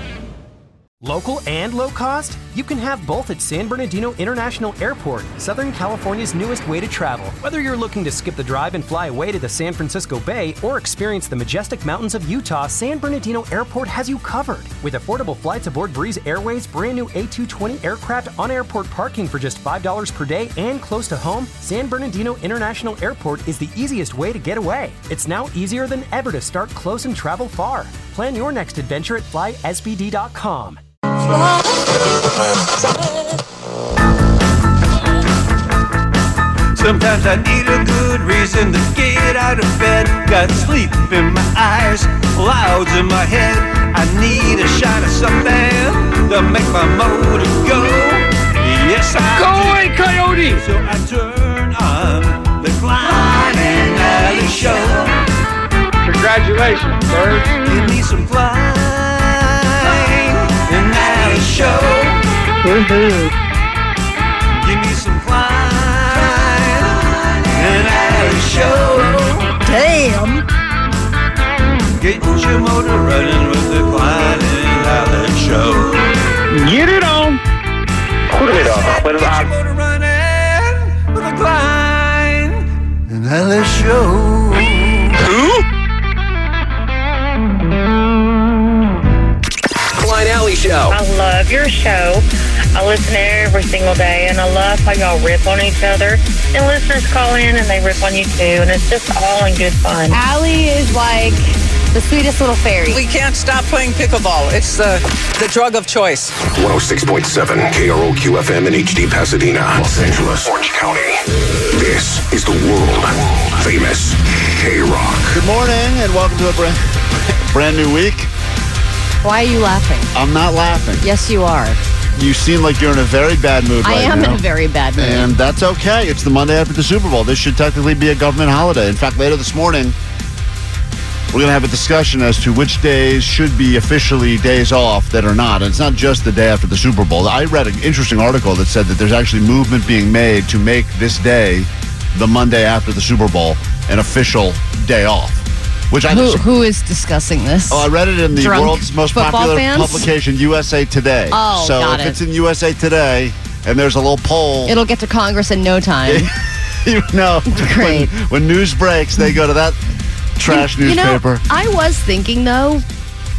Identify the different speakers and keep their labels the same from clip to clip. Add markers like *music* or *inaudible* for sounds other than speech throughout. Speaker 1: Local and low cost? You can have both at San Bernardino International Airport, Southern California's newest way to travel. Whether you're looking to skip the drive and fly away to the San Francisco Bay or experience the majestic mountains of Utah, San Bernardino Airport has you covered. With affordable flights aboard Breeze Airways' brand new A220 aircraft on airport parking for just $5 per day and close to home, San Bernardino International Airport is the easiest way to get away. It's now easier than ever to start close and travel far. Plan your next adventure at flysbd.com.
Speaker 2: Sometimes I need a good reason to get out of bed. Got sleep in my eyes, clouds in my head. I need a shot of something to make my motor go. Yes, I
Speaker 3: Go
Speaker 2: do.
Speaker 3: away, coyote!
Speaker 2: So I turn on the Klein and Alley show.
Speaker 3: Congratulations, Bird.
Speaker 2: Give me some Klein and Alley show.
Speaker 3: Woohoo.
Speaker 2: Give me some Klein and I'll show.
Speaker 4: Damn.
Speaker 2: Get your motor running with the Klein and I'll show.
Speaker 3: Get it on.
Speaker 2: Get your motor running with the Klein and I'll show.
Speaker 5: Klein Alley Show.
Speaker 6: I love your show. I listen every single day, and I love how y'all rip on each other. And listeners call in and they rip on you too, and it's just all in good fun.
Speaker 7: Allie is like the sweetest little fairy.
Speaker 8: We can't stop playing pickleball. It's the, the drug of choice.
Speaker 9: 106.7 KROQ FM in HD Pasadena, Los Angeles, Orange County. This is the world famous K Rock.
Speaker 10: Good morning and welcome to a brand, *laughs* brand new week.
Speaker 7: Why are you laughing?
Speaker 10: I'm not laughing.
Speaker 7: Yes, you are.
Speaker 10: You seem like you're in a very bad mood
Speaker 7: I
Speaker 10: right
Speaker 7: am
Speaker 10: now.
Speaker 7: in a *laughs* very bad mood.
Speaker 10: And that's okay. It's the Monday after the Super Bowl. This should technically be a government holiday. In fact, later this morning, we're going to have a discussion as to which days should be officially days off that are not. And it's not just the day after the Super Bowl. I read an interesting article that said that there's actually movement being made to make this day, the Monday after the Super Bowl, an official day off. Which I
Speaker 7: who,
Speaker 10: disagree-
Speaker 7: who is discussing this?
Speaker 10: Oh, I read it in the
Speaker 7: Drunk
Speaker 10: world's most
Speaker 7: football
Speaker 10: popular
Speaker 7: fans?
Speaker 10: publication, USA Today.
Speaker 7: Oh,
Speaker 10: so
Speaker 7: got
Speaker 10: if
Speaker 7: it.
Speaker 10: it's in USA Today and there's a little poll,
Speaker 7: It'll get to Congress in no time.
Speaker 10: *laughs* you know,
Speaker 7: *laughs* Great.
Speaker 10: When, when news breaks, they go to that trash
Speaker 7: You know,
Speaker 10: newspaper.
Speaker 7: I was thinking though.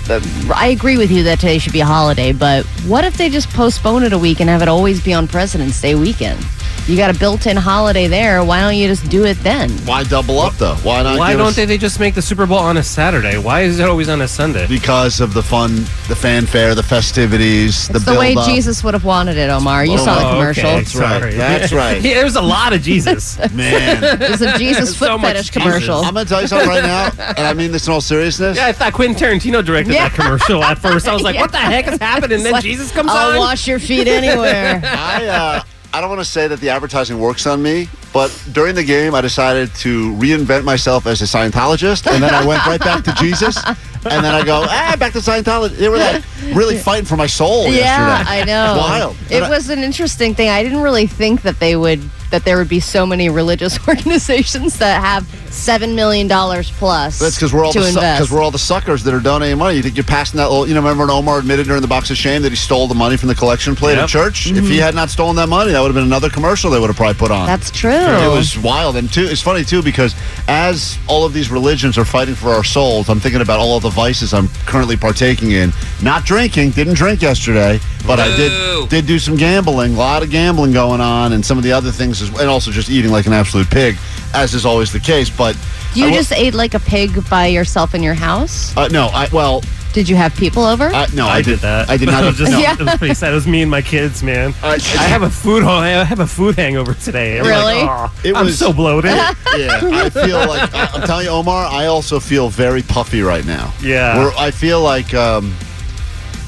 Speaker 7: that- I agree with you that today should be a holiday, but what if they just postpone it a week and have it always be on President's Day weekend? You got a built-in holiday there. Why don't you just do it then?
Speaker 10: Why double up though? Why not?
Speaker 5: Why
Speaker 10: give
Speaker 5: don't
Speaker 10: us-
Speaker 5: they, they just make the Super Bowl on a Saturday? Why is it always on a Sunday?
Speaker 10: Because of the fun, the fanfare, the festivities,
Speaker 7: It's the,
Speaker 10: build
Speaker 7: way
Speaker 10: up.
Speaker 7: Jesus would have wanted it, Omar. You saw the
Speaker 5: Oh, okay.
Speaker 7: commercial.
Speaker 10: That's right.
Speaker 5: Sorry. *laughs*
Speaker 10: That's right.
Speaker 5: Yeah, there's a lot of Jesus.
Speaker 10: Man,
Speaker 7: *laughs* It was a Jesus foot
Speaker 5: *laughs* So much
Speaker 7: fetish
Speaker 5: Jesus.
Speaker 7: commercial.
Speaker 10: I'm gonna tell you something right now, and I mean this in all seriousness.
Speaker 5: yeah, I thought Quentin Tarantino directed
Speaker 7: Yeah.
Speaker 5: that commercial at first. I was like, what the heck is happening? And then
Speaker 7: like,
Speaker 5: Jesus comes
Speaker 7: I'll
Speaker 5: on.
Speaker 7: wash your feet
Speaker 5: *laughs*
Speaker 7: anywhere.
Speaker 10: I uh, I don't want to say that the advertising works on me, but during the game, I decided to reinvent myself as a Scientologist, and then I went right back to Jesus, and then I go ah back to Scientology. They were like really fighting for my soul
Speaker 7: yeah,
Speaker 10: yesterday.
Speaker 7: I know.
Speaker 10: Wild.
Speaker 7: It was an interesting thing. I didn't really think that they would that there would be so many religious *laughs* organizations that have seven million dollars plus.
Speaker 10: That's because we're all
Speaker 7: to
Speaker 10: the
Speaker 7: invest.
Speaker 10: because we're all the suckers that are donating money. You think you're passing that little, you know? Remember when Omar admitted during the box of shame that he stole the money from the collection plate
Speaker 5: Yep.
Speaker 10: at church? If he had not stolen that money, that would have been another commercial they would have probably put on.
Speaker 7: That's true.
Speaker 10: It
Speaker 5: Oh.
Speaker 10: was wild, and too, it's funny too because as all of these religions are fighting for our souls, I'm thinking about all of the vices I'm currently partaking in. Not drinking, didn't drink yesterday, but I did did do some gambling. A lot of gambling going on, and some of the other things, as, and also just eating like an absolute pig, as is always the case. But
Speaker 7: you
Speaker 10: I wa-
Speaker 7: just ate like a pig by yourself in your house.
Speaker 10: uh, no, I well,
Speaker 7: Did you have people over?
Speaker 10: I, no,
Speaker 5: I,
Speaker 10: I,
Speaker 5: did that.
Speaker 10: I
Speaker 5: *laughs*
Speaker 10: did
Speaker 5: It
Speaker 10: not.
Speaker 5: was just,
Speaker 7: *laughs*
Speaker 10: no. *laughs*
Speaker 7: Yeah.
Speaker 5: It was pretty sad. It was me and my kids, man.
Speaker 10: I-
Speaker 5: I have a food. I have a food hangover today. I'm
Speaker 7: Really?
Speaker 5: Like, "Aw,
Speaker 10: It
Speaker 5: I'm
Speaker 10: was-
Speaker 5: so bloated. *laughs*
Speaker 10: yeah, I feel like I, I'm telling you, Omar. I also feel very puffy right now.
Speaker 5: Yeah.
Speaker 10: We're, I feel like um,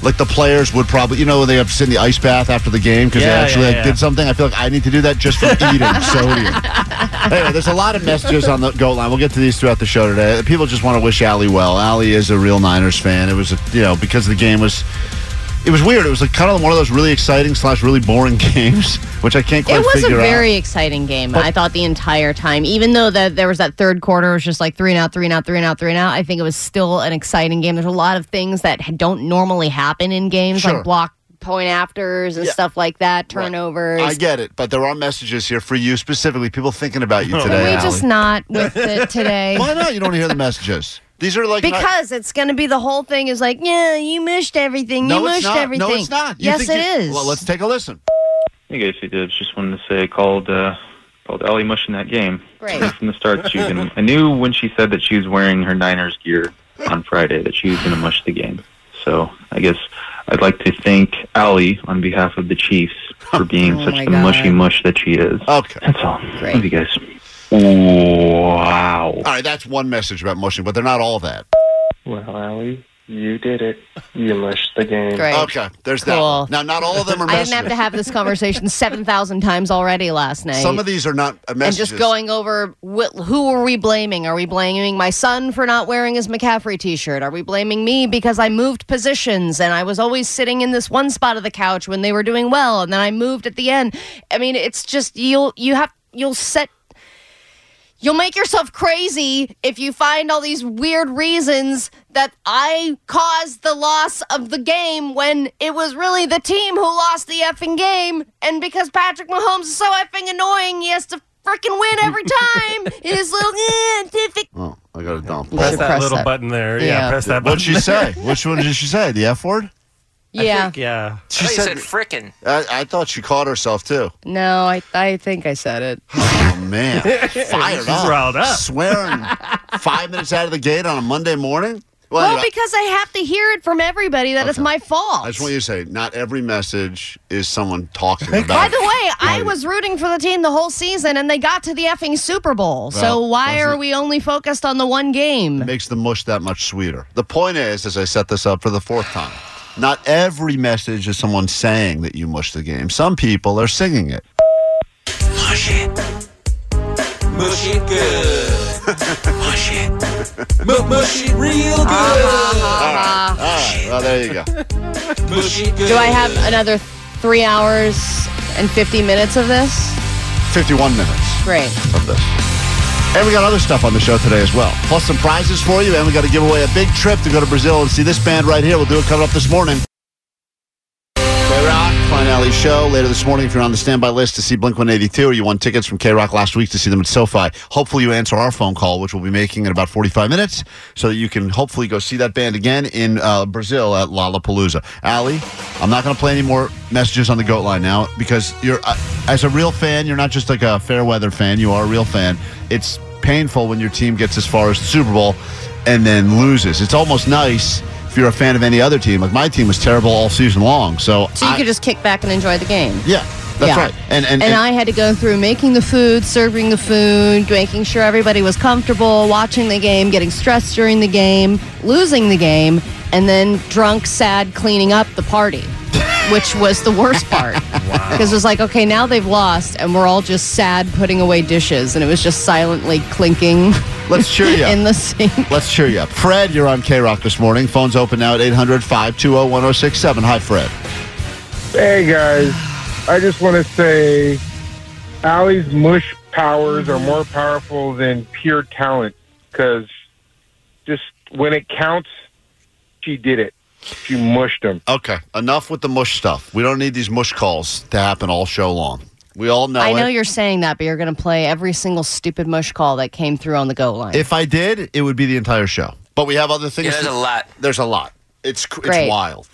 Speaker 10: like the players would probably, you know, they have to sit in the ice bath after the game because
Speaker 4: Yeah,
Speaker 10: they actually
Speaker 4: yeah,
Speaker 10: like,
Speaker 4: yeah.
Speaker 10: did something. I feel like I need to do that
Speaker 5: *laughs*
Speaker 10: just from eating sodium. Anyway, there's a lot of messages on the goal line. We'll get to these throughout the show today. People just want to wish Allie well. Allie is a real Niners fan. It was, a, you know, because the game was. It was weird. It was like kind of one of those really exciting slash really boring *laughs* games, which I can't quite
Speaker 7: It was a
Speaker 10: figure out.
Speaker 7: very exciting game. I thought the entire time, even though that there was that third quarter, it was just like three and out, three and out, three and out, three and out. I think it was still an exciting game. There's a lot of things that don't normally happen in games,
Speaker 10: Sure.
Speaker 7: like block point afters and
Speaker 10: Yeah.
Speaker 7: stuff like that, turnovers.
Speaker 10: I get it, but there are messages here for you specifically. People thinking about you
Speaker 7: Can
Speaker 10: today.
Speaker 7: we just
Speaker 10: Allie.
Speaker 7: not
Speaker 10: *laughs*
Speaker 7: with it today?
Speaker 10: Why not? You don't hear the messages. These are like not-
Speaker 7: because it's going to be the whole thing is like, yeah, you mushed everything.
Speaker 10: no,
Speaker 7: you
Speaker 10: it's
Speaker 7: mushed
Speaker 10: not.
Speaker 7: everything.
Speaker 10: No, it's not. You
Speaker 7: yes, it
Speaker 10: think you-
Speaker 7: is.
Speaker 10: Well, let's take a listen.
Speaker 11: Hey guys, you did. Just wanted to say I called uh, called Ellie Mush in that game.
Speaker 7: Great.
Speaker 11: From the start, she was
Speaker 7: *laughs*
Speaker 11: gonna, I knew when she said that she was wearing her Niners gear on Friday that she was going to mush the game. So I guess I'd like to thank Allie on behalf of the Chiefs
Speaker 7: *laughs*
Speaker 11: for being
Speaker 7: Oh
Speaker 11: such
Speaker 7: my
Speaker 11: the mushy
Speaker 7: God.
Speaker 11: mush that she is.
Speaker 10: Okay,
Speaker 11: that's all.
Speaker 7: Great.
Speaker 11: Love you guys. Wow.
Speaker 10: All right, that's one message about mushing, but they're not all that.
Speaker 12: Well, Allie, you did it. You mushed the game.
Speaker 7: Great.
Speaker 10: Okay, there's that. One. Now, not all of them
Speaker 7: I
Speaker 10: are
Speaker 7: didn't
Speaker 10: messages.
Speaker 7: have to have this conversation 7,000 times already last night.
Speaker 10: Some of these are not uh,
Speaker 7: and
Speaker 10: messages.
Speaker 7: just going over wh- who are we blaming? Are we blaming my son for not wearing his McCaffrey T-shirt? Are we blaming me because I moved positions and I was always sitting in this one spot of the couch when they were doing well, and then I moved at the end? I mean, it's just you'll you have you'll set. You'll make yourself crazy if you find all these weird reasons that I caused the loss of the game when it was really the team who lost the effing game. And because Patrick Mahomes is so effing annoying, he has to freaking win every time. in his little eh, diffic-
Speaker 10: Oh, I got to dump.
Speaker 5: Press that little button there. Yeah, press that
Speaker 10: What'd she
Speaker 5: button.
Speaker 10: say? Which one did she say? The F word?
Speaker 7: Yeah.
Speaker 5: Yeah.
Speaker 10: She said, frickin'. I, I thought she caught herself too.
Speaker 7: No, I, I think I said it.
Speaker 10: Oh,
Speaker 7: *laughs*
Speaker 10: man. Fired
Speaker 7: She's
Speaker 10: up.
Speaker 7: riled up. *laughs*
Speaker 10: Swearing five minutes out of the gate on a Monday morning? Well,
Speaker 7: well,
Speaker 10: anyway,
Speaker 7: because I have to hear it from everybody that it's my fault.
Speaker 10: I just want you to say, not every message is someone talking about.
Speaker 7: By the way, I was rooting for the team the whole season, and they got to the effing Super Bowl. so
Speaker 10: Well,
Speaker 7: why
Speaker 10: doesn't
Speaker 7: are
Speaker 10: it-
Speaker 7: we only focused on the one game?
Speaker 10: It makes the mush that much sweeter. The point is, as I set this up for the fourth time, not every message is someone saying that you mush the game. Some people are singing it.
Speaker 2: Mush it. Mush it good. mush it. M- mush it real good.
Speaker 10: All right, well, there you *laughs* go.
Speaker 2: Mush it good.
Speaker 7: Do I have another three hours and 50 minutes of this?
Speaker 10: 51 minutes
Speaker 7: Great.
Speaker 10: of this. And we got other stuff on the show today as well. Plus some prizes for you, and we got to give away a big trip to go to Brazil and see this band right here. We'll do it coming up this morning. K Rock, Fine Alley Show later this morning. If you're on the standby list to see Blink 182 or you won tickets from K Rock last week to see them at SoFi, hopefully you answer our phone call, which we'll be making in about 45 minutes, so that you can hopefully go see that band again in uh, Brazil at Lollapalooza. Allie, I'm not going to play any more messages on the goat line now because you're, uh, as a real fan, you're not just like a fair weather fan, you are a real fan. It's painful when your team gets as far as the Super Bowl and then loses. It's almost nice. If you're a fan of any other team, like my team was terrible all season long, so
Speaker 7: So you
Speaker 10: I-
Speaker 7: could just kick back and enjoy the game.
Speaker 10: yeah, that's
Speaker 7: Yeah.
Speaker 10: right. And and,
Speaker 7: And, I had to go through making the food, serving the food, making sure everybody was comfortable, watching the game, getting stressed during the game, losing the game, and then drunk, sad, cleaning up the
Speaker 10: *laughs*
Speaker 7: party, which was the worst part. Because it was like, okay, now they've lost, and we're all just sad putting away dishes, and it was just silently clinking.
Speaker 10: Let's
Speaker 7: *laughs*
Speaker 10: cheer you up.
Speaker 7: in the sink.
Speaker 10: let's cheer you up. Fred, you're on K Rock this morning. Phone's open now at 800 520 1067. Hi, Fred.
Speaker 3: Hey guys, I just want to say, Allie's mush powers are more powerful than pure talent because just when it counts, she did it. She mushed them.
Speaker 10: Okay, enough with the mush stuff. We don't need these mush calls to happen all show long. We all know
Speaker 7: I know
Speaker 10: it.
Speaker 7: you're saying that, but you're going to play every single stupid mush call that came through on the go line.
Speaker 10: If I did, it would be the entire show. But we have other things.
Speaker 7: Yeah, there's
Speaker 10: to-
Speaker 7: a lot.
Speaker 10: There's a lot. It's, cr- it's
Speaker 7: Great.
Speaker 10: wild.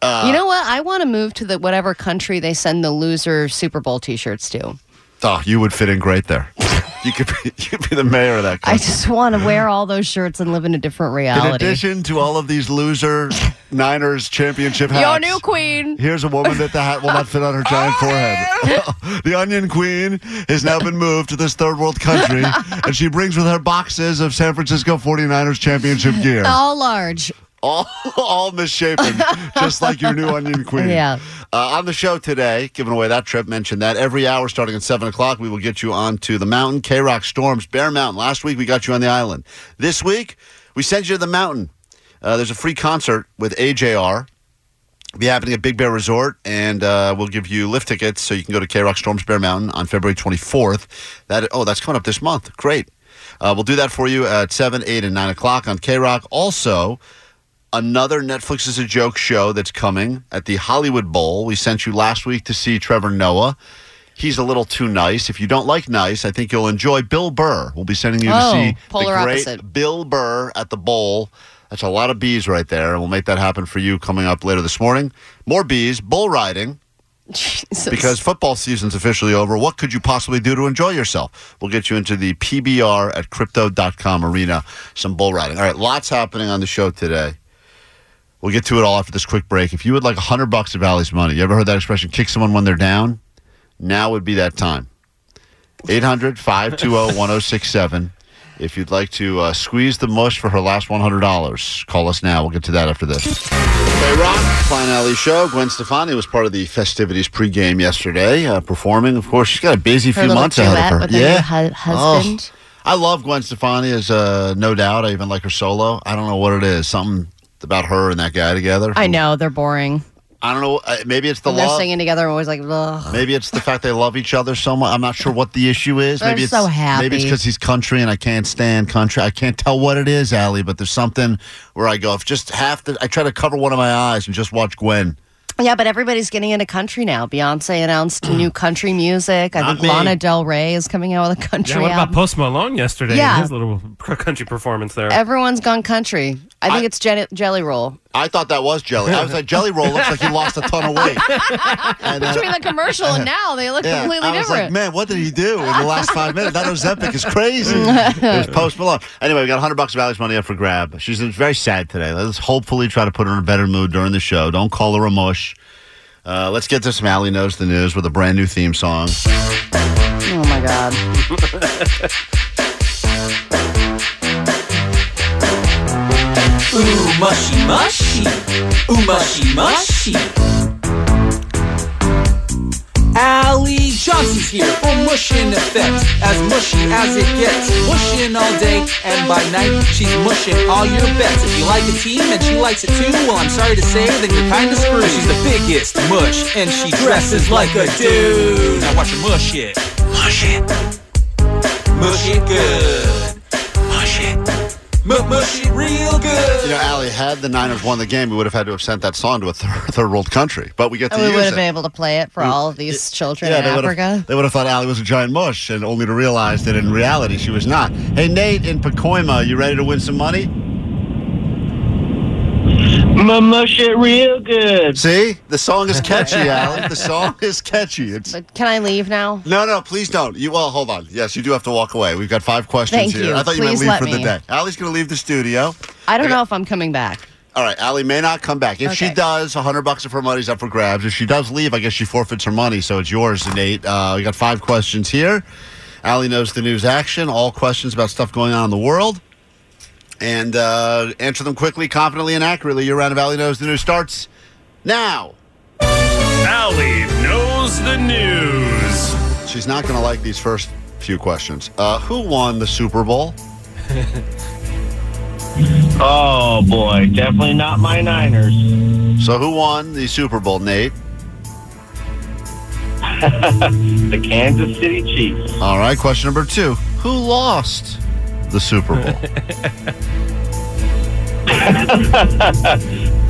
Speaker 10: Uh,
Speaker 7: you know what? I want to move to the whatever country they send the loser Super Bowl T-shirts to.
Speaker 10: oh, you would fit in great there. *laughs* you could be, *laughs* you could be the mayor of that
Speaker 7: I
Speaker 10: country.
Speaker 7: just want to wear all those shirts and live in a different
Speaker 10: In
Speaker 7: reality.
Speaker 10: addition to all of
Speaker 7: *laughs*
Speaker 10: these loser Niners championship hats.
Speaker 7: Your new queen.
Speaker 10: Here's a woman that the hat will not fit on her giant forehead. *laughs* the Onion Queen has now been moved to this third world country,
Speaker 7: *laughs* Oh,
Speaker 10: and she brings with her boxes of San Francisco 49ers championship gear.
Speaker 7: All large.
Speaker 10: all, *laughs* all misshapen, just like your new onion queen.
Speaker 7: Yeah.
Speaker 10: Uh, on the show today, giving away that trip, mentioned that every hour starting at 7 o'clock, we will get you onto the mountain, K Rock Storms, Bear Mountain. Last week, we got you on the island. This week, we send you to the mountain. Uh, there's a free concert with AJR. It'll be happening at Big Bear Resort, and uh, we'll give you lift tickets so you can go to K Rock Storms Bear Mountain on February 24th. That Oh, that's coming up this month. Great. Uh, we'll do that for you at 7, 8, and 9 o'clock on K Rock. Also, another Netflix is a joke show that's coming at the Hollywood Bowl. We sent you last week to see Trevor Noah. He's a little too nice. If you don't like nice, I think you'll enjoy Bill Burr. We'll be sending you
Speaker 7: Oh,
Speaker 10: to see
Speaker 7: polar
Speaker 10: the great
Speaker 7: opposite.
Speaker 10: Bill Burr at the bowl. That's a lot of bees right there, and we'll make that happen for you coming up later this morning. More bees, bull riding. Because football season's officially over, what could you possibly do to enjoy yourself? We'll get you into the PBR at crypto.com arena, some bull riding. All right, lots happening on the show today. We'll get to it all after this quick break. If you would like 100 bucks of Ali's money, you ever heard that expression, kick someone when they're down? Now would be that time. 800 520 1067. If you'd like to uh, squeeze the mush for her last $100, call us now. We'll get to that after this. Hey, Rock, Klein Alley Show. Gwen Stefani was part of the festivities pregame yesterday, uh, performing. Of course, she's got a busy
Speaker 7: Her
Speaker 10: few
Speaker 7: little
Speaker 10: months ahead
Speaker 7: duet
Speaker 10: of her.
Speaker 7: with her new hu- husband.
Speaker 10: Oh, I love Gwen Stefani as uh, no doubt. I even like her solo. I don't know what it is. Something about her and that guy together.
Speaker 7: I know they're boring.
Speaker 10: I don't know. uh, Maybe it's the
Speaker 7: When they're
Speaker 10: love.
Speaker 7: singing together. I'm always like, ugh.
Speaker 10: Maybe it's the fact they love each other so much. I'm not sure what the issue is.
Speaker 7: They're
Speaker 10: maybe it's
Speaker 7: so happy.
Speaker 10: Maybe it's because he's country and I can't stand country. I can't tell what it is, Allie, but there's something where I go, if just half the, I try to cover one of my eyes and just watch Gwen.
Speaker 7: Yeah, but everybody's getting into country now. Beyonce announced new country music. I
Speaker 5: Not
Speaker 7: think
Speaker 5: me.
Speaker 7: Lana Del Rey is coming out with a country
Speaker 5: Yeah, what about
Speaker 7: album.
Speaker 5: Post Malone yesterday? and
Speaker 7: Yeah.
Speaker 5: His little *laughs* country performance there.
Speaker 7: Everyone's gone country. I think it's Jen- Jelly Roll.
Speaker 10: I thought that was Jelly. I was like, Jelly Roll looks like he lost a ton of weight. And, uh,
Speaker 7: Between the commercial and now, they look
Speaker 10: *laughs* yeah,
Speaker 7: completely
Speaker 10: I was
Speaker 7: different.
Speaker 10: like, man, what did he do in the last five minutes? That Ozempic
Speaker 7: *laughs*
Speaker 10: is crazy. it was Post Malone. Anyway, we got 100 bucks of Alex money up for grab. She's very sad today. Let's hopefully try to put her in a better mood during the show. Don't call her a mush. Uh, let's get to some Allie Knows the News with a brand new theme song.
Speaker 7: Oh my
Speaker 10: *laughs*
Speaker 7: god.
Speaker 4: Ooh, mushy mushy. Ooh, mushy mushy. Allie Johnson's here for Mushin Effect. As mushy as it gets. Mushin all day, and by night, she's mushing all your bets. If you like a team and she likes it too, well, I'm sorry to say, then you're kinda screwed. She's the biggest mush, and she dresses like a dude. Now watch her mush it. Mush it. Mush it good. Mush it. M- mush it real good.
Speaker 10: You know, Allie, had the Niners won the game, we would have had to have sent that song to a *laughs* third, third world country. But we get to
Speaker 7: And we
Speaker 10: use
Speaker 7: would
Speaker 10: it.
Speaker 7: have been able to play it for all of these children in
Speaker 10: they would've-
Speaker 7: Africa.
Speaker 10: They would have thought Allie was a giant mush, and only to realize that in reality she was not. Hey, Nate in Pacoima, you ready to win some money?
Speaker 13: My mush it real good.
Speaker 10: See, the song is catchy, Allie. The song is catchy. It's
Speaker 7: But can I leave now?
Speaker 10: no, no, please don't. You well, hold on. Yes, you do have to walk away. We've got five questions
Speaker 7: Thank
Speaker 10: here.
Speaker 7: you.
Speaker 10: I thought you meant
Speaker 7: Please
Speaker 10: leave
Speaker 7: let
Speaker 10: for the
Speaker 7: me.
Speaker 10: day. Allie's going to leave the studio.
Speaker 7: I don't know if I'm coming back.
Speaker 10: All right, Allie may not come back. If she
Speaker 7: Okay.
Speaker 10: does, 100 bucks of her money's up for grabs. If she does leave, I guess she forfeits her money, so it's yours, Nate. Uh, we got five questions here. Allie knows the news action, all questions about stuff going on in the world. And uh, answer them quickly, confidently, and accurately. Your round of Allie knows the news starts now.
Speaker 14: Allie knows the news.
Speaker 10: She's not going to like these first few questions. Uh, who won the Super Bowl?
Speaker 13: *laughs* Oh boy, definitely not my Niners.
Speaker 10: So who won the Super Bowl, Nate?
Speaker 13: the Kansas City
Speaker 15: Oh
Speaker 13: Chiefs.
Speaker 10: All right, question number two. Who lost the Super Bowl?
Speaker 13: *laughs*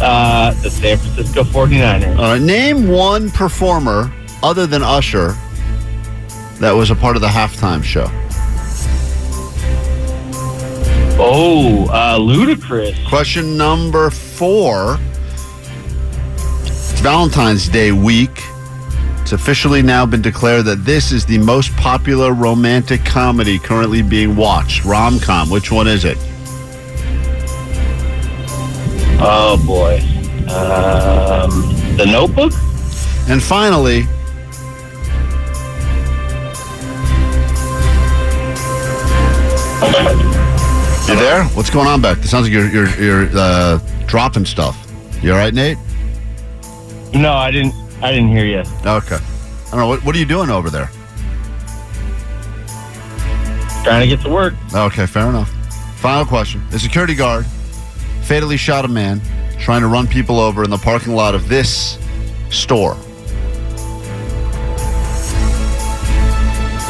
Speaker 13: uh, the San Francisco 49ers.
Speaker 10: All right, name one performer other than Usher that was a part of the halftime show.
Speaker 13: Oh, uh, ludicrous.
Speaker 10: Question number four. It's Valentine's Day week. It's officially now been declared that this is the most popular romantic comedy currently being watched. Rom com. Which one is it?
Speaker 13: Oh boy. Um, the Notebook?
Speaker 10: And finally, you there? What's going on back? It sounds like you're you're, you're uh, dropping stuff. You all right, Nate?
Speaker 13: No, I didn't. I didn't hear you.
Speaker 10: Okay. I don't know. What, what are you doing over there?
Speaker 13: Trying to get to work.
Speaker 10: Okay, fair enough. Final question. A security guard fatally shot a man trying to run people over in the parking lot of this store.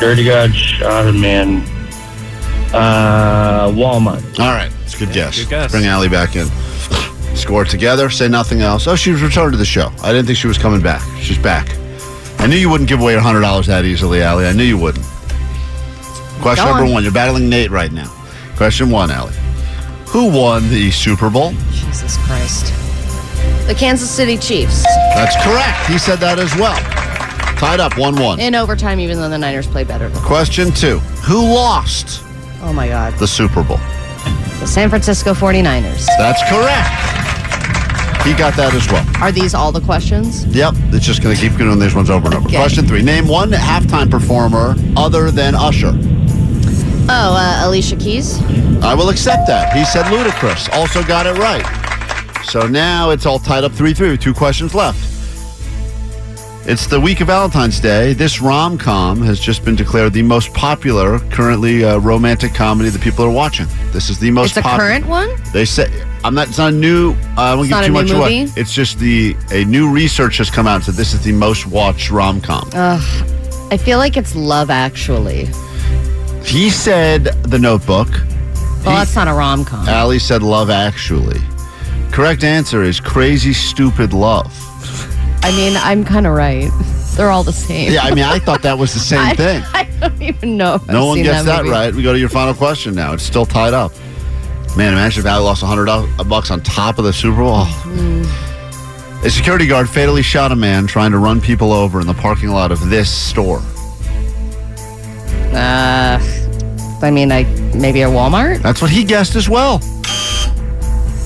Speaker 13: Dirty God shot a man. Uh, Walmart.
Speaker 10: All right. It's a good guess.
Speaker 13: good guess.
Speaker 10: Bring Allie back in. *sighs* Score together. Say nothing else. Oh, she was returned to the show. I didn't think she was coming back. She's back. I knew you wouldn't give away $100 that easily, Allie. I knew you wouldn't. Question
Speaker 16: Go
Speaker 10: number
Speaker 16: on.
Speaker 10: one. You're battling Nate right now. Question one, Allie. Who won the Super Bowl?
Speaker 7: Jesus Christ. The Kansas City Chiefs.
Speaker 10: That's correct. He said that as well. Tied up 1 1.
Speaker 7: In overtime, even though the Niners play better.
Speaker 10: Question two Who lost
Speaker 7: Oh my God.
Speaker 10: the Super Bowl?
Speaker 7: The San Francisco 49ers.
Speaker 10: That's correct. He got that as well.
Speaker 7: Are these all the questions?
Speaker 10: Yep, it's just going to keep doing these ones over and over.
Speaker 7: Okay.
Speaker 10: Question three Name one halftime performer other than Usher.
Speaker 7: Oh, uh, Alicia Keys.
Speaker 10: I will accept that. He said Ludacris. Also got it right. So now it's all tied up 3 3 with two questions left. It's the week of Valentine's Day. This rom com has just been declared the most popular, currently uh, romantic comedy that people are watching. This is the most
Speaker 7: It's a
Speaker 10: popular.
Speaker 7: current one?
Speaker 10: They say I'm not. It's not a new. uh, I won't
Speaker 7: It's
Speaker 10: give
Speaker 7: not
Speaker 10: too
Speaker 7: a
Speaker 10: much
Speaker 7: new
Speaker 10: away.
Speaker 7: movie?
Speaker 10: It's just the a new research has come out. So this is the most watched rom com.
Speaker 7: Ugh. I feel like it's Love Actually.
Speaker 10: He said The Notebook.
Speaker 7: Well, that's not a rom com.
Speaker 10: Ali said Love Actually. Correct answer is Crazy Stupid Love.
Speaker 7: I mean, I'm kind of right. *laughs* They're all the same.
Speaker 10: Yeah, I mean, I thought that
Speaker 7: *laughs*
Speaker 10: was the same
Speaker 7: I-
Speaker 10: thing.
Speaker 7: I don't even know. If
Speaker 10: no
Speaker 7: I've
Speaker 10: one
Speaker 7: seen
Speaker 10: gets that,
Speaker 7: movie.
Speaker 10: right. We go to your final question now. It's still tied up. Man, imagine if Ali lost 100 do- bucks on top of the Super Bowl. Oh.
Speaker 7: Mm-hmm.
Speaker 10: A security guard fatally shot a man trying to run people over in the parking lot of this store.
Speaker 7: Uh, I mean, I maybe a Walmart.
Speaker 10: That's what he guessed as well.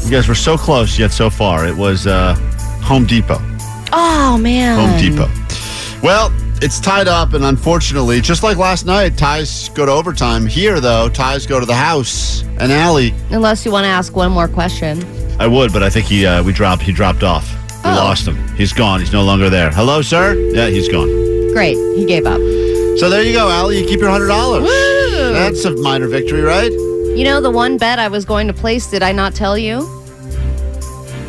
Speaker 10: You guys were so close, yet so far. It was uh, Home Depot.
Speaker 7: Oh man.
Speaker 10: Home Depot. Well, it's tied up, and unfortunately, just like last night, ties go to overtime. Here, though, ties go to the house. And Allie,
Speaker 7: Unless you want to ask one more question.
Speaker 10: I would, but I think he uh, we dropped. He dropped off. We
Speaker 7: Oh.
Speaker 10: lost him. He's gone. He's no longer there. Hello, sir. Yeah, he's gone.
Speaker 7: Great. He gave up.
Speaker 10: So there you go, Allie. You keep your hundred dollars.
Speaker 7: Woo!
Speaker 10: That's a minor victory, right?
Speaker 7: You know the one bet I was going to place. Did I not tell you?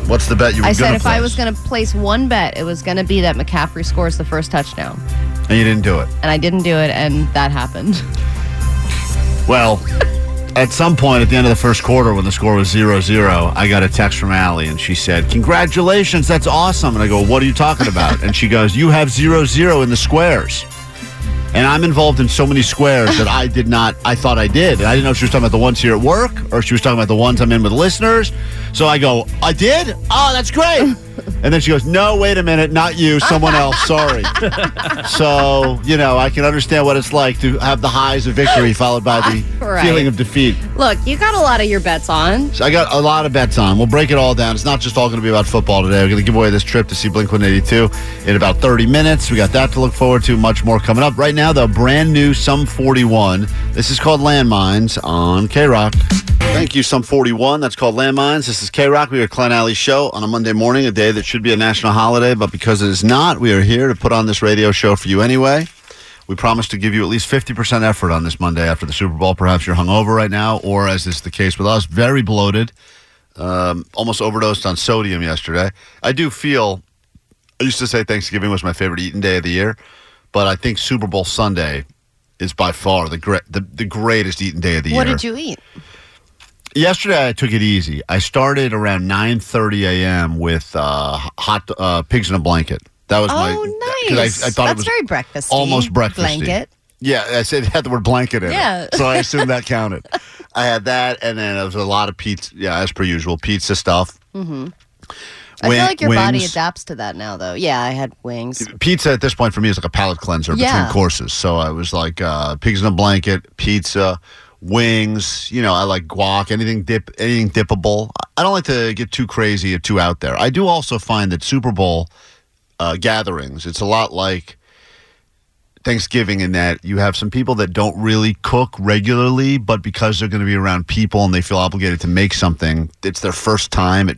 Speaker 10: What's the bet you were
Speaker 7: I
Speaker 10: gonna
Speaker 7: said if I
Speaker 10: place?
Speaker 7: was going to place one bet, it was going to be that McCaffrey scores the first touchdown,
Speaker 10: and you didn't do it.
Speaker 7: and I didn't do it, and that happened. *laughs*
Speaker 10: Well, at some point at the end of the first quarter when the score was 0 0, I got a text from Allie and she said, Congratulations, that's awesome. And I go, What are you talking about? and she goes, You have 0 0 in the squares. And I'm involved in so many squares that I did not, I thought I did. And I didn't know if she was talking about the ones here at work or if she was talking about the ones I'm in with listeners. So I go, I did? Oh, that's great. and then she goes, No, wait a minute, not you, someone else, sorry. so, you know, I can understand what it's like to have the highs of victory followed by the
Speaker 7: Right.
Speaker 10: feeling of defeat.
Speaker 7: Look, you got a lot of your bets on.
Speaker 10: So I got a lot of bets on. We'll break it all down. It's not just all going to be about football today. We're going to give away this trip to see Blink 182 in about 30 minutes. We got that to look forward to. Much more coming up. Right now, the brand new Sum 41. This is called Landmines on K Rock. Thank you, Sum 41. That's called Landmines. This is K Rock. We are Clan Alley Show on a Monday morning, a day that should be a national holiday, but because it is not, we are here to put on this radio show for you anyway. We promise to give you at least 50% effort on this Monday after the Super Bowl. Perhaps you're hungover right now, or as is the case with us, very bloated, um, almost overdosed on sodium yesterday. I do feel, I used to say Thanksgiving was my favorite eating day of the year, but I think Super Bowl Sunday is by far the, great, the, the greatest eating day of the
Speaker 7: What
Speaker 10: year
Speaker 7: did you eat?
Speaker 10: yesterday i took it easy i started around 9.30 a.m with uh, hot uh, pigs in a blanket that was my
Speaker 7: Oh,
Speaker 10: 'cause
Speaker 7: nice.
Speaker 10: I, I thought
Speaker 7: That's
Speaker 10: it was
Speaker 7: very breakfasty.
Speaker 10: almost breakfasty
Speaker 7: Blanket.
Speaker 10: yeah i said it had the word blanket in
Speaker 7: Yeah.
Speaker 10: it so i assumed
Speaker 7: *laughs*
Speaker 10: that counted i had that and then it was a lot of pizza yeah as per usual pizza stuff
Speaker 7: Mm-hmm. I
Speaker 10: Wing-
Speaker 7: feel like your body
Speaker 10: wings.
Speaker 7: adapts to that now, though. Yeah, I had wings.
Speaker 10: pizza at this point for me is like a palate cleanser
Speaker 7: Yeah.
Speaker 10: between courses. So I was like uh, pigs in a blanket, pizza, wings. You know, I like guac, anything dip, anything dippable. I don't like to get too crazy or too out there. I do also find that Super Bowl uh, gatherings, it's a lot like Thanksgiving in that you have some people that don't really cook regularly, but because they're going to be around people and they feel obligated to make something, it's their first time at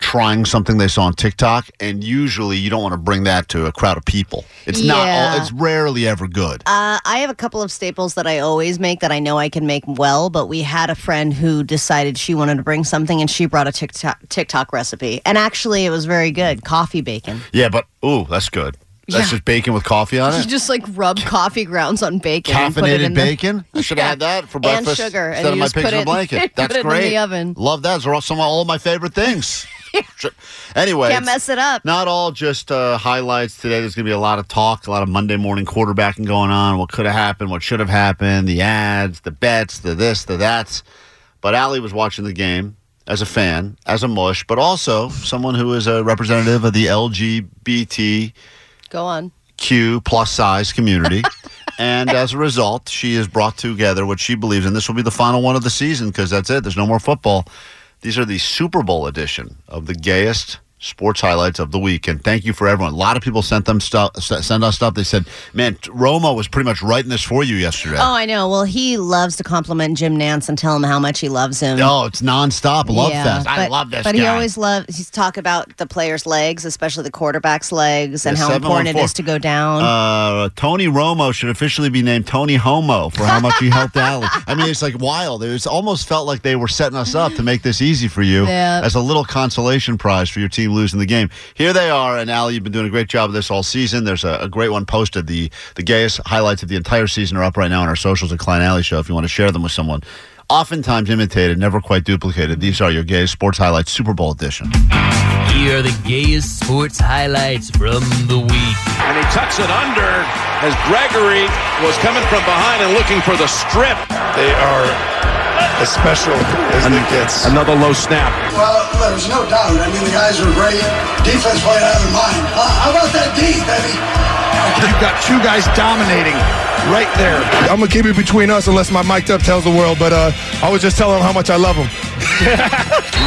Speaker 10: trying something they saw on TikTok, and usually you don't want to bring that to a crowd of people. It's not
Speaker 7: Yeah.
Speaker 10: all, it's rarely ever good.
Speaker 7: Uh, I have a couple of staples that I always make that I know I can make well, but we had a friend who decided she wanted to bring something and she brought a TikTok, TikTok recipe. And actually, it was very good coffee bacon.
Speaker 10: Yeah, but ooh, that's good. That's
Speaker 7: Yeah.
Speaker 10: just bacon with coffee on
Speaker 7: You
Speaker 10: it.
Speaker 7: just like rub coffee grounds on bacon. and put it in the-
Speaker 10: Caffeinated bacon.
Speaker 7: *laughs*
Speaker 10: I should have had that for
Speaker 7: And
Speaker 10: breakfast
Speaker 7: sugar, and
Speaker 10: instead
Speaker 7: you
Speaker 10: of my
Speaker 7: just put
Speaker 10: pigs in a
Speaker 7: it-
Speaker 10: blanket.
Speaker 7: *laughs* put
Speaker 10: That's
Speaker 7: it in the
Speaker 10: great.
Speaker 7: oven.
Speaker 10: Love that. Those are all- some of all my favorite things.
Speaker 7: *laughs*
Speaker 10: Sure. anyway,
Speaker 7: Can't
Speaker 10: it's
Speaker 7: mess it up.
Speaker 10: Not all just uh, highlights today. There's going to be a lot of talk, a lot of Monday morning quarterbacking going on. What could have happened? What should have happened? The ads, the bets, the this, the that's. But Allie was watching the game as a fan, as a mush, but also someone who is a representative of the LGBT
Speaker 7: Go on.
Speaker 10: Q plus
Speaker 7: *laughs*
Speaker 10: size community. and as a result, she has brought together what she believes, and this will be the final one of the season because that's it. There's no more football. These are the Super Bowl edition of the gayest sports highlights of the week. And thank you for everyone. A lot of people sent them stuff, s- send us stuff. They said, "Man, t- Roma was pretty much writing this for you yesterday."
Speaker 7: Oh, I know. Well, he loves to compliment Jim Nance and tell him how much he loves him.
Speaker 10: No, Oh, it's nonstop love
Speaker 7: Yeah,
Speaker 10: fest. I
Speaker 7: but-
Speaker 10: love this.
Speaker 7: But
Speaker 10: guy.
Speaker 7: he always loves, he's talk about the players' legs, especially the quarterback's legs, and
Speaker 10: Yeah,
Speaker 7: how important it
Speaker 10: 714.
Speaker 7: is to go down.
Speaker 10: Uh, Tony Romo should officially be named Tony Homo for how much he helped Allie. I mean, it's like wild. It's almost felt like they were setting us up to make this easy for you
Speaker 16: Yeah.
Speaker 10: as a little consolation prize for your team losing the game. Here they are, and Allie, you've been doing a great job of this all season. There's a, a great one posted. The the gayest highlights of the entire season are up right now on our socials at Klein Alley Show. If you want to share them with someone. Oftentimes imitated, never quite duplicated. These are your gay sports highlights, Super Bowl edition.
Speaker 17: Here are the gayest sports highlights from the week.
Speaker 18: And he tucks it under as Gregory was coming from behind and looking for the strip. They are as special as it gets. Another low snap.
Speaker 19: Well, there's no doubt. I mean, the guys were brilliant. Defense played out of their mind. Uh, how about that D, baby?
Speaker 20: You've got two guys dominating right there. I'm gonna keep it between us unless my mic'd up tells the world. But uh, I was just telling him how much I love him.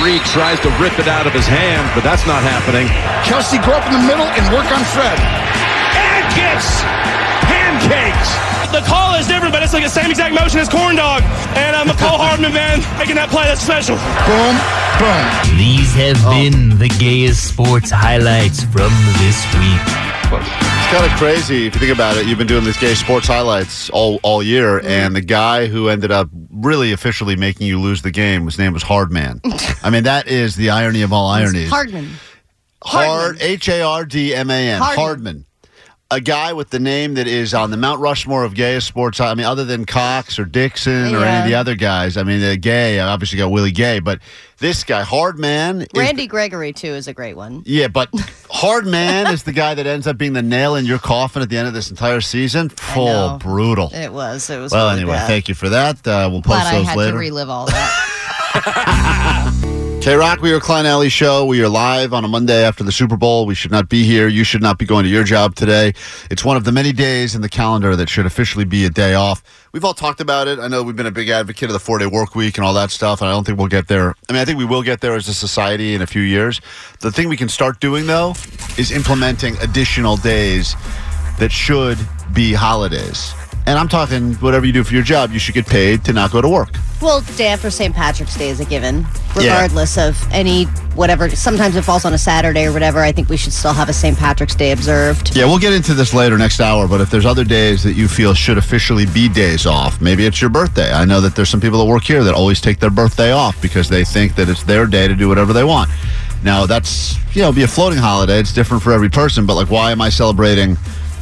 Speaker 18: Reed tries to rip it out of his hand, but that's not happening.
Speaker 20: Kelsey, go up in the middle and work on Fred.
Speaker 14: And gets pancakes. The call is different, but it's like the same exact motion as corn dog. And I'm a Cole
Speaker 20: *laughs*
Speaker 14: Hardman man making that play that's special.
Speaker 17: Boom, boom. These have been the gayest sports highlights from this week.
Speaker 10: It's kind of crazy if you think about it. You've been doing these gay sports highlights all, all year,
Speaker 7: Mm-hmm.
Speaker 10: and the guy who ended up really officially making you lose the game, his name
Speaker 7: *laughs*
Speaker 10: was Hardman. I mean, that is the irony of all ironies.
Speaker 7: Hardman.
Speaker 10: Hard, H A R D M A N,
Speaker 7: Hardman.
Speaker 10: Hardman. A guy with the name that is on the Mount Rushmore of gayest sports. I mean, other than Cox or Dixon or any
Speaker 7: Yeah.
Speaker 10: of the other guys. I mean, the gay, I obviously got Willie Gay, but this guy, Hardman, is
Speaker 7: Randy Gregory, too, is a great one.
Speaker 10: yeah, but hard man is the guy that ends up being the nail in your coffin at the end of this entire season. Full brutal.
Speaker 7: It was. It was.
Speaker 10: Well,
Speaker 7: really
Speaker 10: anyway,
Speaker 7: bad.
Speaker 10: thank you for that. Uh, we'll post
Speaker 7: Glad I
Speaker 10: those
Speaker 7: had
Speaker 10: later.
Speaker 7: to relive
Speaker 10: *laughs*
Speaker 7: all that.
Speaker 10: K Rock, we are Klein Alley Show. We are live on a Monday after the Super Bowl. We should not be here. You should not be going to your job today. It's one of the many days in the calendar that should officially be a day off. We've all talked about it. I know we've been a big advocate of the four day work week and all that stuff, and I don't think we'll get there. I mean, I think we will get there as a society in a few years. The thing we can start doing, though, is implementing additional days that should be holidays. And I'm talking whatever you do for your job, you should get paid to not go to work.
Speaker 7: well, the day after St. Patrick's Day is a given,
Speaker 10: Yeah.
Speaker 7: regardless of any whatever. Sometimes it falls on a Saturday or whatever. I think we should still have a St. Patrick's Day observed.
Speaker 10: Yeah, we'll get into this later next hour, but if there's other days that you feel should officially be days off, maybe it's your birthday. I know that there's some people that work here that always take their birthday off because they think that it's their day to do whatever they want. Now, that's, you know, be a floating holiday. It's different for every person, but like, why am I celebrating,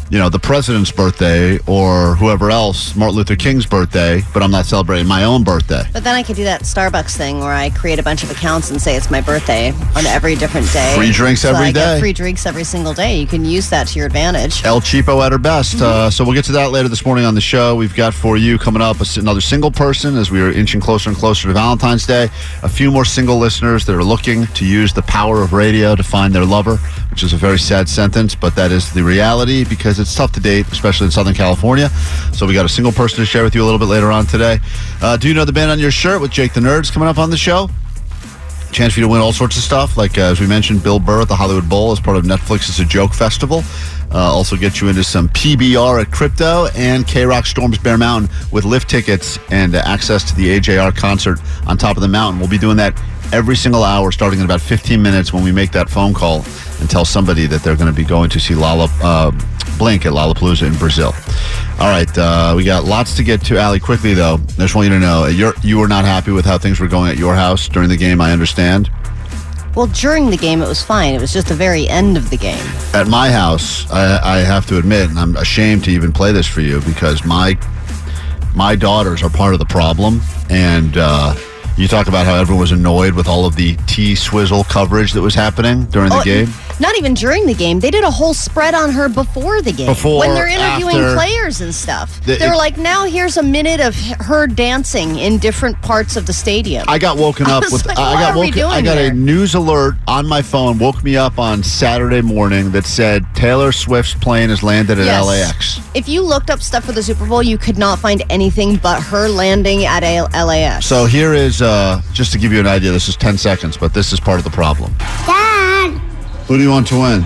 Speaker 10: you know, the president's birthday or whoever else, Martin Luther King's birthday, but I'm not celebrating my own birthday?
Speaker 7: But then I could do that Starbucks thing where I create a bunch of accounts and say it's my birthday on every different day.
Speaker 10: Free drinks
Speaker 7: so
Speaker 10: every
Speaker 7: I get
Speaker 10: day.
Speaker 7: Free drinks every single day. You can use that to your advantage.
Speaker 10: El Cheapo at her best. Uh, so we'll get to that later this morning on the show. We've got for you coming up a- another single person as we are inching closer and closer to Valentine's Day. A few more single listeners that are looking to use the power of radio to find their lover, which is a very sad sentence, but that is the reality because it's tough to date, especially in Southern California. So we got a single person to share with you a little bit later on today. Uh, do you know the band on your shirt with Jake the Nerds coming up on the show? chance for you to win all sorts of stuff. Like uh, as we mentioned, Bill Burr at the Hollywood Bowl as part of Netflix's A Joke Festival. Uh, also get you into some PBR at Crypto and K Rock Storms Bear Mountain with lift tickets and uh, access to the AJR concert on top of the mountain. We'll be doing that every single hour starting in about 15 minutes when we make that phone call and tell somebody that they're going to be going to see Lollap- uh, Blink at Lollapalooza in Brazil. All right, uh, we got lots to get to, Ali. Quickly though, I just want you to know uh, you're, you were not happy with how things were going at your house during the game. I understand.
Speaker 7: Well, during the game, it was fine. It was just the very end of the game.
Speaker 10: At my house, I, I have to admit, and I'm ashamed to even play this for you because my my daughters are part of the problem. And uh, you talk about how everyone was annoyed with all of the T Swizzle coverage that was happening during the
Speaker 7: Oh,
Speaker 10: game.
Speaker 7: Not even during the game. They did a whole spread on her before the game.
Speaker 10: Before,
Speaker 7: when they're interviewing
Speaker 10: after.
Speaker 7: players and stuff.
Speaker 10: The-
Speaker 7: they're
Speaker 10: it-
Speaker 7: like, now here's a minute of her dancing in different parts of the stadium.
Speaker 10: I got
Speaker 7: *laughs*
Speaker 10: woken
Speaker 7: I
Speaker 10: up
Speaker 7: was
Speaker 10: with.
Speaker 7: like,
Speaker 10: I
Speaker 7: what
Speaker 10: got
Speaker 7: are we
Speaker 10: woken. I
Speaker 7: doing
Speaker 10: got
Speaker 7: here?
Speaker 10: a news alert on my phone. Woke me up on Saturday morning that said Taylor Swift's plane has landed at
Speaker 7: Yes.
Speaker 10: LAX.
Speaker 7: If you looked up stuff for the Super Bowl, you could not find anything but her landing at a- LAX.
Speaker 10: So here is uh, just to give you an idea. This is ten seconds, but this is part of the problem.
Speaker 16: Dad,
Speaker 10: Who do you want to win?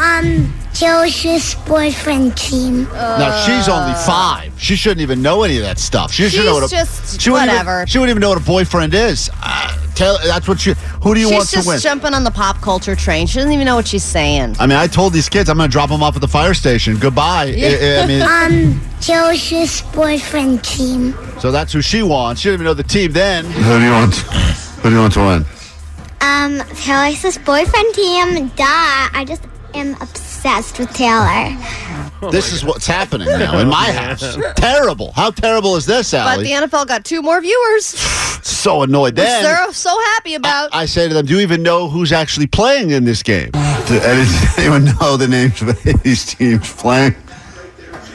Speaker 16: um, Joshua's boyfriend team.
Speaker 7: Uh,
Speaker 10: now she's only five. She shouldn't even know any of that stuff. She should
Speaker 16: She's
Speaker 10: know what a,
Speaker 7: just
Speaker 10: she wouldn't even-
Speaker 7: whatever.
Speaker 10: she wouldn't even know what a boyfriend is. Uh, Taylor, that's what she. Who do you
Speaker 7: she's
Speaker 10: want
Speaker 7: just
Speaker 10: to win?
Speaker 7: jumping on the pop culture train. She doesn't even know what she's saying.
Speaker 10: I mean, I told these kids I'm going to drop them off at the fire station. Goodbye. I- I-
Speaker 16: *laughs*
Speaker 10: I mean,
Speaker 16: um, Joshua's boyfriend team.
Speaker 10: So that's who she wants. She didn't even know the team then. Who do you want? Who do you want to win?
Speaker 16: Um, Taylor's boyfriend team. Duh. I just am obsessed with Taylor.
Speaker 10: this is what's happening now
Speaker 7: *laughs*
Speaker 10: in my house. terrible. How terrible is this,
Speaker 7: But
Speaker 10: Allie?
Speaker 7: the NFL got two more viewers,
Speaker 10: so annoyed.
Speaker 7: which *laughs*
Speaker 10: Then
Speaker 7: they're so happy about.
Speaker 10: I say to them, "Do you even know who's actually playing in this game? Does *laughs* anyone know the names of *laughs* these teams playing?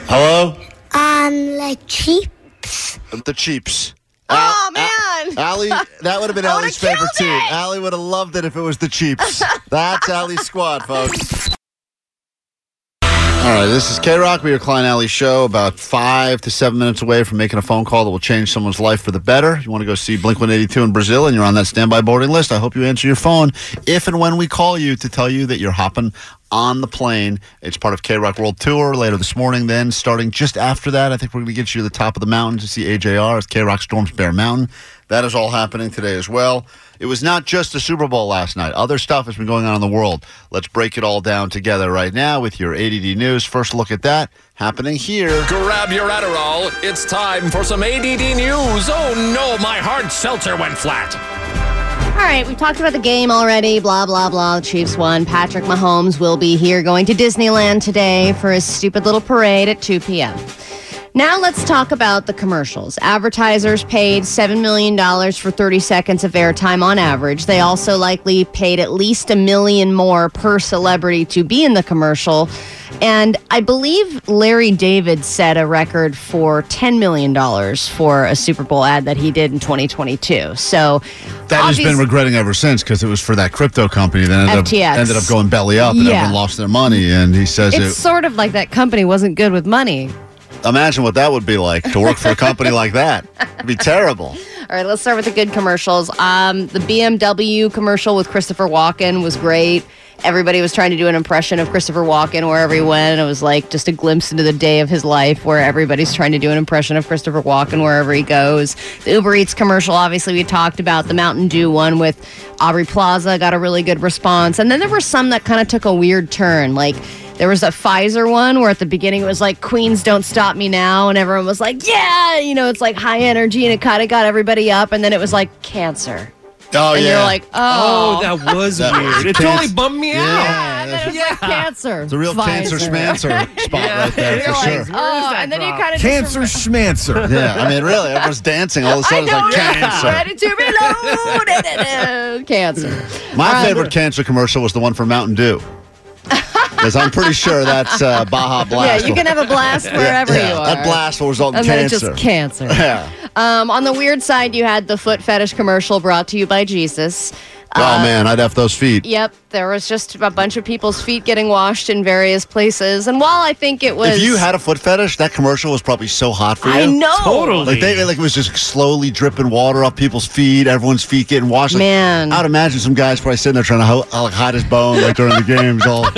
Speaker 10: Hello,
Speaker 16: Um, like cheap.
Speaker 10: the Cheaps.
Speaker 7: Oh man, *laughs*
Speaker 10: Allie, that would have been
Speaker 7: I would've
Speaker 10: Allie's favorite
Speaker 7: killed
Speaker 10: team.
Speaker 7: it.
Speaker 10: Allie would have loved it if it was
Speaker 7: *laughs*
Speaker 10: the Cheaps. That's Allie's squad, folks. All right, this is K Rock. We are Klein Alley Show, about five to seven minutes away from making a phone call that will change someone's life for the better. You want to go see Blink 182 in Brazil and you're on that standby boarding list. I hope you answer your phone if and when we call you to tell you that you're hopping on the plane. It's part of K Rock World Tour later this morning, then starting just after that. I think we're going to get you to the top of the mountain to see AJR as K Rock storms Bear Mountain. That is all happening today as well. It was not just the Super Bowl last night. Other stuff has been going on in the world. Let's break it all down together right now with your ADD news. First look at that happening here.
Speaker 21: Grab your Adderall. It's time for some ADD news. Oh no, my hard seltzer went flat.
Speaker 7: All right, we talked about the game already. Blah blah blah. The Chiefs won. Patrick Mahomes will be here going to Disneyland today for his stupid little parade at 2 p.m. Now let's talk about the commercials. Advertisers paid $7 million for 30 seconds of airtime on average. They also likely paid at least a million more per celebrity to be in the commercial. And I believe Larry David set a record for $10 million for a Super Bowl ad that he did in 2022. So
Speaker 10: That has been
Speaker 7: obvious-
Speaker 10: regretting ever since because it was for that crypto company that ended
Speaker 7: FTX.
Speaker 10: up ended up going belly up and
Speaker 7: Yeah.
Speaker 10: everyone lost their money. And he says,
Speaker 7: it's
Speaker 10: it,
Speaker 7: sort of like that company wasn't good with money.
Speaker 10: "Imagine what that would be like to work for a company like that. It'd be terrible."
Speaker 7: All right, let's start with the good commercials. Um, the BMW commercial with Christopher Walken was great. Everybody was trying to do an impression of Christopher Walken wherever he went. It was like just a glimpse into the day of his life where everybody's trying to do an impression of Christopher Walken wherever he goes. The Uber Eats commercial, obviously, we talked about. The Mountain Dew one with Aubrey Plaza got a really good response. And then there were some that kind of took a weird turn. Like, there was that Pfizer one where at the beginning it was like Queens don't stop me now and everyone was like yeah you know it's like high energy and it kind of got everybody up and then it was like cancer
Speaker 10: Oh
Speaker 7: and
Speaker 10: yeah.
Speaker 7: you're like oh,
Speaker 5: that was
Speaker 10: That was
Speaker 5: weird. It
Speaker 10: intense.
Speaker 5: totally bummed me
Speaker 10: Yeah,
Speaker 5: out.
Speaker 7: it's
Speaker 10: that's-
Speaker 7: like cancer
Speaker 10: It's a real cancer schmancer spot right there for sure.
Speaker 7: oh and then you kind of
Speaker 22: Cancer schmancer.
Speaker 10: Yeah, I mean, really, everyone's dancing. All of a sudden, it's like cancer.
Speaker 7: ready to be loaded cancer
Speaker 10: My
Speaker 7: Um,
Speaker 10: favorite cancer commercial was the one for Mountain Dew. Because I'm pretty sure that's uh, Baja Blast.
Speaker 7: yeah you can have a blast wherever
Speaker 10: Yeah,
Speaker 7: you are
Speaker 10: That blast will result in
Speaker 7: and then it
Speaker 10: cancer.
Speaker 7: just cancer
Speaker 10: Yeah.
Speaker 7: Um, on the weird side, you had the foot fetish commercial brought to you by Jesus.
Speaker 10: oh man, I'd have those feet.
Speaker 7: Yep, there was just a bunch of people's feet getting washed in various places. And while I think it was
Speaker 10: If you had a foot fetish, that commercial was probably so hot for you.
Speaker 7: I know. Totally.
Speaker 10: Like they like it was just slowly dripping water off people's feet, everyone's feet getting washed. Like,
Speaker 7: Man.
Speaker 10: I'd imagine some guys probably sitting there trying to ho- uh, like, hide his bone like during the games. All
Speaker 7: *laughs*
Speaker 10: *laughs*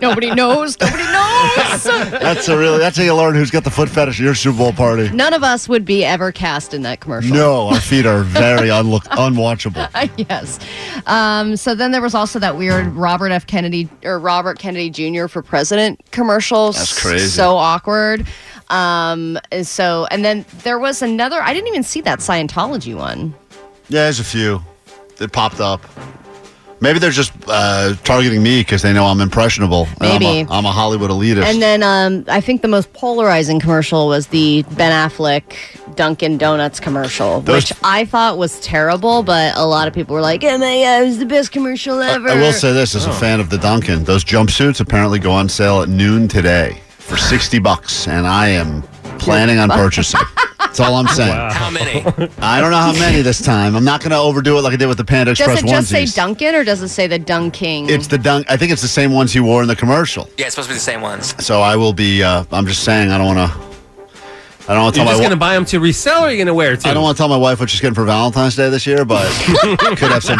Speaker 7: nobody knows, nobody knows.
Speaker 10: that's a really that's how you learn who's got the foot fetish at your Super Bowl party.
Speaker 7: None of us would be ever cast in that commercial.
Speaker 10: No, our feet are very unlook unwatchable.
Speaker 7: *laughs* yes. Um, so then there was also that weird Robert F. Kennedy or Robert Kennedy Jr. for president commercial.
Speaker 10: That's crazy.
Speaker 7: So awkward. Um, and so and then there was another. I didn't even see that Scientology one.
Speaker 10: Yeah, there's a few that popped up. Maybe they're just uh, targeting me because they know I'm impressionable. and
Speaker 7: Maybe.
Speaker 10: I'm a, I'm a Hollywood elitist.
Speaker 7: And then um, I think the most polarizing commercial was the Ben Affleck Dunkin' Donuts commercial,
Speaker 10: Those-
Speaker 7: which I thought was terrible, but a lot of people were like, "MAO is the best commercial ever."
Speaker 10: I will say this as a fan of the Duncan, those jumpsuits apparently go on sale at noon today for 60 bucks, and I am planning on purchasing. That's all I'm saying.
Speaker 21: How many?
Speaker 10: I don't know how many this time. I'm not going to overdo it like I did with the Panda
Speaker 7: Does
Speaker 10: Express
Speaker 7: it just say
Speaker 10: onesies.
Speaker 7: Dunkin' or does it say the Dunking?
Speaker 10: it's the dunk. I think it's the same ones he wore in the commercial.
Speaker 15: Yeah, it's supposed to be the same ones.
Speaker 10: So I will be. Uh, I'm just saying. I don't want to. I don't want to
Speaker 5: You're
Speaker 10: tell my.
Speaker 5: just
Speaker 10: wi-
Speaker 5: gonna buy them to resell, or are you gonna wear it?
Speaker 10: I don't want to tell my wife what she's getting for Valentine's Day this
Speaker 5: *laughs*
Speaker 10: year, but could have some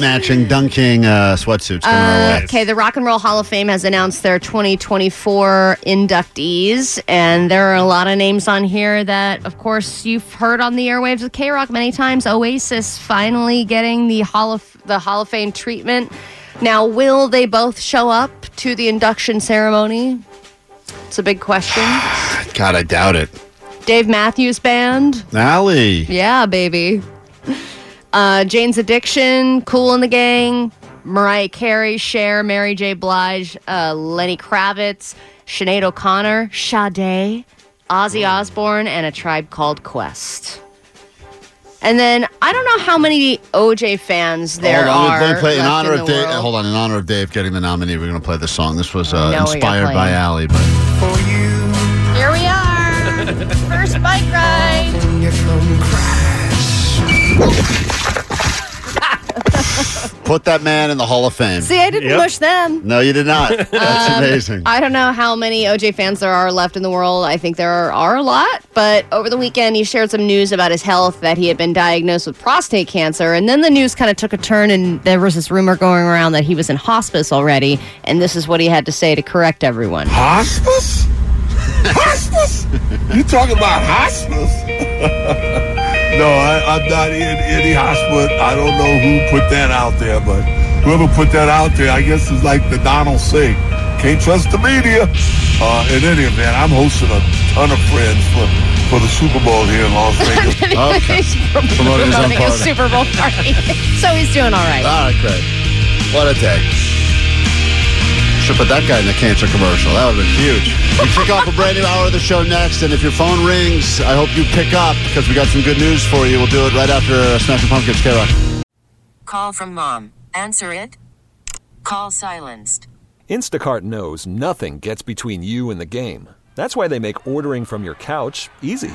Speaker 10: matching dunking uh, sweatsuits coming our
Speaker 7: Uh,
Speaker 10: way.
Speaker 7: okay, the Rock and Roll Hall of Fame has announced their 2024 inductees, and there are a lot of names on here that, of course, you've heard on the airwaves of K Rock many times. Oasis finally getting the Hall of the Hall of Fame treatment. Now, will they both show up to the induction ceremony? It's a big question.
Speaker 10: God, I doubt it.
Speaker 7: Dave Matthews Band.
Speaker 10: Allie.
Speaker 7: Yeah, baby. Uh, Jane's Addiction, Cool in the Gang, Mariah Carey, Cher, Mary J. Blige, uh, Lenny Kravitz, Sinead O'Connor, Sade,
Speaker 10: Mm.
Speaker 7: Ozzy Osbourne, and a tribe called Quest. And then I don't know how many OJ fans there
Speaker 10: hold on,
Speaker 7: are.
Speaker 10: Let me play in
Speaker 7: left
Speaker 10: honor
Speaker 7: in
Speaker 10: of
Speaker 7: the
Speaker 10: Dave.
Speaker 7: world.
Speaker 10: Hold on, in honor of Dave getting the nominee, we're going to play this song. This was uh,
Speaker 7: No, we're
Speaker 10: inspired
Speaker 7: gonna
Speaker 10: by
Speaker 7: play it.
Speaker 10: Allie, but
Speaker 7: Here we are. First bike ride.
Speaker 10: put that man in the Hall of Fame.
Speaker 7: See, I didn't mush them.
Speaker 10: No, you
Speaker 7: *laughs*
Speaker 10: did not. That's
Speaker 7: Um,
Speaker 10: amazing.
Speaker 7: I don't know how many OJ fans there are left in the world. I think there are, are a lot. But over the weekend, he shared some news about his health that he had been diagnosed with prostate cancer. And then the news kind of took a turn, and there was this rumor going around that he was in hospice already. And this is what he had to say to correct *laughs* everyone.
Speaker 12: Hospice? Hospice? you talking about hospice? *laughs* no, I, I'm not in any hospital. I don't know who put that out there, but whoever put that out there, I guess is like the Donald Singh. Can't trust the media. Uh, in any event, I'm hosting a ton of friends for, for the Super Bowl here in
Speaker 23: *laughs*
Speaker 12: Las Vegas. Promoting his own
Speaker 7: Promoting a
Speaker 12: party.
Speaker 7: Super Bowl party. *laughs* so he's doing all right.
Speaker 10: All right, great. What a day. Should put that guy in the cancer commercial. That would have been huge. We kick off a brand new hour of the show next, and if your phone rings, I hope you pick up because we got some good news for you. We'll do it right after uh, Smashing Pumpkins, K Rock.
Speaker 22: Call from mom. Answer it. Call silenced.
Speaker 23: Instacart knows nothing gets between you and the game. That's why they make ordering from your couch easy.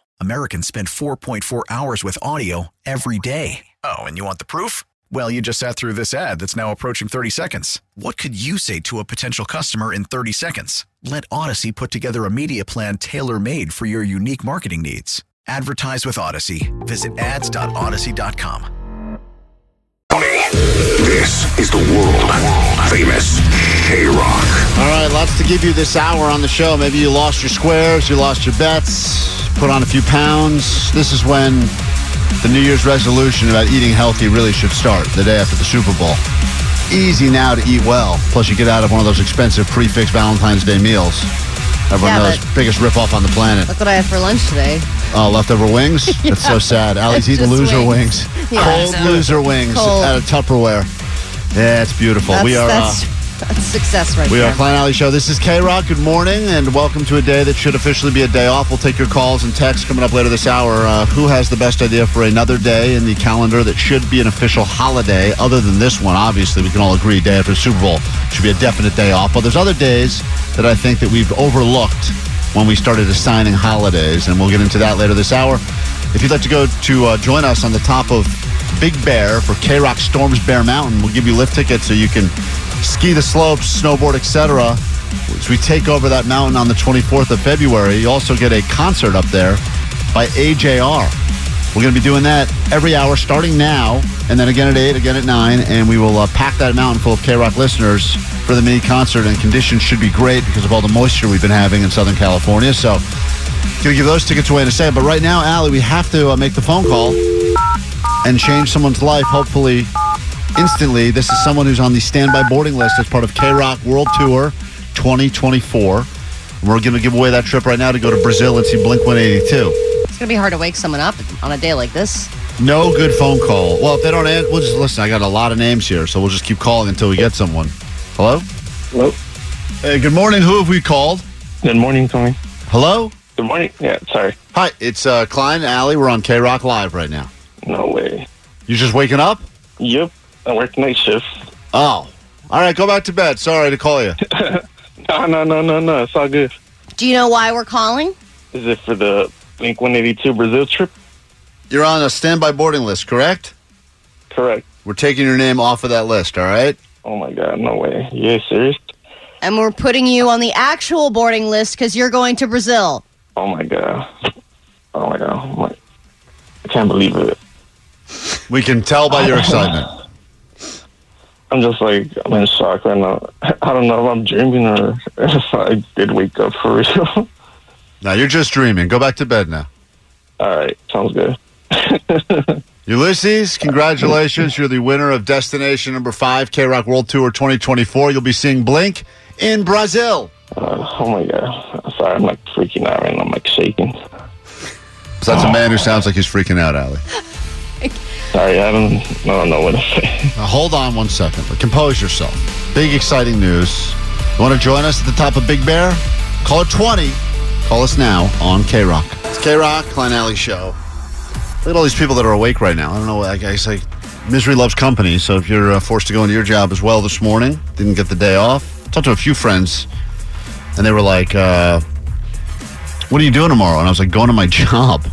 Speaker 24: Americans spend 4.4 hours with audio every day. Oh, and you want the proof? Well, you just sat through this ad that's now approaching 30 seconds. What could you say to a potential customer in 30 seconds? Let Odyssey put together a media plan tailor made for your unique marketing needs. Advertise with Odyssey. Visit ads.odyssey.com.
Speaker 9: This is the world famous K Rock.
Speaker 10: All right, lots to give you this hour on the show. Maybe you lost your squares, you lost your bets, put on a few pounds. This is when the New Year's resolution about eating healthy really should start the day after the Super Bowl. Easy now to eat well. Plus, you get out of one of those expensive prefix Valentine's Day meals. Everyone
Speaker 7: Yeah,
Speaker 10: knows biggest ripoff on the planet.
Speaker 7: That's what I had for lunch today.
Speaker 10: Oh, leftover wings? That's
Speaker 7: *laughs*
Speaker 10: so
Speaker 7: Yeah.
Speaker 10: sad. Allie's
Speaker 7: It's
Speaker 10: eating
Speaker 7: just
Speaker 10: loser
Speaker 7: wings.
Speaker 10: wings.
Speaker 7: Yeah.
Speaker 10: Cold
Speaker 7: So-
Speaker 10: loser wings
Speaker 7: Cold.
Speaker 10: out of Tupperware. Yeah, it's beautiful.
Speaker 7: That's,
Speaker 10: we are
Speaker 7: that's,
Speaker 10: uh,
Speaker 7: that's success right
Speaker 10: we
Speaker 7: there.
Speaker 10: are Klein Alley Show. This is K Rock. Good morning, and welcome to a day that should officially be a day off. We'll take your calls and texts coming up later this hour. Uh, who has the best idea for another day in the calendar that should be an official holiday, other than this one? Obviously, we can all agree day after Super Bowl should be a definite day off. But there's other days that I think that we've overlooked when we started assigning holidays, and we'll get into that later this hour. If you'd like to go to uh, join us on the top of Big Bear for K Rock Storms Bear Mountain. We'll give you lift tickets so you can ski the slopes, snowboard, etc. As we take over that mountain on the 24th of February, you also get a concert up there by AJR. We're going to be doing that every hour starting now, and then again at 8, again at 9, and we will uh, pack that mountain full of K Rock listeners for the mini concert. And conditions should be great because of all the moisture we've been having in Southern California. So, going to give those tickets away in a second. But right now, Allie, we have to uh, make the phone call and change someone's life, hopefully instantly. This is someone who's on the standby boarding list as part of K Rock World Tour 2024. We're going to give away that trip right now to go to Brazil and see Blink 182.
Speaker 7: It's going to be hard to wake someone up on a day like this.
Speaker 10: No good phone call. Well, if they don't answer, we'll just listen. I got a lot of names here, so we'll just keep calling until we get someone. Hello? Hello? Hey, good morning. Who have we called? Good morning, Tony. Hello? Good morning. Yeah, sorry. Hi, it's uh, Klein Alley. We're on K Rock Live right now. No way. You just waking up? Yep. I work night shift. Oh. All right, go back to bed. Sorry to call you.
Speaker 15: No, no, no, no, no. It's all good.
Speaker 7: Do you know why we're calling?
Speaker 15: Is it for the Blink 182 Brazil trip?
Speaker 10: You're on a standby boarding list, correct? Correct. We're taking your name off of that list, all right? Oh my god, no way. Yeah, serious?
Speaker 7: And we're putting you on the actual boarding list because you're going to Brazil.
Speaker 15: Oh my god. Oh my god. Oh my- I can't believe it.
Speaker 10: We can tell by
Speaker 15: *laughs*
Speaker 10: your excitement.
Speaker 15: I'm just like I'm in shock right now. *laughs* I don't know if I'm dreaming or *laughs* if I did wake up for real.
Speaker 10: *laughs* No, you're just dreaming. Go back to bed now. All right, sounds good. *laughs* Ulysses, congratulations. You're the winner of destination number five, K Rock World Tour 2024. You'll be seeing Blink in Brazil.
Speaker 15: oh my god. I'm sorry, I'm like freaking out right now. I'm like shaking.
Speaker 10: So that's a man who sounds like he's freaking out, Allie.
Speaker 15: Sorry, I don't, I don't know what to say.
Speaker 10: Now, hold on one second, but compose yourself. Big, exciting news. You want to join us at the top of Big Bear? Call it 20. Call us now on K Rock. It's K Rock, Klein Alley Show. Look at all these people that are awake right now. I don't know. I guess like misery loves company. So if you're uh, forced to go into your job as well this morning, didn't get the day off. Talked to a few friends, and they were like, uh, "What are you doing tomorrow?" And I was like, "Going to my *laughs* job."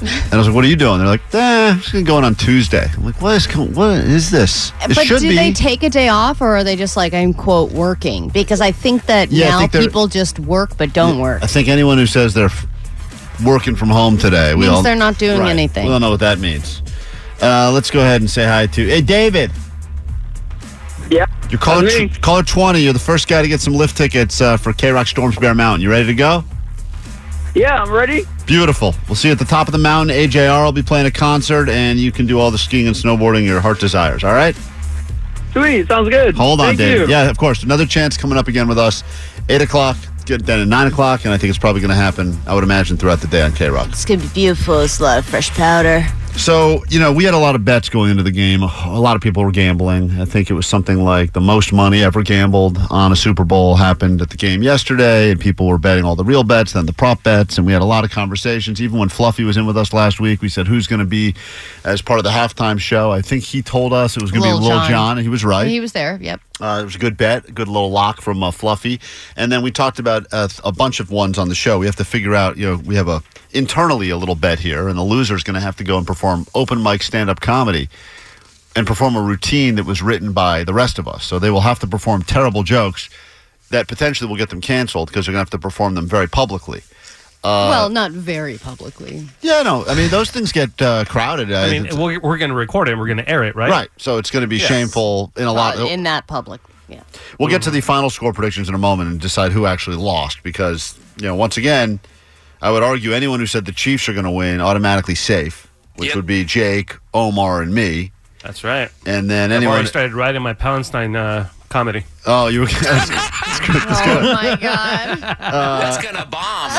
Speaker 10: And I was like, "What are you doing?" They're like, "Eh, I'm just gonna go in on Tuesday." I'm like, "What is going? What is this?" It
Speaker 7: but
Speaker 10: should
Speaker 7: do
Speaker 10: be.
Speaker 7: they take a day off or are they just like, I'm quote, working? Because I think that
Speaker 10: Yeah, I
Speaker 7: now
Speaker 10: think they're-
Speaker 7: people just work but don't work.
Speaker 10: I think anyone who says they're f- working from home today, we
Speaker 7: Means
Speaker 10: all
Speaker 7: they're not doing anything.
Speaker 10: We all know what that means. Uh, let's go ahead and say hi to Hey, David.
Speaker 1: Yeah.
Speaker 10: You're caller, tw- caller 20. You're the first guy to get some lift tickets uh, for K Rock Storms Bear Mountain. You ready to go?
Speaker 1: Yeah, I'm ready.
Speaker 10: Beautiful. We'll see you at the top of the mountain. AJR will be playing a concert, and you can do all the skiing and snowboarding your heart desires. All right?
Speaker 1: Sweet. Sounds good.
Speaker 10: Hold on,
Speaker 1: Thank
Speaker 10: David.
Speaker 1: you.
Speaker 10: Yeah, of course. Another chance coming up again with us. 8 o'clock, get down at 9 o'clock, and I think it's probably going to happen, I would imagine, throughout the day on K Rock.
Speaker 7: It's going to be beautiful. It's a lot of fresh powder.
Speaker 10: So, you know, we had a lot of bets going into the game. A lot of people were gambling. I think it was something like the most money ever gambled on a Super Bowl happened at the game yesterday, and people were betting all the real bets, then the prop bets, and we had a lot of conversations. Even when Fluffy was in with us last week, we said who's going to be as part of the halftime show. I think he told us it was going to be
Speaker 7: Lil
Speaker 10: Lil
Speaker 7: Jon.
Speaker 10: John, and he was right.
Speaker 7: He was there. Yep.
Speaker 10: Uh, it was a good bet, a good little lock from uh, Fluffy, and then we talked about uh, a bunch of ones on the show. We have to figure out, you know, we have a internally a little bet here, and the loser is going to have to go and perform open mic stand up comedy and perform a routine that was written by the rest of us. So they will have to perform terrible jokes that potentially will get them canceled because they're going to have to perform them very publicly. Uh,
Speaker 7: well, not very publicly.
Speaker 10: yeah, no, I mean those things get uh, crowded. Uh,
Speaker 5: I mean,
Speaker 10: it's-
Speaker 5: we're, we're going to record it and we're going to air it, right?
Speaker 10: right, so it's going to be
Speaker 5: Yes.
Speaker 10: shameful in a lot. oh.
Speaker 7: Uh, in that public. Yeah.
Speaker 10: We'll get to the final score predictions in a moment and decide who actually lost because, you know, once again, I would argue anyone who said the Chiefs are going to win automatically safe, which would be Jake, Omar, and me.
Speaker 5: That's right.
Speaker 10: And then
Speaker 5: I've
Speaker 10: anyone.
Speaker 5: already started writing my Palestine uh, Comedy.
Speaker 10: Oh, you were. That's, that's good. That's
Speaker 5: Oh,
Speaker 10: good.
Speaker 5: my
Speaker 7: God.
Speaker 10: *laughs* That's
Speaker 21: gonna bomb.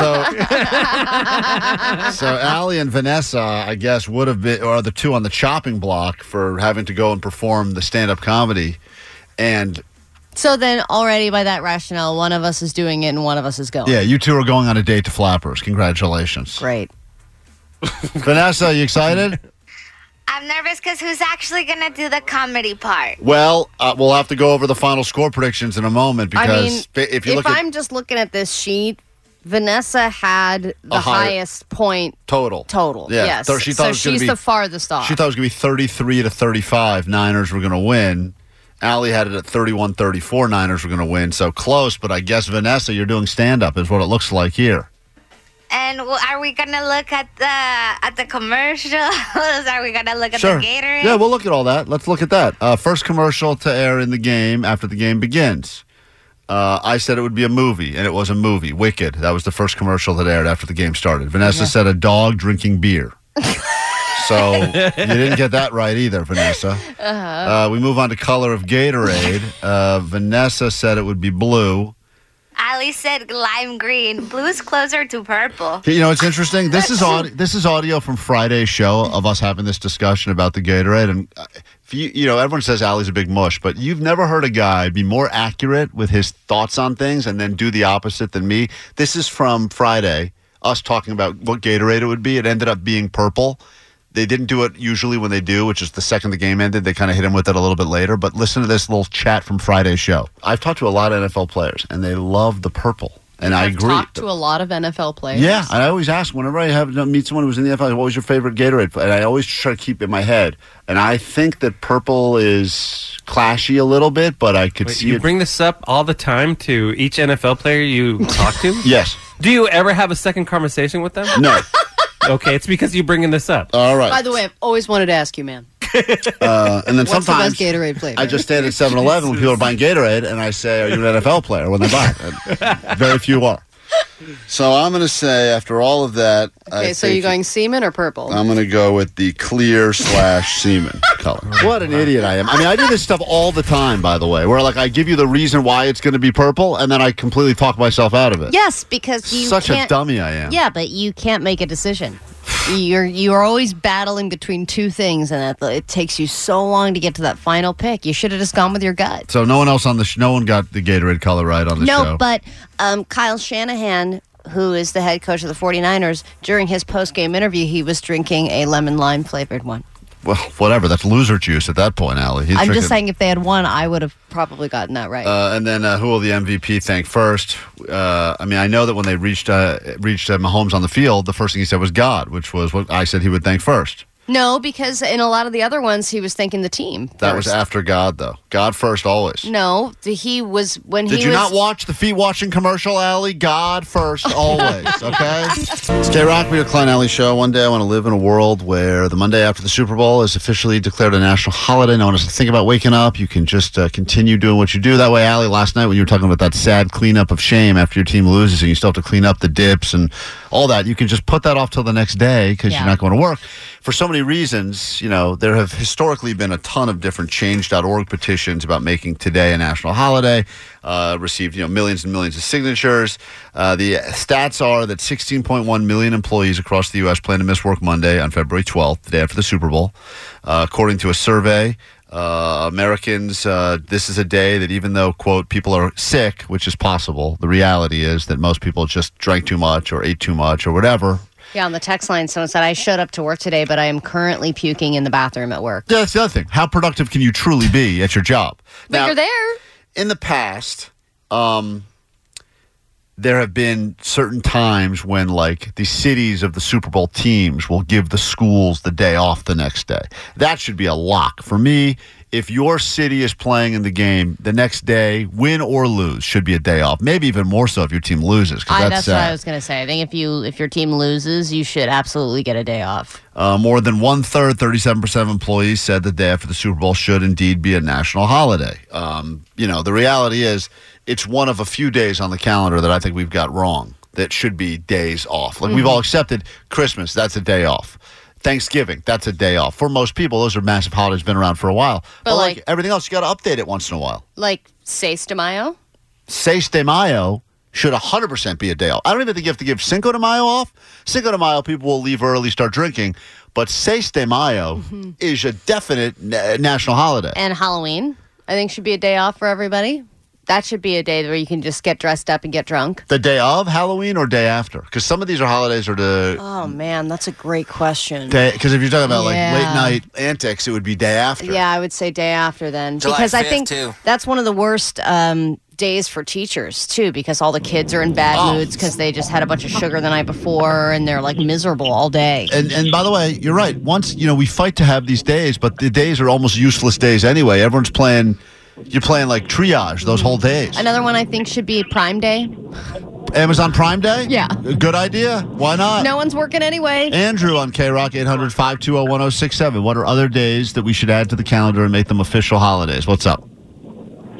Speaker 10: So, so Allie and Vanessa, I guess, would have been, or are the two on the chopping block for having to go and perform the stand-up comedy, and
Speaker 7: So then, already by that rationale, one of us is doing it and one of us is going.
Speaker 10: yeah, you two are going on a date to Flappers. Congratulations.
Speaker 7: Great.
Speaker 10: Vanessa, you excited?
Speaker 16: I'm nervous because who's actually going to do the comedy part?
Speaker 10: Well, uh, we'll have to go over the final score predictions in a moment because
Speaker 7: I mean,
Speaker 10: ba- if you look at
Speaker 7: I'm just looking at this sheet, Vanessa had the
Speaker 10: A higher-
Speaker 7: highest point
Speaker 10: total,
Speaker 7: total.
Speaker 10: Yeah,
Speaker 7: yes.
Speaker 10: thir- she thought
Speaker 7: so
Speaker 10: it was gonna
Speaker 7: she's
Speaker 10: be-
Speaker 7: the farthest off.
Speaker 10: She thought it was going to be 33 to 35. Niners were going to win. Allie had it at 31 34. Niners were going to win. So close, but I guess, Vanessa, you're doing stand up, is what it looks like here.
Speaker 16: And well, are we going to look at the at the commercials? *laughs* are we going to look at
Speaker 10: sure.
Speaker 16: the Gatorade?
Speaker 10: Yeah, we'll look at all that. Let's look at that. Uh, first commercial to air in the game after the game begins. Uh, I said it would be a movie, and it was a movie. Wicked. That was the first commercial that aired after the game started. Vanessa
Speaker 2: Yeah.
Speaker 10: said a dog drinking
Speaker 16: *laughs*
Speaker 10: beer. so you didn't get that right either, Vanessa.
Speaker 16: Uh-huh.
Speaker 10: Uh, we move on to color of Gatorade. Uh, Vanessa said it would be blue.
Speaker 16: Ali said lime green. Blue's closer to purple.
Speaker 10: You know, it's interesting. This is audio. This is audio from Friday's show of us having this discussion about the Gatorade. And uh, if you, you know, everyone says Allie's a big mush, but you've never heard a guy be more accurate with his thoughts on things and then do the opposite than me. This is from Friday. Us talking about what Gatorade it would be. It ended up being purple. They didn't do it usually when they do, which is the second the game ended. They kind of hit him with it a little bit later. But listen to this little chat from Friday's show. I've talked to a lot of NFL players, and they love the purple. And I agree.
Speaker 6: Talked to a lot of NFL players.
Speaker 10: Yeah, and I always ask whenever I have meet someone who's in the NFL, what was your favorite Gatorade? And I always try to keep it in my head. And I think that purple is clashy a little bit, but I could
Speaker 5: Wait,
Speaker 10: see
Speaker 5: you
Speaker 10: it.
Speaker 5: bring this up all the time to each NFL player you
Speaker 10: *laughs*
Speaker 5: talk to?
Speaker 10: yes.
Speaker 5: Do you ever have a second conversation with them?
Speaker 10: No.
Speaker 5: *laughs* okay, it's because you're bringing this up.
Speaker 10: All
Speaker 6: By the way, I've always wanted to ask you, man.
Speaker 10: uh, and then
Speaker 6: what's
Speaker 10: sometimes
Speaker 6: the best Gatorade flavor?
Speaker 10: I just stand at 7-Eleven when people are buying Gatorade, and I say, "Are you an NFL player?" When they buy it,
Speaker 5: *laughs*
Speaker 10: And very few are. So I'm going to say, after all of that,
Speaker 6: Okay,
Speaker 10: I
Speaker 6: so you're
Speaker 10: think
Speaker 6: going semen or purple?
Speaker 10: I'm going to go with the clear slash semen color. *laughs* What an idiot I am. I mean, I do this stuff all the time, by the way, where like I give you the reason why it's going to be purple and then I completely talk myself out of it.
Speaker 7: yes, because you
Speaker 10: Such a
Speaker 7: can't-
Speaker 10: dummy I am.
Speaker 7: Yeah, but you can't make a decision. You're you're always battling between two things, and that it takes you so long to get to that final pick. You should have just gone with your gut.
Speaker 10: So no one else on the sh- no one got the Gatorade color right on the
Speaker 7: no,
Speaker 10: show.
Speaker 7: but um, Kyle Shanahan, who is the head coach of the 49ers, during his post game interview, he was drinking a lemon lime flavored one.
Speaker 10: well, whatever. That's loser juice at that point, Allie. He's
Speaker 7: I'm
Speaker 10: drinking-
Speaker 7: just saying, if they had won, I would have probably gotten that right.
Speaker 10: Uh, and then uh, who will the MVP thank first? Uh, I mean, I know that when they reached uh, reached uh, Mahomes on the field, the first thing he said was God, which was what I said he would thank first.
Speaker 7: no, because in a lot of the other ones, he was thanking the team.
Speaker 10: That was after God, though. God first, always.
Speaker 7: No, the- he was when
Speaker 10: Did
Speaker 7: he
Speaker 10: you
Speaker 7: was.
Speaker 10: not watch the feet washing commercial, Alley? God first,
Speaker 7: *laughs*
Speaker 10: always, okay? It's K Rock, we are Klein Alley Show. One day I want to live in a world where the Monday after the Super Bowl is officially declared a national holiday. No one has to think about waking up. You can just uh, continue doing what you do. That way, Alley, last night when you were talking about that sad cleanup of shame after your team loses and you still have to clean up the dips and all that, you can just put that off till the next day because
Speaker 2: Yeah.
Speaker 10: you're not going to work. For so many reasons, you know, there have historically been a ton of different change.org petitions about making today a national holiday. Uh, received, you know, millions and millions of signatures. Uh, the stats are that 16.1 million employees across the U.S. plan to miss work Monday on February 12th, the day after the Super Bowl. Uh, according to a survey, uh, Americans, uh, this is a day that even though, quote, people are sick, which is possible, the reality is that most people just drank too much or ate too much or whatever.
Speaker 7: yeah, on the text line, someone said, I showed up to work today, but I am currently puking in the bathroom at work.
Speaker 10: Yeah, that's the other thing. How productive can you truly be at your job?
Speaker 7: But you're there.
Speaker 10: In the past, um, there have been certain times when, like, the cities of the Super Bowl teams will give the schools the day off the next day. That should be a lock. For me, if your city is playing in the game the next day, win or lose, should be a day off. Maybe even more so if your team loses. 'cause
Speaker 7: I,
Speaker 10: that's,
Speaker 7: that's
Speaker 10: sad.
Speaker 7: what I was going to say. I think if you if your team loses, you should absolutely get a day off.
Speaker 10: Uh, more than one third, 37% of employees said the day after the Super Bowl should indeed be a national holiday. Um, you know, the reality is it's one of a few days on the calendar that I think we've got wrong that should be days off. Like we've
Speaker 2: Mhm.
Speaker 10: all accepted Christmas, that's a day off. Thanksgiving, that's a day off. For most people, those are massive holidays, been around for a while. But, like, everything else, you got to update it once in a while.
Speaker 7: Like Seis de Mayo?
Speaker 10: Seis de Mayo should 100% be a day off. I don't even think you have to give Cinco de Mayo off. Cinco de Mayo, people will leave early, start drinking. But Seis de Mayo is a definite na- national holiday.
Speaker 7: Mm-hmm. And Halloween, I think, should be a day off for everybody. That should be a day where you can just get dressed up and get drunk.
Speaker 10: The day of Halloween or day after? Because some of these are holidays or the
Speaker 7: Oh, man, that's a great question.
Speaker 10: day. Because if you're talking about
Speaker 7: Yeah.
Speaker 10: like late night antics, it would be day after.
Speaker 7: Yeah, I would say day after then
Speaker 10: July
Speaker 7: because I
Speaker 10: 5th,
Speaker 7: think
Speaker 10: too.
Speaker 7: that's one of the worst um, days for teachers too because all the kids are in bad
Speaker 10: Oh.
Speaker 7: moods because they just had a bunch of sugar the night before and they're like miserable all day.
Speaker 10: And and by the way, you're right. Once you know we fight to have these days, but the days are almost useless days anyway. Everyone's playing. You're playing like triage those whole days.
Speaker 7: Another one I think should be Prime Day.
Speaker 10: Amazon Prime Day.
Speaker 7: Yeah.
Speaker 10: Good idea. Why not?
Speaker 7: no one's working anyway.
Speaker 10: Andrew on K Rock 800 520 1067. What are other days that we should add to the calendar and make them official holidays? What's up?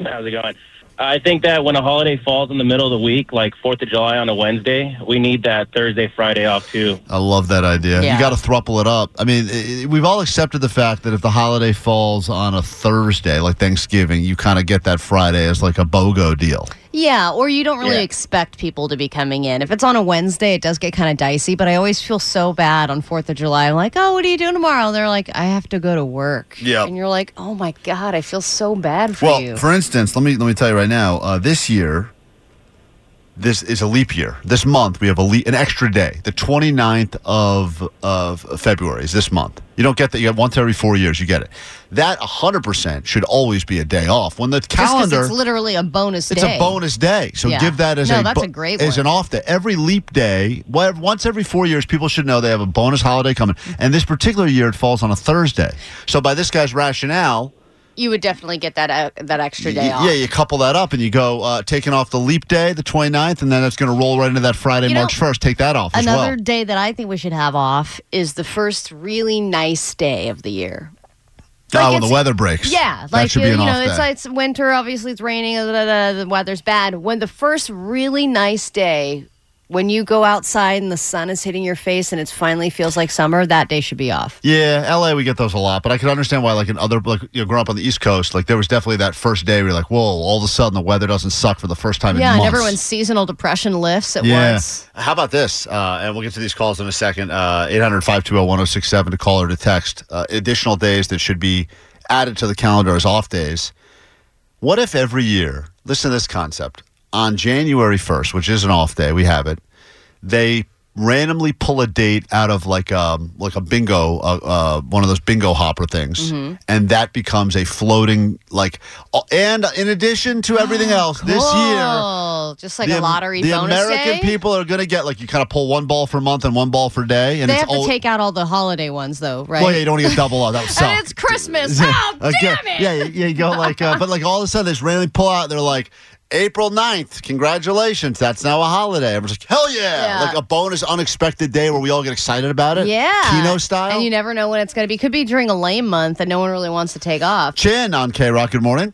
Speaker 2: How's it going? I think that when a holiday falls in the middle of the week, like Fourth of July on a Wednesday, we need that Thursday, Friday off too.
Speaker 10: I love that idea.
Speaker 2: Yeah.
Speaker 10: You got to thruple it up. I mean, i i- we've all accepted the fact that if the holiday falls on a Thursday, like Thanksgiving, you kind of get that Friday as like a BOGO deal.
Speaker 7: Yeah, or you don't really
Speaker 10: Yeah.
Speaker 7: expect people to be coming in. If it's on a Wednesday, it does get kind of dicey, but I always feel so bad on 4th of July. I'm like, oh, what are you doing tomorrow? And they're like, I have to go to work.
Speaker 10: Yeah.
Speaker 7: And you're like, oh my God, I feel so bad for
Speaker 10: well,
Speaker 7: you.
Speaker 10: for instance, let me let me tell you right now. Uh, this year, this is a leap year. This month we have a le- an extra day. The 29th of of February is this month. You don't get that. You get once every four years. You get it. That 100 percent should always be a day off. When the
Speaker 7: Just 'cause
Speaker 10: calendar,
Speaker 7: It's literally a bonus
Speaker 10: it's
Speaker 7: day.
Speaker 10: a bonus day. So
Speaker 7: Yeah.
Speaker 10: give that as
Speaker 7: No,
Speaker 10: a
Speaker 7: that's
Speaker 10: bo-
Speaker 7: a great
Speaker 10: as an off day. Every leap day, wha- once every four years, people should know they have a bonus holiday coming. And this particular year, it falls on a Thursday. So by this guy's rationale.
Speaker 7: You would definitely get that uh, that extra day
Speaker 10: Y-
Speaker 7: off.
Speaker 10: Yeah, you couple that up and you go uh, taking off the leap day, the 29th, and then it's going to roll right into that Friday,
Speaker 7: You know,
Speaker 10: March 1st. Take that off as
Speaker 7: Another
Speaker 10: well.
Speaker 7: day that I think we should have off is the first really nice day of the year.
Speaker 10: oh, when the weather breaks.
Speaker 7: Yeah,
Speaker 10: that
Speaker 7: like
Speaker 10: should
Speaker 7: you,
Speaker 10: be
Speaker 7: you
Speaker 10: an
Speaker 7: know,
Speaker 10: off
Speaker 7: it's
Speaker 10: day.
Speaker 7: it's winter. Obviously, it's raining. da, da, da, the weather's bad. When the first really nice day, when you go outside and the sun is hitting your face and it finally feels like summer, that day should be off.
Speaker 10: yeah, LA, we get those a lot, but I can understand why, like, in other, like, you know, growing up on the East Coast, like, there was definitely that first day where you're like, whoa, all of a sudden the weather doesn't suck for the first time
Speaker 7: yeah,
Speaker 10: in
Speaker 7: and
Speaker 10: months.
Speaker 7: everyone's seasonal depression lifts at
Speaker 10: yeah.
Speaker 7: once.
Speaker 10: How about this? Uh, and we'll get to these calls in a second. Uh, 800 520 1067 to call or to text. Uh, additional days that should be added to the calendar as off days. What if every year, listen to this concept, on January 1st, which is an off day, we have it, they randomly pull a date out of like um like a bingo uh, uh one of those bingo hopper things
Speaker 3: Mhm.
Speaker 10: and that becomes a floating like uh, and in addition to everything else this year
Speaker 7: Cool. just like
Speaker 10: the
Speaker 7: a
Speaker 10: Am-
Speaker 7: lottery
Speaker 10: The
Speaker 7: bonus
Speaker 10: American
Speaker 7: day.
Speaker 10: people are going to get like you kind of pull one ball for a month and one ball for a day, and
Speaker 7: they
Speaker 10: it's
Speaker 7: have to
Speaker 10: all.
Speaker 7: take out all the holiday ones, though, right?
Speaker 10: Well, yeah, you don't want to get double on that
Speaker 7: *laughs*
Speaker 10: would
Speaker 7: and
Speaker 10: suck.
Speaker 7: it's
Speaker 10: *laughs*
Speaker 7: Christmas. Oh,
Speaker 10: Okay.
Speaker 7: damn it!
Speaker 10: Yeah, yeah, you go like, uh, but like all of a sudden, they just randomly pull out. They're like, April 9th, congratulations, that's now a holiday. Everyone's like, hell yeah.
Speaker 7: Yeah.
Speaker 10: Like a bonus, unexpected day where we all get excited about it.
Speaker 7: Yeah.
Speaker 10: Kino style.
Speaker 7: And you never know when it's going to be. Could be during a lame month that no one really wants to take off.
Speaker 10: Chin on K Rock. Good morning.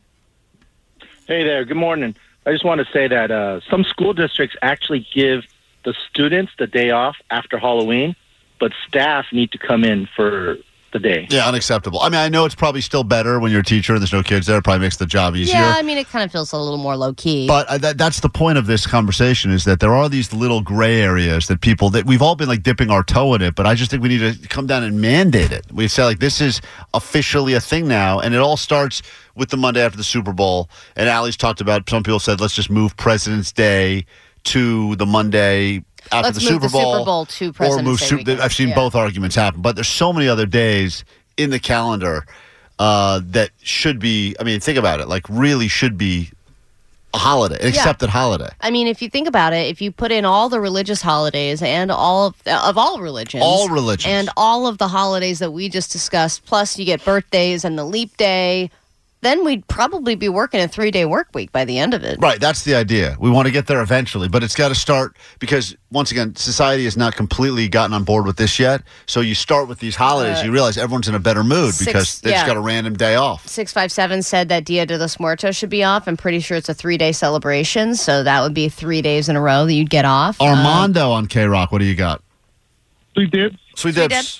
Speaker 2: Hey there, good morning. I just want to say that uh, some school districts actually give the students the day off after Halloween, but staff need to come in for the day.
Speaker 10: Yeah, unacceptable. I mean, I know it's probably still better when you're a teacher and there's no kids there. It probably makes the job easier.
Speaker 7: Yeah, I mean, it kind of feels a little more low key.
Speaker 10: But uh, that, that's the point of this conversation is that there are these little gray areas that people that we've all been like dipping our toe in it, but I just think we need to come down and mandate it. We say like this is officially a thing now, and it all starts with the Monday after the Super Bowl. And Ali's talked about some people said let's just move President's Day to the Monday after
Speaker 7: Let's
Speaker 10: the,
Speaker 7: move
Speaker 10: Super
Speaker 7: the Super
Speaker 10: Bowl,
Speaker 7: Bowl to President's Day
Speaker 10: Su-
Speaker 7: weekend.
Speaker 10: I've seen
Speaker 7: Yeah.
Speaker 10: both arguments happen, but there's so many other days in the calendar. Uh, that should be. I mean, think about it. Like, really, should be a holiday, an
Speaker 7: Yeah.
Speaker 10: accepted holiday.
Speaker 7: I mean, if you think about it, if you put in all the religious holidays and all of, of all religions,
Speaker 10: All religions.
Speaker 7: and all of the holidays that we just discussed, plus you get birthdays and the leap day, then we'd probably be working a three day work week by the end of it.
Speaker 10: Right, that's the idea. We want to get there eventually, but it's got to start because once again, society has not completely gotten on board with this yet. So you start with these holidays,
Speaker 7: Uh,
Speaker 10: you realize everyone's in a better mood
Speaker 7: six-
Speaker 10: because they
Speaker 7: yeah.
Speaker 10: just got a random day off.
Speaker 7: Six five seven said that Dia de los Muertos should be off. I'm pretty sure it's a three day celebration, so that would be three days in a row that you'd get off. Um,
Speaker 10: Armando on K Rock, what do you got?
Speaker 8: Sweet dibs.
Speaker 10: Sweet
Speaker 8: dibs.
Speaker 7: dibs.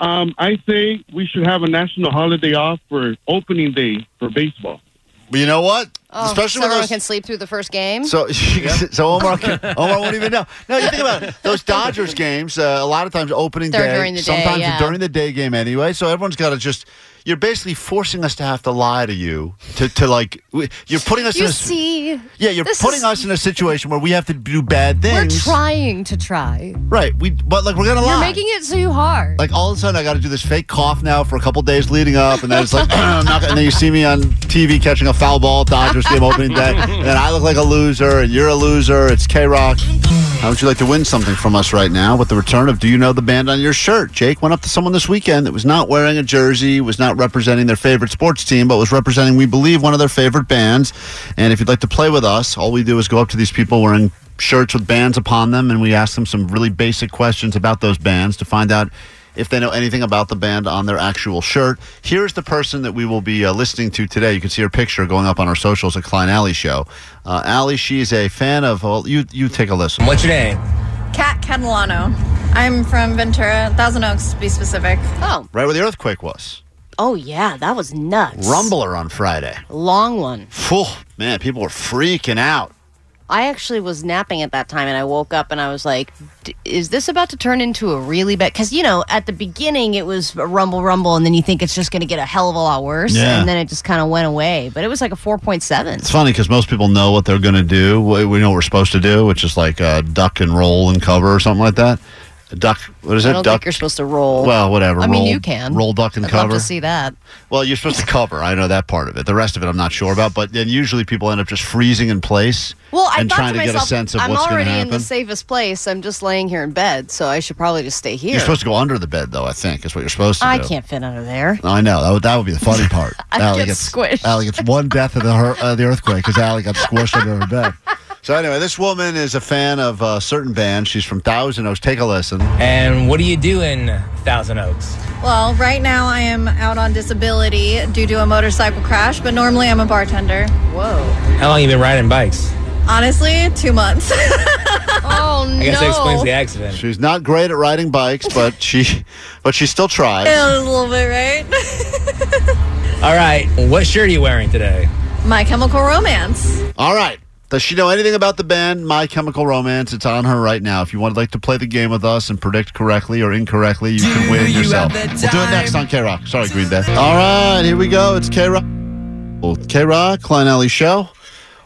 Speaker 8: Um, I say we should have a national holiday off for opening day for baseball.
Speaker 10: But you know what?
Speaker 6: Oh,
Speaker 10: Especially
Speaker 6: so
Speaker 10: when
Speaker 6: everyone
Speaker 10: those
Speaker 6: can sleep through the first game.
Speaker 10: So, *laughs* so Omar, can, Omar won't even know. No, you think about it. Those Dodgers games, uh, a lot of times opening
Speaker 6: They're
Speaker 10: day,
Speaker 6: during the day,
Speaker 10: sometimes
Speaker 6: yeah.
Speaker 10: during the day game anyway. So everyone's got to just. You're basically forcing us to have to lie to you to, to like. we- You're putting us.
Speaker 6: you
Speaker 10: in a, s-
Speaker 6: see,
Speaker 10: yeah, you're
Speaker 6: this
Speaker 10: putting
Speaker 6: is-
Speaker 10: us in a situation where we have to do bad
Speaker 6: we're
Speaker 10: things.
Speaker 6: trying to try.
Speaker 10: right. We but like we're gonna
Speaker 6: You're
Speaker 10: lie.
Speaker 6: making it too hard.
Speaker 10: like all of a sudden, I got to do this fake cough now for a couple days leading up, and then it's like, *clears throat* I'm not, gonna- and then you see me on TV catching a foul ball, at Dodgers game opening day, and then I look like a loser, and you're a loser. It's K Rock. How would you like to win something from us right now with the return of Do You Know the Band on Your Shirt? Jake went up to someone this weekend that was not wearing a jersey, was not representing their favorite sports team, but was representing, we believe, one of their favorite bands. And if you'd like to play with us, all we do is go up to these people wearing shirts with bands upon them, and we ask them some really basic questions about those bands to find out if they know anything about the band on their actual shirt. Here's the person that we will be uh, listening to today. You can see her picture going up on our socials at Klein Alley Show. Uh, Alley, she's a fan of. Well, you you take a listen. What's your name?
Speaker 3: Kat Catalano. I'm from Ventura, Thousand Oaks to be specific.
Speaker 6: Oh.
Speaker 10: Right where the earthquake was.
Speaker 7: Oh yeah, that was nuts.
Speaker 10: Rumbler on Friday.
Speaker 7: Long one.
Speaker 10: Phew, man, people were freaking out.
Speaker 7: I actually was napping at that time and I woke up and I was like, D- is this about to turn into a really bad? Because, you know, at the beginning it was a rumble, rumble, and then you think it's just going to get a hell of a lot worse.
Speaker 10: Yeah.
Speaker 7: And then it just kind of went away. But it was like a 4.7.
Speaker 10: It's funny because most people know what they're going to do. We we know what we're supposed to do, which is like uh, duck and roll and cover or something like that. Duck, what is
Speaker 7: I
Speaker 10: it?
Speaker 7: don't
Speaker 10: duck.
Speaker 7: think you're supposed to roll.
Speaker 10: well, whatever.
Speaker 7: I mean,
Speaker 10: roll-
Speaker 7: you can.
Speaker 10: roll, duck, and
Speaker 7: I'd
Speaker 10: cover.
Speaker 7: love to see that.
Speaker 10: Well, you're supposed to cover. I know that part of it. The rest of it, I'm not sure about. But then usually people end up just freezing in place
Speaker 6: Well, I
Speaker 10: and
Speaker 6: thought
Speaker 10: trying
Speaker 6: to
Speaker 10: to,
Speaker 6: myself,
Speaker 10: get a sense of
Speaker 6: I'm
Speaker 10: what's going
Speaker 6: already
Speaker 10: to
Speaker 6: in the
Speaker 10: happen.
Speaker 6: safest place. I'm just laying here in bed, so I should probably just stay here.
Speaker 10: You're supposed to go under the bed, though. I think is what you're supposed to
Speaker 6: I
Speaker 10: do.
Speaker 6: can't fit under there.
Speaker 10: I know that would, that would be the funny
Speaker 6: *laughs*
Speaker 10: part.
Speaker 6: I'd
Speaker 10: Allie
Speaker 6: get squished.
Speaker 10: Allie gets one death of the her, uh, the earthquake because Allie got squished under her bed. So anyway, this woman is a fan of a certain band. She's from Thousand Oaks. Take a listen.
Speaker 4: And what do you do in Thousand Oaks?
Speaker 3: Well, right now I am out on disability due to a motorcycle crash, but normally I'm a bartender. Whoa.
Speaker 4: How long you been riding bikes?
Speaker 3: Honestly, two months. *laughs*
Speaker 6: oh,
Speaker 4: I guess that explains the accident.
Speaker 10: She's not great at riding bikes, but she but she still tries.
Speaker 3: Yeah, a little bit, right?
Speaker 4: All right, what shirt are you wearing today?
Speaker 3: My Chemical Romance.
Speaker 10: All right. Does she know anything about the band My Chemical Romance? It's on her right now. If you would like to play the game with us and predict correctly or incorrectly, you can win
Speaker 9: you
Speaker 10: yourself. We'll
Speaker 9: have the
Speaker 10: do it
Speaker 9: time
Speaker 10: next on K Rock. Sorry, Green Day. All right, here we go. It's K Rock. K Rock, Klein Alley Show.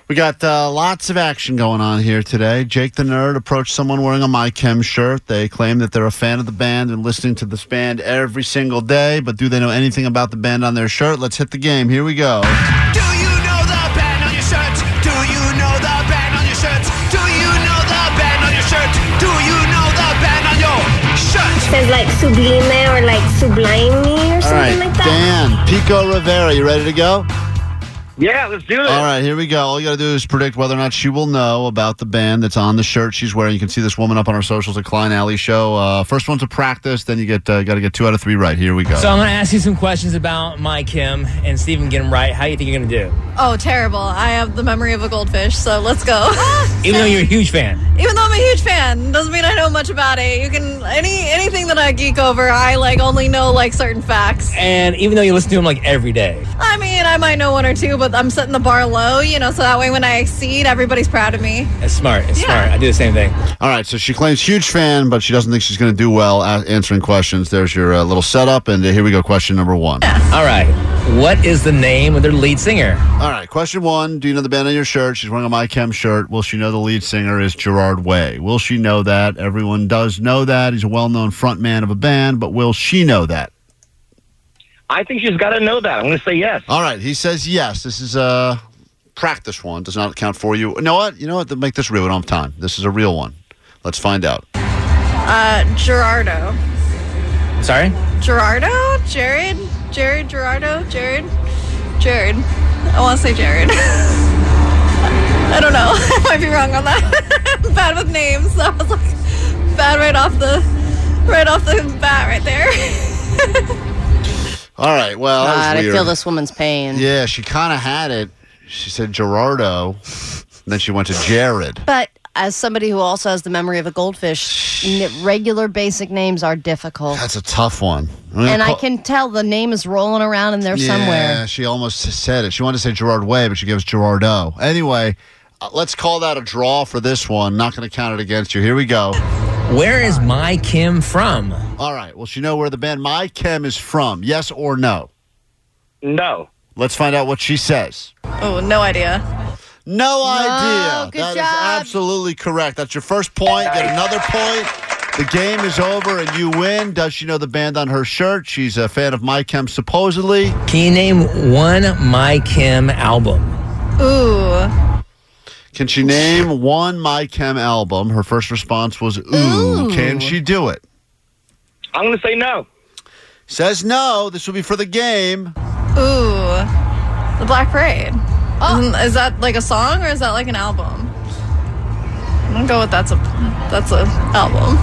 Speaker 10: We got uh, lots of action going on here today. Jake the Nerd approached someone wearing a My Chem shirt. They claim that they're a fan of the band and listening to this band every single day, but do they know anything about the band on their shirt? Let's hit the game. Here we go.
Speaker 9: Do you know the band on your shirt? Do you know the band on your shirt? Do you know the band on your shirt? Do you know the band on your shirt?
Speaker 8: Says like sublime or like sublime or
Speaker 10: All right,
Speaker 8: something like that.
Speaker 10: Dan, Pico Rivera, you ready to go?
Speaker 1: Yeah, let's do it.
Speaker 10: All right, here we go. All you got to do is predict whether or not she will know about the band that's on the shirt she's wearing. You can see this woman up on our socials at Klein Alley Show. Uh, first one's a practice, then you get uh, got to get two out of three right. Here we go.
Speaker 4: So I'm gonna ask you some questions about my Kim and see if you can get them right. How do you think you're gonna do?
Speaker 3: Oh, terrible. I have the memory of a goldfish, so let's go.
Speaker 4: *laughs* Even though you're a huge fan.
Speaker 3: Even though I'm a huge fan, doesn't mean I know much about it. You can any anything that I geek over, I like only know like certain facts.
Speaker 4: And even though you listen to them like every day.
Speaker 3: I mean, I might know one or two, but I'm setting the bar low, you know, so that way when I exceed, everybody's proud of me.
Speaker 4: It's smart. It's smart. I do the same thing.
Speaker 10: All right, so she claims huge fan, but she doesn't think she's going to do well a answering questions. There's your uh, little setup, and uh, here we go. Question number one.
Speaker 4: All right. What is the name of their lead singer?
Speaker 10: All right, question one. Do you know the band on your shirt? She's wearing a My Chem shirt. Will she know the lead singer is Gerard Way? Will she know that? Everyone does know that. He's a well known frontman of a band, but will she know that?
Speaker 1: I think she's got to know that. I'm going to say yes.
Speaker 10: All right, he says yes. This is a practice one. Does not count for you. You know what? You know what? To make this real, we don't have time. This is a real one. Let's find out.
Speaker 3: Uh Gerardo.
Speaker 4: Sorry?
Speaker 3: Gerardo? Jared? Jared Gerardo? Jared? Jared. I wanna say Jared. *laughs* I don't know. *laughs* I might be wrong on that. *laughs* I'm bad with names, so I was like bad right off the right off the bat right there. *laughs*
Speaker 10: All right, well, that was
Speaker 6: God, I
Speaker 10: weird.
Speaker 6: feel this woman's pain.
Speaker 10: Yeah, she kind of had it. She said Gerardo, and then she went to Jared.
Speaker 7: But as somebody who also has the memory of a goldfish, n- regular basic names are difficult.
Speaker 10: That's a tough one. I'm gonna
Speaker 7: and I
Speaker 10: call-
Speaker 7: can tell the name is rolling around in there
Speaker 10: Yeah,
Speaker 7: somewhere.
Speaker 10: she almost said it. She wanted to say Gerard Way, but she gives Gerardo. Anyway, uh, let's call that a draw for this one. Not going to count it against you. Here we go.
Speaker 4: Where is My Kim from?
Speaker 10: All right. Well, she know where the band My Kim is from. Yes or no?
Speaker 1: No.
Speaker 10: Let's find out what she says.
Speaker 3: Oh, no idea.
Speaker 10: No idea. That is absolutely correct. That's your first point. Get another point. The game is over and you win. Does she know the band on her shirt? She's a fan of My Chem, supposedly.
Speaker 4: Can you name one My Kim album?
Speaker 3: Ooh.
Speaker 10: Can she name one My Chem album? Her first response was, Ooh,
Speaker 1: Ooh.
Speaker 10: can she do it?
Speaker 1: I'm going to say no.
Speaker 10: Says no. This will be for the game.
Speaker 3: Ooh. The Black Parade. Isn't- Is that like a song or is that like an album? I'm gonna go with that's a that's a album.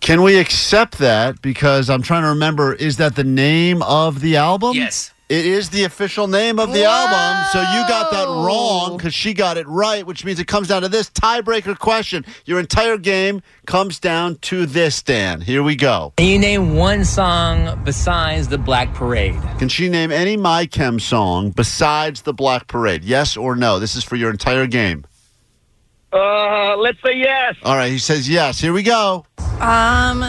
Speaker 10: Can we accept that? Because I'm trying to remember, is that the name of the album? Yes. It is the official name of the album. So you got that wrong because she got it right, which means it comes down to this tiebreaker question. Your entire game comes down to this, Dan. Here we go.
Speaker 4: Can you name one song besides The Black Parade?
Speaker 10: Can she name any My Chem song besides The Black Parade? Yes or no? This is for your entire game.
Speaker 1: Uh, let's say yes.
Speaker 10: All right, he says yes. Here we go.
Speaker 3: Um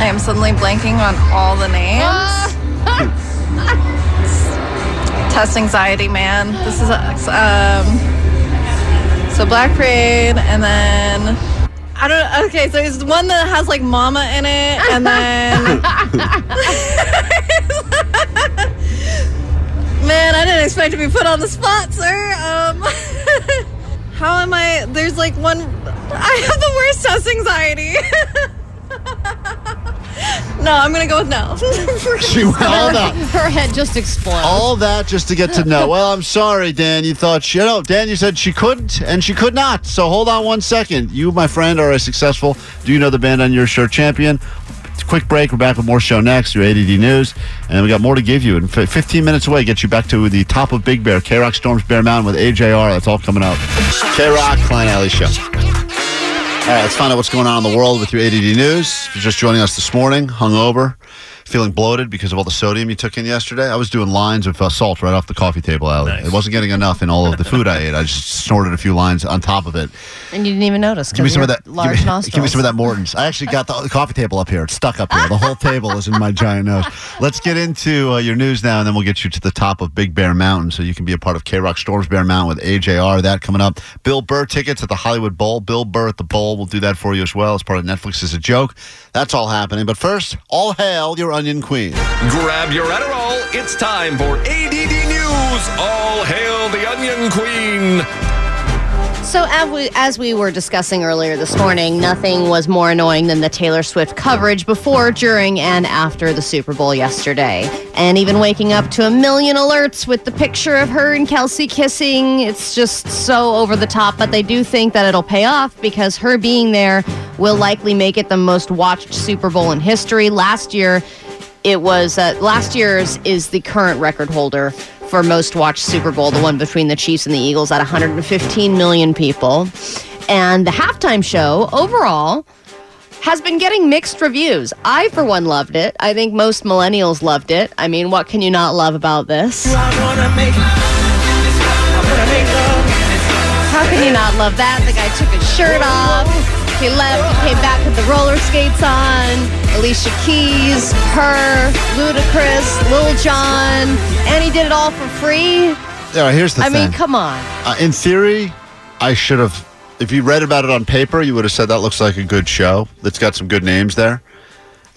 Speaker 3: I am suddenly blanking on all the names. Test anxiety, man. This is um so Black Parade and then I don't okay, so it's one that has like mama in it and then Man, I didn't expect to be put on the spot, sir. Um *laughs* How am I there's like one I have the worst test anxiety. *laughs* no, I'm gonna go with no.
Speaker 10: *laughs* She went all
Speaker 7: *laughs*
Speaker 10: out.
Speaker 7: Her head just explodes.
Speaker 10: All that just to get to know. Well, I'm sorry, Dan. You thought she. No, Dan, you said she couldn't, and she could not. So hold on one second. You, my friend, are a successful Do You Know the Band on Your Show champion. Quick break. We're back with more show next, your ADD news. And we got more to give you. And 15 minutes away, get you back to the top of Big Bear, K Rock Storms Bear Mountain with AJR. That's all coming up. K Rock, Klein Alley Show. All right, let's find out what's going on in the world with your ADD news. If you're just joining us this morning, hungover, feeling bloated because of all the sodium you took in yesterday, I was doing lines of uh, salt right off the coffee table, Allie. It wasn't getting enough in all of the food I ate. I just snorted a few lines on top of it.
Speaker 7: And you didn't even notice.
Speaker 10: Give me
Speaker 7: 'cause
Speaker 10: some of
Speaker 7: your
Speaker 10: that.
Speaker 7: Large
Speaker 10: *laughs* give, me,
Speaker 7: nostrils.
Speaker 10: give me some of that Morton's. I actually got the, the coffee table up here. It's stuck up here. The whole table is in my giant nose. Let's get into uh, your news now, and then we'll get you to the top of Big Bear Mountain, so you can be a part of K Rock Storms Bear Mountain with AJR. That coming up. Bill Burr tickets at the Hollywood Bowl. Bill Burr at the Bowl. We'll do that for you as well as part of Netflix is a joke. That's all happening. But first, all hail your Onion Queen.
Speaker 21: Grab your Adderall. It's time for ADD News. All hail the Onion Queen.
Speaker 7: So, as we, as we were discussing earlier this morning, nothing was more annoying than the Taylor Swift coverage before, during, and after the Super Bowl yesterday. And even waking up to a million alerts with the picture of her and Kelsey kissing, it's just so over the top. But they do think that it'll pay off because her being there will likely make it the most watched Super Bowl in history. Last year, it was uh, last year's is the current record holder for most watched Super Bowl, the one between the Chiefs and the Eagles at 115 million people. And the halftime show overall has been getting mixed reviews. I, for one, loved it. I think most millennials loved it. I mean, what can you not love about this? How can you not love that? The guy took his shirt off. He left, he came back with the roller skates on. Alicia Keys, her, Ludacris, Lil Jon, and he did it all for free.
Speaker 10: All right, here's the
Speaker 7: I
Speaker 10: thing.
Speaker 7: mean, come on.
Speaker 10: Uh, in theory, I should have. If you read about it on paper, you would have said that looks like a good show. That's got some good names there.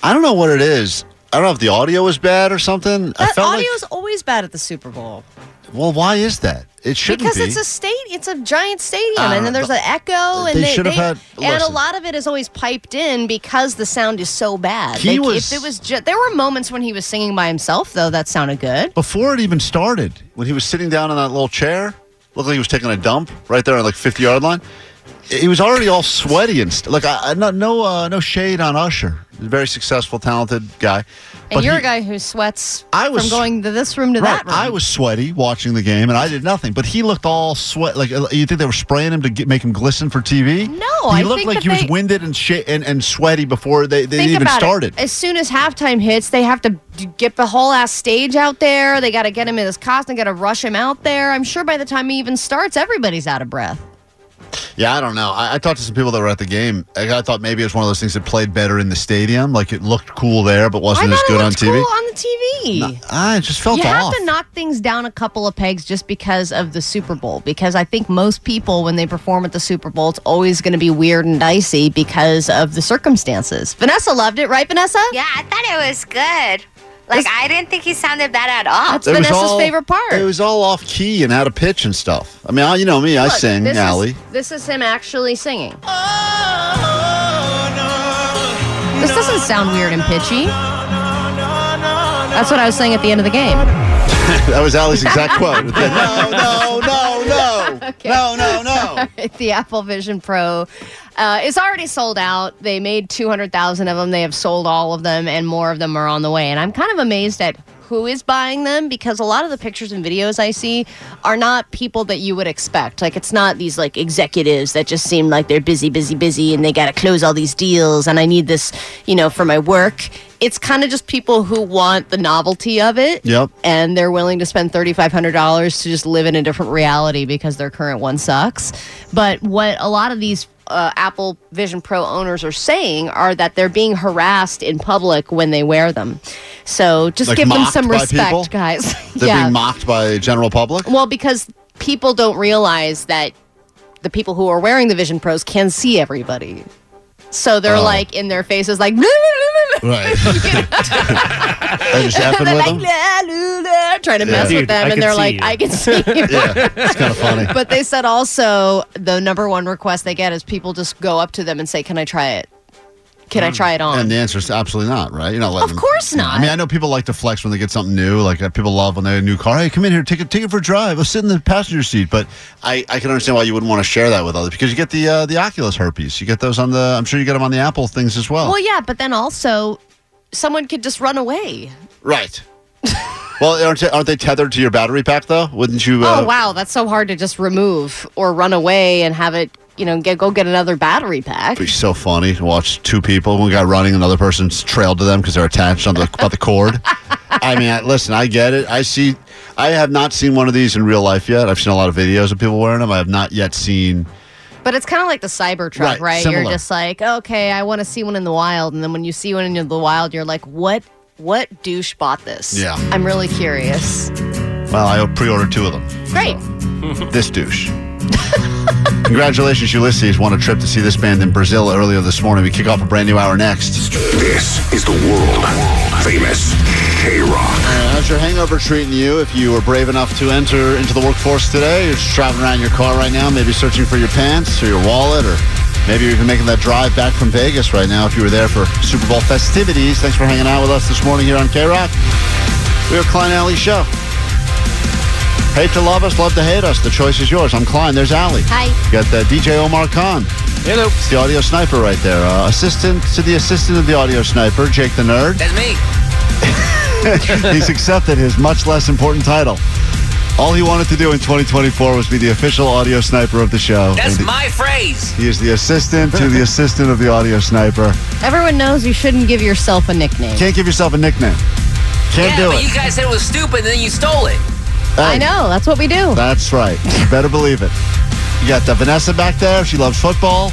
Speaker 10: I don't know what it is. I don't know if the audio is bad or something. I
Speaker 7: That
Speaker 10: felt
Speaker 7: audio is always bad at the Super Bowl
Speaker 10: like. Well, why is that? It shouldn't
Speaker 7: because
Speaker 10: be.
Speaker 7: it's a state. It's a giant stadium,
Speaker 10: Uh,
Speaker 7: and then there's
Speaker 10: but
Speaker 7: an echo, and
Speaker 10: they should have had-
Speaker 7: and a
Speaker 10: listen.
Speaker 7: lot of it is always piped in because the sound is so bad.
Speaker 10: He
Speaker 7: like,
Speaker 10: was-
Speaker 7: if it was, ju- there were moments when he was singing by himself, though. That sounded good.
Speaker 10: Before it even started, when he was sitting down in that little chair, looked like he was taking a dump right there on like 50 yard line. he was already all sweaty and st- look. I, I no no uh, no shade on Usher. He's a very successful, talented guy.
Speaker 7: And you're
Speaker 10: he-
Speaker 7: a guy who sweats
Speaker 10: I was-
Speaker 7: from going to this room to
Speaker 10: Right.
Speaker 7: that room.
Speaker 10: I was sweaty watching the game, and I did nothing. But he looked all sweat. Like uh, you think they were spraying him to get, make him glisten for TV?
Speaker 7: No,
Speaker 10: he
Speaker 7: I
Speaker 10: looked
Speaker 7: think
Speaker 10: like
Speaker 7: that
Speaker 10: he was
Speaker 7: they-
Speaker 10: winded and shit and, and sweaty before they, they
Speaker 7: Think
Speaker 10: even
Speaker 7: about it.
Speaker 10: started.
Speaker 7: As soon as halftime hits, they have to d- get the whole ass stage out there. They got to get him in his costume. Got to rush him out there. I'm sure by the time he even starts, everybody's out of breath.
Speaker 10: Yeah, I don't know. I, I talked to some people that were at the game. and I thought maybe it was one of those things that played better in the stadium. Like it looked cool there, but wasn't
Speaker 7: I
Speaker 10: as
Speaker 7: thought it
Speaker 10: good on
Speaker 7: looked
Speaker 10: TV.
Speaker 7: cool on the TV.
Speaker 10: No, I it just felt
Speaker 7: you
Speaker 10: off.
Speaker 7: have to knock things down a couple of pegs just because of the Super Bowl. Because I think most people, when they perform at the Super Bowl, it's always going to be weird and dicey because of the circumstances. Vanessa loved it, right, Vanessa?
Speaker 11: Yeah, I thought it was good. Like I didn't think he sounded bad at all.
Speaker 10: It was all- It was all off key and out of pitch and stuff. I mean, I, you know me, I
Speaker 7: Look,
Speaker 10: sing
Speaker 7: this *laughs*
Speaker 10: Allie.
Speaker 7: Is, this is him actually singing. This doesn't sound weird and pitchy. That's what I was saying at the end of the game.
Speaker 10: that was Allie's exact
Speaker 7: *laughs*
Speaker 10: quote. no, no, no, no.
Speaker 7: Okay.
Speaker 10: No, no, no.
Speaker 7: Sorry. *laughs* the Apple Vision Pro uh, is already sold out. They made 200,000 of them. They have sold all of them, and more of them are on the way. And I'm kind of amazed at who is buying them because a lot of the pictures and videos I see are not people that you would expect. Like, it's not these like executives that just seem like they're busy, busy, busy, and they got to close all these deals, and I need this, you know, for my work. It's kind of just people who want the novelty of it
Speaker 10: Yep.
Speaker 7: and they're willing to spend $3,500 to just live in a different reality because their current one sucks. But what a lot of these uh, Apple Vision Pro owners are saying are that they're being harassed in public when they wear them. So just
Speaker 10: Like
Speaker 7: give them
Speaker 10: mocked
Speaker 7: some
Speaker 10: by people?
Speaker 7: respect, guys. *laughs*
Speaker 10: They're being mocked by general public.
Speaker 7: Well, because people don't realize that the people who are wearing the Vision Pros can see everybody. So they're
Speaker 10: Oh.
Speaker 7: like in their faces, like, *laughs*
Speaker 10: Right. *laughs* They're just
Speaker 7: And
Speaker 10: effing
Speaker 7: they're
Speaker 10: with
Speaker 7: like,
Speaker 10: them.
Speaker 7: "La, la, la," trying to
Speaker 10: Yeah.
Speaker 7: mess
Speaker 10: Dude,
Speaker 7: with them,
Speaker 10: I
Speaker 7: and
Speaker 10: can
Speaker 7: they're
Speaker 10: see
Speaker 7: like,
Speaker 10: you.
Speaker 7: I can see you.
Speaker 10: yeah, it's kind of funny.
Speaker 7: But they said also the number one request they get is people just go up to them and say, "Can I try it? Can I try it on?"
Speaker 10: Mm. And the answer is absolutely not, right? You're not letting
Speaker 7: Of course not.
Speaker 10: I mean, I know people like to flex when they get something new. Like uh, people love when they have a new car. Hey, come in here, take a take it for a drive. I'll sit in the passenger seat. But I, I can understand why you wouldn't want to share that with others because you get the uh, the Oculus herpes. You get those on the. I'm sure you get them on the Apple things as well.
Speaker 7: Well, yeah, but then also someone could just run away. *laughs*
Speaker 10: Right. well, aren't they, aren't they tethered to your battery pack though? Wouldn't you? Uh,
Speaker 7: oh wow, that's so hard to just remove or run away and have it, you know, get go get another battery pack.
Speaker 10: It'd be so funny to watch two people, one guy running, another person's trailed to them because they're attached on the *laughs* by the cord. I mean, I, listen, I get it. I see. I have not seen one of these in real life yet. I've seen a lot of videos of people wearing them. I have not yet seen.
Speaker 7: But it's kind of like the Cybertruck,
Speaker 10: Right,
Speaker 7: right? right?
Speaker 10: similar.
Speaker 7: You're just like, okay, I want to see one in the wild, and then when you see one in the wild, you're like, what? What douche bought this?
Speaker 10: Yeah.
Speaker 7: I'm really curious.
Speaker 10: Well, I pre-ordered two of them.
Speaker 7: Great.
Speaker 10: This douche. Congratulations, Ulysses won a trip to see this band in Brazil earlier this morning. We kick off a brand new hour next.
Speaker 9: This is the world famous K Rock.
Speaker 10: And how's your hangover treating you? If you were brave enough to enter into the workforce today, you're just driving around in your car right now, maybe searching for your pants or your wallet, or maybe you're even making that drive back from Vegas right now if you were there for Super Bowl festivities. Thanks for hanging out with us this morning here on K Rock. We are Klein Alley Show. Hate to love us, love to hate us. The choice is yours. I'm Klein. There's Alley.
Speaker 7: Hi.
Speaker 10: You got the DJ Omar Khan. Hello. It's the audio sniper right there. Uh, assistant to the assistant of the audio sniper, Jake the Nerd.
Speaker 4: That's me.
Speaker 10: *laughs* He's accepted his much less important title. All he wanted to do in 2024 was be the official audio sniper of the show.
Speaker 4: That's
Speaker 10: And
Speaker 4: my phrase.
Speaker 10: He is the assistant to the assistant of the audio sniper.
Speaker 7: Everyone knows you shouldn't give yourself a nickname.
Speaker 10: Can't give yourself a nickname. Can't
Speaker 4: yeah,
Speaker 10: do
Speaker 4: but
Speaker 10: it.
Speaker 4: you guys said it was stupid, and then you stole it.
Speaker 7: I know. That's what we do.
Speaker 10: That's right. You better believe it. You got the Vanessa back there. She loves football.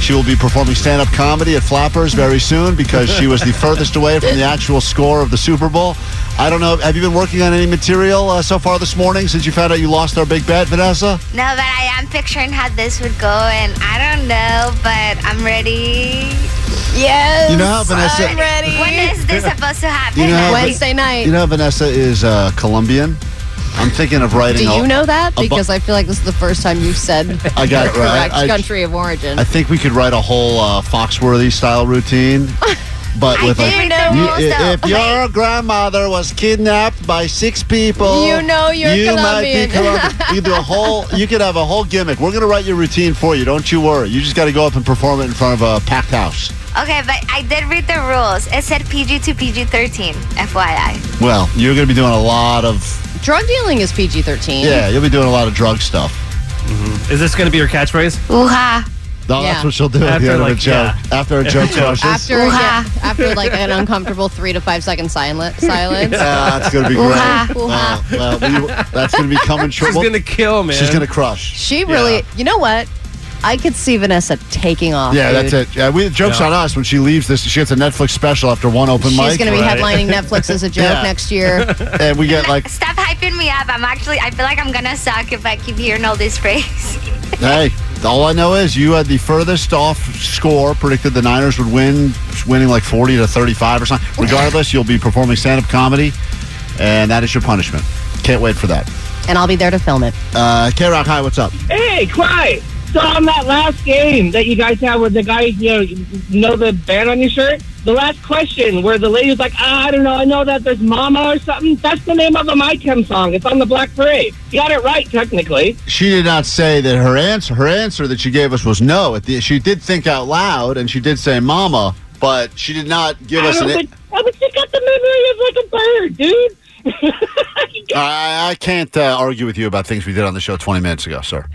Speaker 10: She will be performing stand-up comedy at Flappers very soon because
Speaker 4: *laughs*
Speaker 10: she was the furthest away from the actual score of the Super Bowl. I don't know. Have you been working on any material uh, so far this morning since you found out you lost our big bet, Vanessa?
Speaker 11: No, but I am picturing how this would go, and I don't know, but I'm ready. Yes.
Speaker 10: You know how, Vanessa- I'm
Speaker 11: ready. When is this supposed to happen?
Speaker 10: You know how-
Speaker 7: Wednesday night.
Speaker 10: You know, Vanessa is uh, Colombian. I'm thinking of writing.
Speaker 7: do you
Speaker 10: a-
Speaker 7: know that?
Speaker 10: a bu-
Speaker 7: Because I feel like this is the first time you've
Speaker 10: *laughs*
Speaker 7: said
Speaker 10: I got it
Speaker 7: the
Speaker 10: right.
Speaker 7: correct
Speaker 10: I-
Speaker 7: country of origin.
Speaker 10: I think we could write a whole uh, Foxworthy style routine But with a,
Speaker 7: do know
Speaker 10: you-
Speaker 7: most of-
Speaker 10: if your grandmother was kidnapped by six people,
Speaker 7: You know you're
Speaker 10: you might be
Speaker 7: Colombian.
Speaker 10: Colombian.
Speaker 7: *laughs*
Speaker 10: You could do a whole. You could have a whole gimmick. We're gonna write your routine for you. Don't you worry. You just got to go up and perform it in front of a packed house.
Speaker 11: Okay, but I did read the rules. It said PG to PG 13, FYI.
Speaker 10: Well, you're gonna be doing a lot of.
Speaker 7: Drug dealing is PG 13.
Speaker 10: Yeah, you'll be doing a lot of drug stuff. Mm-hmm. Is this gonna be your catchphrase?
Speaker 11: Ooh ha.
Speaker 10: No,
Speaker 7: Yeah.
Speaker 10: that's what she'll do at
Speaker 5: After,
Speaker 10: the end
Speaker 5: like,
Speaker 10: of a joke.
Speaker 5: yeah.
Speaker 10: *laughs* After a joke crushes.
Speaker 7: After, yeah, after like an
Speaker 10: *laughs*
Speaker 7: uncomfortable three to five second silent, silence.
Speaker 10: Ah, that's gonna be great.
Speaker 7: Ooh-ha, ooh-ha.
Speaker 10: Wow, wow. We- that's gonna be coming true. She's gonna kill, man. She's gonna crush.
Speaker 7: She really, you know what? I could see Vanessa taking off.
Speaker 10: yeah,
Speaker 7: dude.
Speaker 10: that's it. Yeah, we jokes
Speaker 7: Yeah.
Speaker 10: on us when she leaves this. She gets a Netflix special after one open
Speaker 7: She's
Speaker 10: mic.
Speaker 7: gonna be headlining Netflix
Speaker 10: *laughs*
Speaker 7: as a joke next year.
Speaker 10: and we get like,
Speaker 11: Stop hyping me up. I'm actually, I feel like I'm gonna suck if I keep hearing all this praise.
Speaker 10: hey, all I know is you had the furthest off score. Predicted the Niners would win, winning like forty to thirty-five or something. Regardless, you'll be performing stand-up comedy, and that is your punishment. Can't wait for that.
Speaker 7: And I'll be there to film it.
Speaker 10: Uh, K Rock, hi, what's up?
Speaker 13: Hey, Cry! So on that last game that you guys had where the guy, you know, know the band on your shirt, the last question where the lady was like, ah, I don't know, I know that there's Mama or something. That's the name of a My Chem song. It's on the Black Parade. You got it right, technically.
Speaker 10: She did not say that her answer. Her answer that she gave us was no. At the, she did think out loud, and she did say "mama," but she did not give
Speaker 13: I
Speaker 10: us an.
Speaker 13: don't think- I was just got the memory of like a bird, dude. *laughs*
Speaker 10: I, I can't uh, argue with you about things we did on the show 20 minutes ago, sir.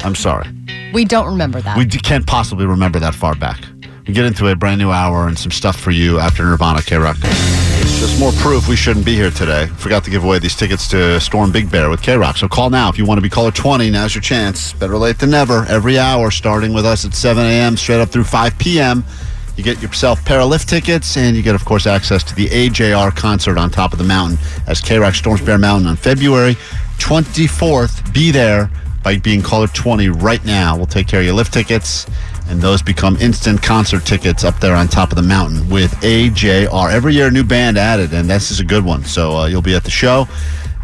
Speaker 10: I'm sorry.
Speaker 7: We don't remember that.
Speaker 10: We d- can't possibly remember that far back. We get into a brand new hour and some stuff for you after Nirvana K Rock. Just more proof we shouldn't be here today. Forgot to give away these tickets to Storm Big Bear with K Rock. So call now if you want to be caller 20. Now's your chance. Better late than never. Every hour, starting with us at 7 a.m., straight up through 5 p.m. You get yourself Paralift tickets, and you get, of course, access to the AJR concert on top of the mountain as K Rock storms Bear Mountain on February 24th. Be there by being caller 20 right now. We'll take care of your lift tickets, and those become instant concert tickets up there on top of the mountain with AJR. Every year, a new band added, and this is a good one. So uh, you'll be at the show,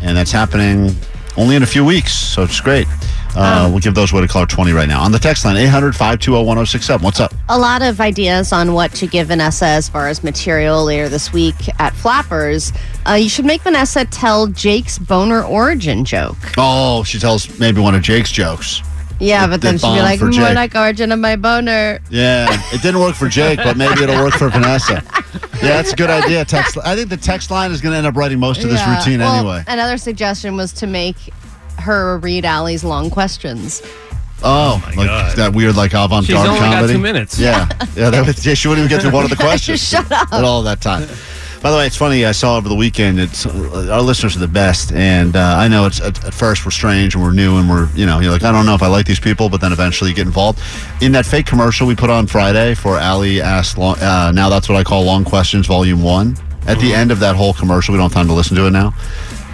Speaker 10: and that's happening only in a few weeks. So it's great. Uh, we'll give those away to caller 20 right now. On the text line, 800 520 1067. What's up?
Speaker 7: a lot of ideas on what to give Vanessa as far as material later this week at Flappers. Uh, you should make Vanessa tell Jake's boner origin joke.
Speaker 10: Oh, she tells maybe one of Jake's jokes.
Speaker 7: Yeah, but
Speaker 10: the
Speaker 7: then she'd
Speaker 10: bomb
Speaker 7: be like,
Speaker 10: for
Speaker 7: more
Speaker 10: Jake."
Speaker 7: like origin of my boner.
Speaker 10: Yeah, it didn't work for Jake, but maybe it'll work for Vanessa. Yeah, that's a good idea. Text. I think the text line is going to end up writing most of this
Speaker 7: Yeah.
Speaker 10: routine
Speaker 7: Well,
Speaker 10: anyway.
Speaker 7: Another suggestion was to make her read Allie's long questions.
Speaker 10: Oh, like that weird, like avant-garde
Speaker 5: She's only got
Speaker 10: comedy.
Speaker 5: two minutes.
Speaker 10: Yeah,
Speaker 7: *laughs*
Speaker 10: yeah, that was, yeah. She wouldn't even get to one of the questions.
Speaker 7: Shut up.
Speaker 10: At all that time. By the way, it's funny. I saw over the weekend. It's uh, our listeners are the best, and uh, I know it's at, at first we're strange and we're new and we're you know you're like I don't know if I like these people, but then eventually you get involved. In that fake commercial we put on Friday for Ali asked long, uh, now that's what I call long questions volume one. At the end of that whole commercial, we don't have time to listen to it now.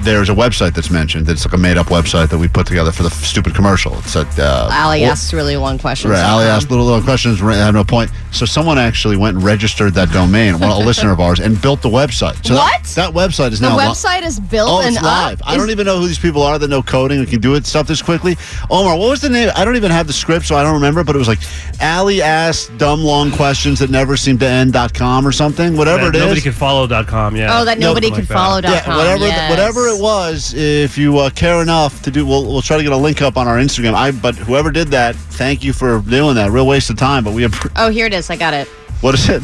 Speaker 10: There's a website that's mentioned. That's like a made up website that we put together for the f- stupid commercial. It's at uh,
Speaker 7: Allie
Speaker 10: Wor-
Speaker 7: asks really long questions. Um,
Speaker 10: Right, Ali asked little little questions. I have no point. So someone actually went and registered that
Speaker 7: *laughs*
Speaker 10: domain, one, a listener of ours, and built the website. So
Speaker 7: What?
Speaker 10: That, that website is
Speaker 7: The
Speaker 10: now li-
Speaker 7: website is built
Speaker 10: Oh,
Speaker 7: and
Speaker 10: it's live.
Speaker 7: up.
Speaker 10: I don't even know who these people are that know coding and can do it stuff this quickly. Omar, what was the name? I don't even have the script, so I don't remember. But it was like Ali asked dumb long questions that never seem to end dot com or something. Whatever
Speaker 5: That
Speaker 10: it is.
Speaker 5: nobody could follow dot com. Yeah.
Speaker 7: Oh, that
Speaker 10: No,
Speaker 7: nobody
Speaker 10: something
Speaker 7: could
Speaker 10: like
Speaker 7: follow dot
Speaker 10: that.
Speaker 7: com.
Speaker 10: Yeah, whatever,
Speaker 7: yes.
Speaker 10: whatever it was. If you uh, care enough to do, we'll, we'll try to get a link up on our Instagram. I but whoever did that, thank you for doing that. Real waste of time, but we. appre-
Speaker 7: Oh, here it is. I got it.
Speaker 10: What is it?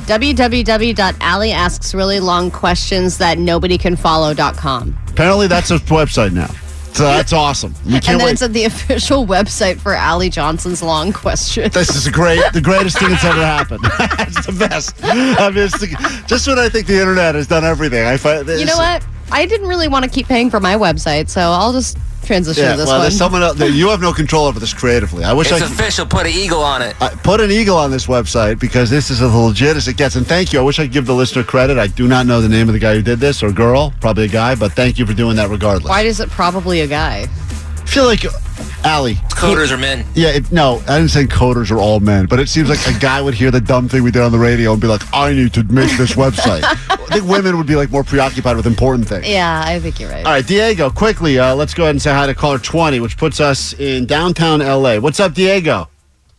Speaker 7: www.allieasksreallylongquestionsthatnobodycanfollow.com.
Speaker 10: Apparently, that's a website now. So that's awesome. We
Speaker 7: And
Speaker 10: can't
Speaker 7: then
Speaker 10: wait.
Speaker 7: it's at the *laughs* official website for Allie Johnson's long questions.
Speaker 10: This is great. The greatest thing that's ever happened. *laughs* That's the best. I mean, it's the, just when I think the internet has done everything, I find
Speaker 7: You know what? I didn't really want to keep paying for my website, so I'll just transition
Speaker 10: Yeah,
Speaker 7: to this
Speaker 10: well,
Speaker 7: one.
Speaker 10: there's someone else. You have no control over this creatively. I wish I could.
Speaker 18: official. Put an eagle on
Speaker 5: *laughs*
Speaker 18: it.
Speaker 10: I put an eagle on this website because this is as legit as it gets. And thank you. I wish I could give the listener credit. I do not know the name of the guy who did this or girl, probably a guy, but thank you for doing that regardless.
Speaker 7: Why is it probably a guy?
Speaker 10: I feel like, Allie.
Speaker 18: Coders are men.
Speaker 10: Yeah, it, no, I didn't say coders are all men, but it seems like a guy would hear the dumb thing we did on the radio and be like, I need to make this website. I think women would be like more preoccupied with important things.
Speaker 7: Yeah, I think you're right.
Speaker 10: All right, Diego, quickly, uh, let's go ahead and say hi to caller 20, which puts us in downtown LA. What's up, Diego?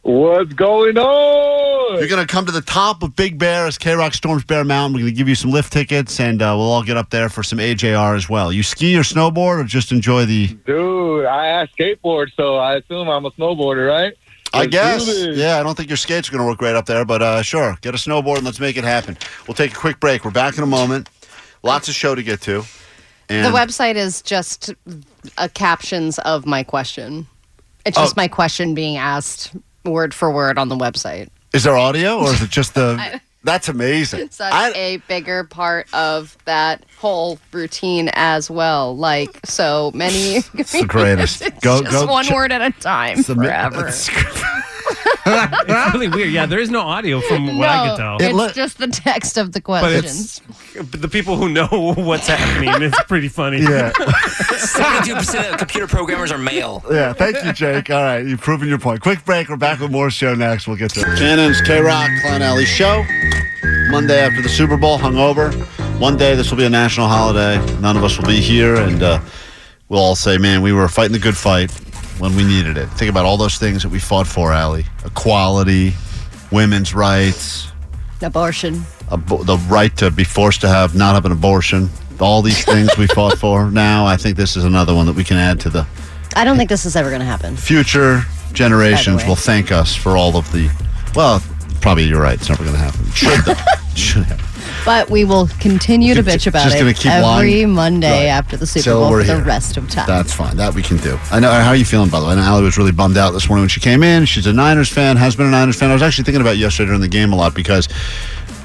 Speaker 19: What's going on?
Speaker 10: You're going to come to the top of Big Bear as K Rock storms Bear Mountain. We're going to give you some lift tickets, and uh, we'll all get up there for some AJR as well. You ski or snowboard, or just enjoy the.
Speaker 14: Dude, I I skateboard, so I assume I'm a snowboarder, right?
Speaker 10: I
Speaker 14: Let's
Speaker 10: guess.
Speaker 14: do this.
Speaker 10: Yeah, I don't think your skate's going to work great up there, but uh, sure, get a snowboard and let's make it happen. We'll take a quick break. We're back in a moment. Lots of show to get to. And
Speaker 7: the website is just uh, captions of my question. It's
Speaker 10: Oh.
Speaker 7: just my question being asked word for word on the website.
Speaker 10: is there audio, or is it just the?
Speaker 7: *laughs* I-
Speaker 10: *laughs* That's amazing.
Speaker 7: Such a bigger part of that whole routine as well. Like so many. It's
Speaker 10: the
Speaker 7: *laughs*
Speaker 10: greatest.
Speaker 7: it's
Speaker 10: *laughs* Go-
Speaker 7: just
Speaker 10: go
Speaker 7: one
Speaker 10: check-
Speaker 7: word at a time
Speaker 10: Submit-
Speaker 7: forever.
Speaker 10: *laughs* It's-
Speaker 5: it's really weird. Yeah, there is no audio from
Speaker 10: *laughs*
Speaker 5: what I could
Speaker 7: no,
Speaker 5: tell.
Speaker 7: it's just the text of the
Speaker 5: but
Speaker 7: questions.
Speaker 5: it's but the people who know what's happening. It's pretty funny.
Speaker 10: Yeah.
Speaker 18: 72% of computer programmers are male.
Speaker 10: Yeah, thank you, Jake. All right, you've proven your point. Quick break. We're back with more show next. We'll get to it. Shannon's K Rock Clown Alley Show. Monday after the Super Bowl, hungover. One day this will be a national holiday. None of us will be here, and uh, we'll all say, "Man, we were fighting the good fight when we needed it." Think about all those things that we fought for, Allie: equality, women's rights,
Speaker 7: Abortion.
Speaker 10: abo- the right to be forced to have not have an abortion. All these things we fought for. Now, I think this is another one that we can add to the
Speaker 7: I don't think this is ever going to happen.
Speaker 10: future
Speaker 7: By
Speaker 10: generations
Speaker 7: the way.
Speaker 10: will thank us for all of the. Well, probably you're right. It's never going to happen. It Should though. Should happen.
Speaker 7: But we will continue to bitch about
Speaker 10: just
Speaker 7: it
Speaker 10: gonna keep
Speaker 7: every
Speaker 10: lying.
Speaker 7: Monday
Speaker 10: Right.
Speaker 7: after the Super
Speaker 10: Till
Speaker 7: Bowl
Speaker 10: we're
Speaker 7: for the
Speaker 10: here.
Speaker 7: rest of time.
Speaker 10: That's fine. That we can do. I know. How are you feeling, by the way? I know Allie was really bummed out this morning when she came in. She's a Niners fan. Has been a Niners fan. I was actually thinking about yesterday during the game a lot because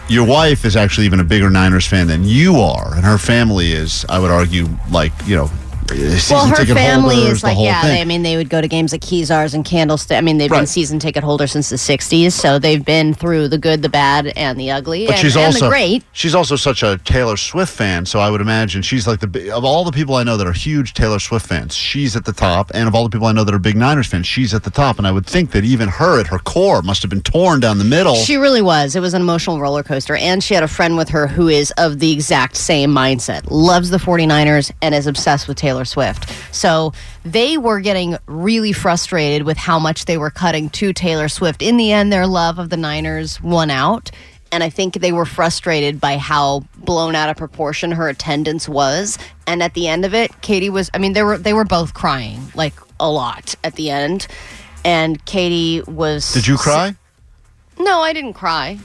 Speaker 10: your wife is actually even a bigger Niners fan than you are, and her family is. I would argue, like you know, season
Speaker 7: well, her
Speaker 10: ticket
Speaker 7: family
Speaker 10: holders,
Speaker 7: is
Speaker 10: the
Speaker 7: like,
Speaker 10: whole
Speaker 7: yeah,
Speaker 10: thing.
Speaker 7: they, I mean, they would go to games like Keysars and Candlestick. I mean, they've been
Speaker 10: Right.
Speaker 7: season ticket holders since the 60s, so they've been through the good, the bad, and the ugly,
Speaker 10: But
Speaker 7: and,
Speaker 10: she's
Speaker 7: and
Speaker 10: also
Speaker 7: the great.
Speaker 10: she's also such a Taylor Swift fan, so I would imagine she's like the bi- of all the people I know that are huge Taylor Swift fans, she's at the top, and of all the people I know that are big Niners fans, she's at the top. And I would think that even her at her core must have been torn down the middle.
Speaker 7: She really was. It was an emotional roller coaster. And she had a friend with her who is of the exact same mindset, loves the 49ers, and is obsessed with Taylor Swift. So they were getting really frustrated with how much they were cutting to Taylor Swift. In the end, their love of the Niners won out. And I think they were frustrated by how blown out of proportion her attendance was. And at the end of it, Katie was I mean, they were they were both crying, like a lot at the end. And Katie was
Speaker 10: Did you cry?
Speaker 7: No, I didn't cry.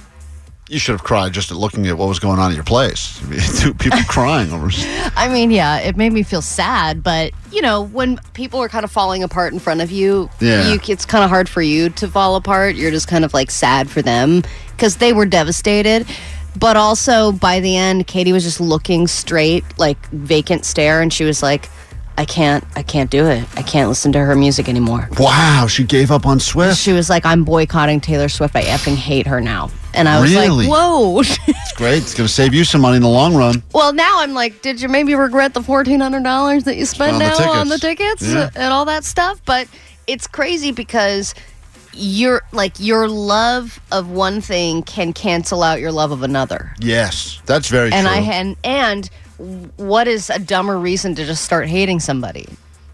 Speaker 10: You should have cried just at looking at what was going on at your place. *laughs* I mean,
Speaker 7: *laughs*
Speaker 10: Two people crying over.
Speaker 7: I mean, yeah, it made me feel sad, but you know, when people are kind of falling apart in front of you,
Speaker 10: Yeah.
Speaker 7: you, it's kind of hard for you to fall apart. You're just kind of like sad for them because they were devastated. But also by the end, Katie was just looking straight, like vacant stare, and she was like, I can't, I can't do it. I can't listen to her music anymore.
Speaker 10: Wow, she gave up on Swift.
Speaker 7: She was like, I'm boycotting Taylor Swift. I effing hate her now. And I was
Speaker 10: Really?
Speaker 7: like, whoa. *laughs*
Speaker 10: It's great. It's going to save you some money in the long run.
Speaker 7: Well, now I'm like, did you maybe regret the fourteen hundred dollars that you spent
Speaker 10: On the
Speaker 7: now on the
Speaker 10: tickets.
Speaker 7: tickets
Speaker 10: Yeah.
Speaker 7: and all that stuff? But it's crazy because your like your love of one thing can cancel out your love of another.
Speaker 10: Yes, that's very
Speaker 7: and
Speaker 10: true.
Speaker 7: I and and what is a dumber reason to just start hating somebody?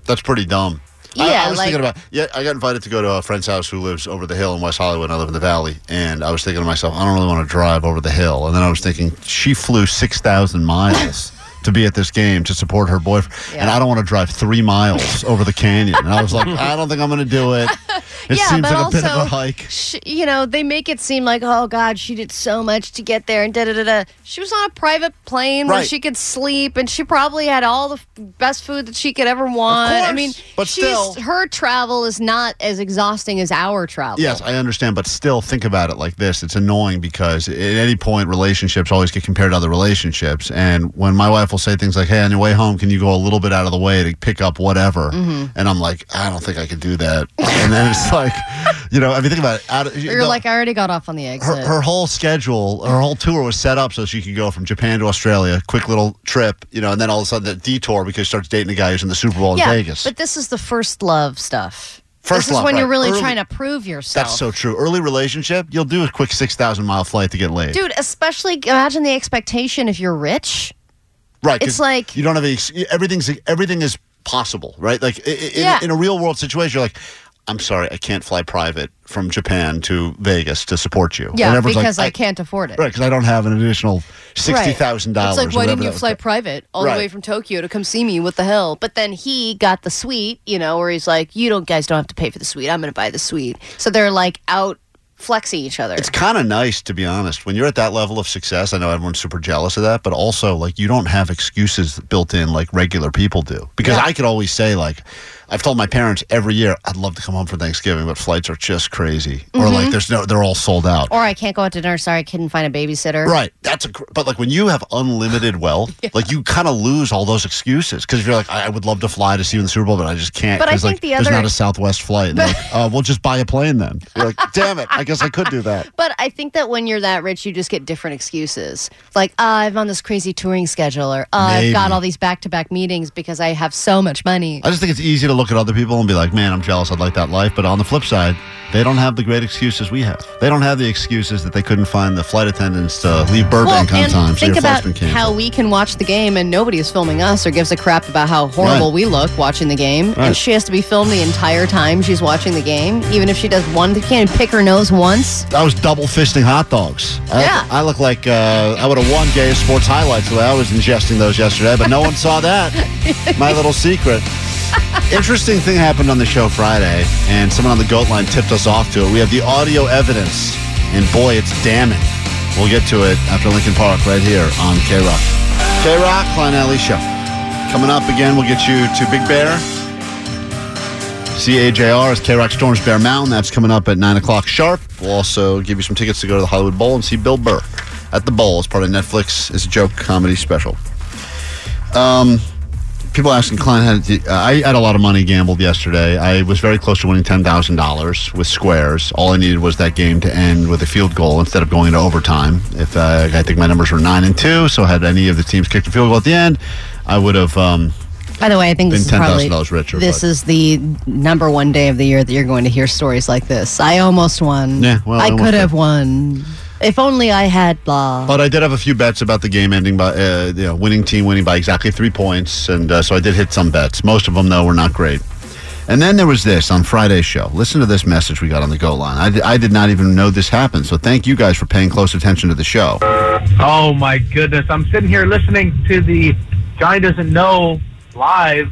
Speaker 10: That's pretty dumb. I, I
Speaker 7: Yeah,
Speaker 10: was
Speaker 7: like-
Speaker 10: thinking about. Yeah, I got invited to go to a friend's house who lives over the hill in West Hollywood. and I live in the valley, and I was thinking to myself, I don't really want to drive over the hill. And then I was thinking, she flew six thousand miles to be at this game to support her boyfriend, and I don't want to drive three miles over the canyon. And I
Speaker 7: *laughs*
Speaker 10: was like, I don't think I'm going to do it. It
Speaker 7: Yeah,
Speaker 10: seems
Speaker 7: but
Speaker 10: like a bit of
Speaker 7: also-
Speaker 10: a hike.
Speaker 7: Sh you know, they make it seem like, oh God, she did so much to get there and da da da da. She was on a private plane where
Speaker 10: Right.
Speaker 7: she could sleep and she probably had all the f- best food that she could ever want. I
Speaker 10: course,
Speaker 7: mean,
Speaker 10: but
Speaker 7: she's,
Speaker 10: still.
Speaker 7: her travel is not as exhausting as our travel.
Speaker 10: Yes, I understand, but still think about it like this. It's annoying because at any point, relationships always get compared to other relationships. And when my wife will say things like, hey, on your way home, can you go a little bit out of the way to pick up whatever?
Speaker 7: Mhm.
Speaker 10: And I'm like, I don't think I could do that. and then it's
Speaker 7: *laughs*
Speaker 10: like, you know, I mean, think about it. Out of,
Speaker 7: You're
Speaker 10: the-
Speaker 7: like, I already got off on the exit.
Speaker 10: her, her whole schedule, her whole tour was set up so she could go from Japan to Australia, quick little trip, you know, and then all of a sudden that detour because she starts dating a guy who's in the Super Bowl
Speaker 7: yeah,
Speaker 10: in Vegas.
Speaker 7: but this is the first love stuff.
Speaker 10: First
Speaker 7: this
Speaker 10: love,
Speaker 7: is when
Speaker 10: right.
Speaker 7: you're really
Speaker 10: Early-
Speaker 7: trying to prove yourself.
Speaker 10: That's so true. Early relationship, you'll do a quick 6,000 mile flight to get laid.
Speaker 7: Dude, especially imagine the expectation if you're rich.
Speaker 10: Right. 'cause
Speaker 7: It's like-
Speaker 10: you don't have any, ex- everything's everything is possible, right? Like i- i- in,
Speaker 7: Yeah.
Speaker 10: in a real world situation, you're like, I'm sorry, I can't fly private from Japan to Vegas to support you. And
Speaker 7: Yeah,
Speaker 10: everyone's like,
Speaker 7: because I, can't afford it.
Speaker 10: Right, because I don't have an additional sixty thousand
Speaker 7: Right.
Speaker 10: dollars.
Speaker 7: It's like, why didn't you fly private all
Speaker 10: Right.
Speaker 7: the way from Tokyo to come see me? What the hell? But then he got the suite, you know, where he's like, you don't guys don't have to pay for the suite. I'm going to buy the suite. So they're like out flexing each other.
Speaker 10: It's kind of nice, to be honest. When you're at that level of success, I know everyone's super jealous of that, but also, like, you don't have excuses built in like regular people do. Because I could always say, like, I've told my parents every year, I'd love to come home for Thanksgiving, but flights are just crazy. Or, like,
Speaker 7: Mhm.
Speaker 10: there's no, they're all sold out.
Speaker 7: or I can't go out to dinner. Sorry, I couldn't find a babysitter.
Speaker 10: Right. That's a, gr- but like when you have unlimited
Speaker 7: *laughs*
Speaker 10: wealth, like you kind of lose all those excuses because if you're like, I, I would love to fly to see you in the Super Bowl, but I just can't.
Speaker 7: But I
Speaker 10: 'cause,
Speaker 7: think
Speaker 10: like,
Speaker 7: the
Speaker 10: there's
Speaker 7: other-
Speaker 10: not a Southwest flight. And
Speaker 7: *laughs*
Speaker 10: they're like, uh, we'll just buy a plane then. You're like, damn it, I guess I could do that.
Speaker 7: But I think that when you're that rich, you just get different excuses. Like, "Ah, I'm on this crazy touring schedule, or "Ah, I've got
Speaker 10: Maybe.
Speaker 7: all these back to back meetings because I have so much money.
Speaker 10: I just think it's easy to look at other people and be like, man, I'm jealous. I'd like that life. But on the flip side, they don't have the great excuses we have. They don't have the excuses that they couldn't find the flight attendants to leave Burbank on
Speaker 7: and
Speaker 10: time. so
Speaker 7: think
Speaker 10: your flight's
Speaker 7: about
Speaker 10: been canceled.
Speaker 7: how we can watch the game and nobody is filming us or gives a crap about how horrible
Speaker 10: Right.
Speaker 7: we look watching the game.
Speaker 10: Right.
Speaker 7: And she has to be filmed the entire time she's watching the game, even if she does one, they can't pick her nose once.
Speaker 10: I was double fisting hot dogs. I,
Speaker 7: Yeah.
Speaker 10: I look like uh, I would have won gay sports highlights the way I was ingesting those yesterday, but no one saw that. My little secret. Interesting thing happened on the show Friday, and someone on the goat line tipped us off to it. We have the audio evidence, and boy, it's damning. We'll get to it after Lincoln Park right here on K Rock. K Rock, Klein Alley Show. Coming up again, we'll get you to Big Bear. CAJR is K Rock Storms Bear Mountain. That's coming up at 9 o'clock sharp. We'll also give you some tickets to go to the Hollywood Bowl and see Bill Burr at the Bowl as part of Netflix. It's a joke comedy special. Um, people asking Klein, how did you- uh, I had a lot of money gambled yesterday. I was very close to winning $10,000 with squares. All I needed was that game to end with a field goal instead of going into overtime. If uh, I think my numbers were 9 and 2, so had any of the teams kicked a field goal at the end, I would have. Um,
Speaker 7: By the way, I think this
Speaker 10: Been
Speaker 7: is probably
Speaker 10: $10,000 richer,
Speaker 7: This
Speaker 10: but-
Speaker 7: is the number one day of the year that you're going to hear stories like this. I almost won.
Speaker 10: Yeah, well, I
Speaker 7: I
Speaker 10: almost
Speaker 7: could
Speaker 10: did.
Speaker 7: have won. If only I had blah.
Speaker 10: But I did have a few bets about the game ending by, uh, you know, winning team winning by exactly three points. And uh, so I did hit some bets. Most of them, though, were not great. And then there was this on Friday's show. Listen to this message we got on the goal line. I di- I did not even know this happened. So thank you guys for paying close attention to the show.
Speaker 12: Oh my goodness! I'm sitting here listening to the Johnny doesn't know live,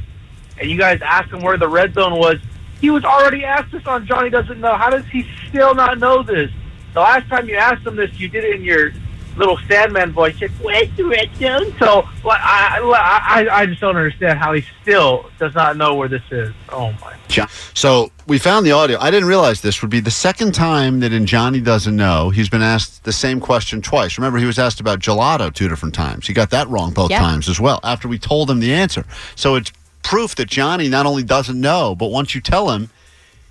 Speaker 12: and you guys asked him where the red zone was. He was already asked this on Johnny doesn't know. How does he still not know this? The last time you asked him this, you did it in your little Sandman voice. You said, "Where's the red zone?" So like, I, I I- I just don't understand how he still does not know where this is. Oh my.
Speaker 10: So we found the audio. I didn't realize this would be the second time that in Johnny Doesn't Know, he's been asked the same question twice. Remember, he was asked about gelato two different times. He got that wrong both
Speaker 17: Yeah.
Speaker 10: times as well after we told him the answer. So it's proof that Johnny not only doesn't know, but once you tell him,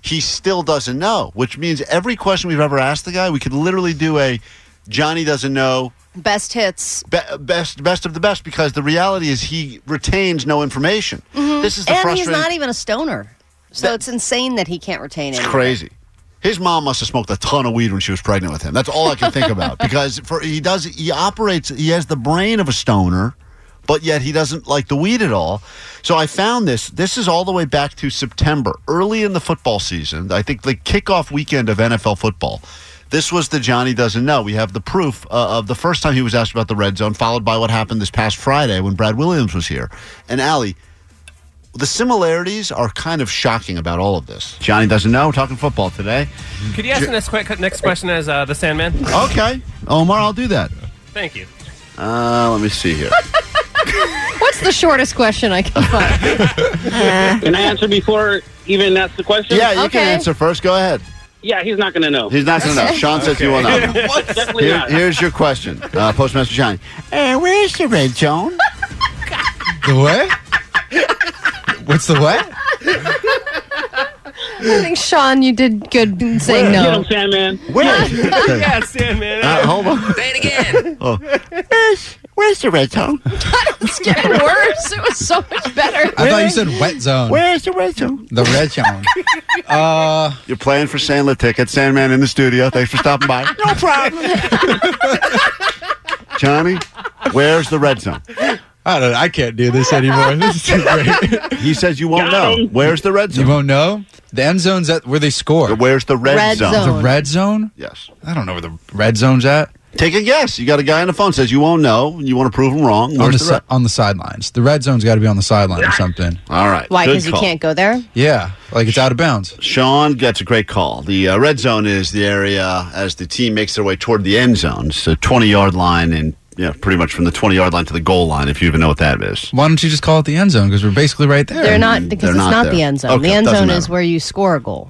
Speaker 10: he still doesn't know, which means every question we've ever asked the guy, we could literally do a Johnny Doesn't Know
Speaker 7: Best hits.
Speaker 10: be- best best of the best because the reality is he retains no information.
Speaker 7: Mhm.
Speaker 10: This is the
Speaker 7: and he's
Speaker 10: frustrating
Speaker 7: not even a stoner. So it's insane that he can't retain it.
Speaker 10: It's crazy. His mom must have smoked a ton of weed when she was pregnant with him. That's all I can think about because for he does he operates he has the brain of a stoner, but yet he doesn't like the weed at all. So I found this. This is all the way back to September, early in the football season. I think the kickoff weekend of NFL football. This was the Johnny doesn't know. We have the proof uh, of the first time he was asked about the red zone, followed by what happened this past Friday when Brad Williams was here. And Allie, the similarities are kind of shocking about all of this. Johnny doesn't know. We're talking football today.
Speaker 5: Could you ask the next, que- next question as uh, the Sandman?
Speaker 10: Okay, Omar, I'll do that.
Speaker 5: Thank you.
Speaker 10: Uh, let me see here.
Speaker 7: What's the shortest question I can find?
Speaker 19: Can I answer before even that's the question?
Speaker 10: *laughs* Yeah, you can answer first. Go ahead.
Speaker 19: Yeah, he's not going to know.
Speaker 10: He's not going to know. Sean says he will
Speaker 19: *laughs*
Speaker 10: not. know.
Speaker 19: What? Definitely
Speaker 10: Here,
Speaker 19: not.
Speaker 10: here's your question, uh, Postmaster Johnny. Uh, where's the red zone?
Speaker 20: The what? What's the what?
Speaker 7: I think Sean, you did good in saying no.
Speaker 19: Where? Get him, Sandman.
Speaker 10: Where?
Speaker 19: *laughs* Yeah,
Speaker 5: Sandman.
Speaker 10: Uh, hold on.
Speaker 19: Say it again.
Speaker 10: *laughs* Oh. Where's, where's the red *laughs* zone?
Speaker 7: it's getting worse. It was so much better.
Speaker 20: I thought you said wet zone.
Speaker 10: Where's the red zone?
Speaker 20: The red
Speaker 5: *laughs*
Speaker 20: zone.
Speaker 10: Uh, You're playing for Sandler tickets. Sandman in the studio. Thanks for
Speaker 7: *laughs*
Speaker 10: stopping by. *laughs*
Speaker 19: No problem.
Speaker 10: Johnny, where's the red zone?
Speaker 19: I don't. I can't do this anymore. This is too great.
Speaker 10: He says you won't know. Where's the red zone?
Speaker 19: You won't know. The end zone's at where they score.
Speaker 10: Where's the red Red zone? zone.
Speaker 19: The red zone.
Speaker 10: Yes.
Speaker 19: I don't know where the red zone's at.
Speaker 10: Take a guess. You got a guy on the phone says you won't know. and You want to prove him wrong.
Speaker 19: on the,
Speaker 10: Where's the,
Speaker 19: si-
Speaker 10: red?
Speaker 19: on the sidelines. The red zone's got to be on the sideline or something.
Speaker 10: All right.
Speaker 7: Why?
Speaker 10: good
Speaker 7: Because you
Speaker 10: call.
Speaker 7: can't go there.
Speaker 19: Yeah, like it's out of bounds.
Speaker 10: Sean gets a great call. The uh, red zone is the area as the team makes their way toward the end zone. It's the 20 yard line and yeah, pretty much from the 20 yard line to the goal line, if you even know what that is.
Speaker 19: Why don't you just call it the end zone? Because we're basically right there.
Speaker 7: They're not because
Speaker 10: They're
Speaker 7: it's
Speaker 10: not
Speaker 7: not,
Speaker 10: there.
Speaker 7: the end zone.
Speaker 10: Okay,
Speaker 7: the end
Speaker 10: doesn't
Speaker 7: zone
Speaker 10: matter.
Speaker 7: is where you score a goal.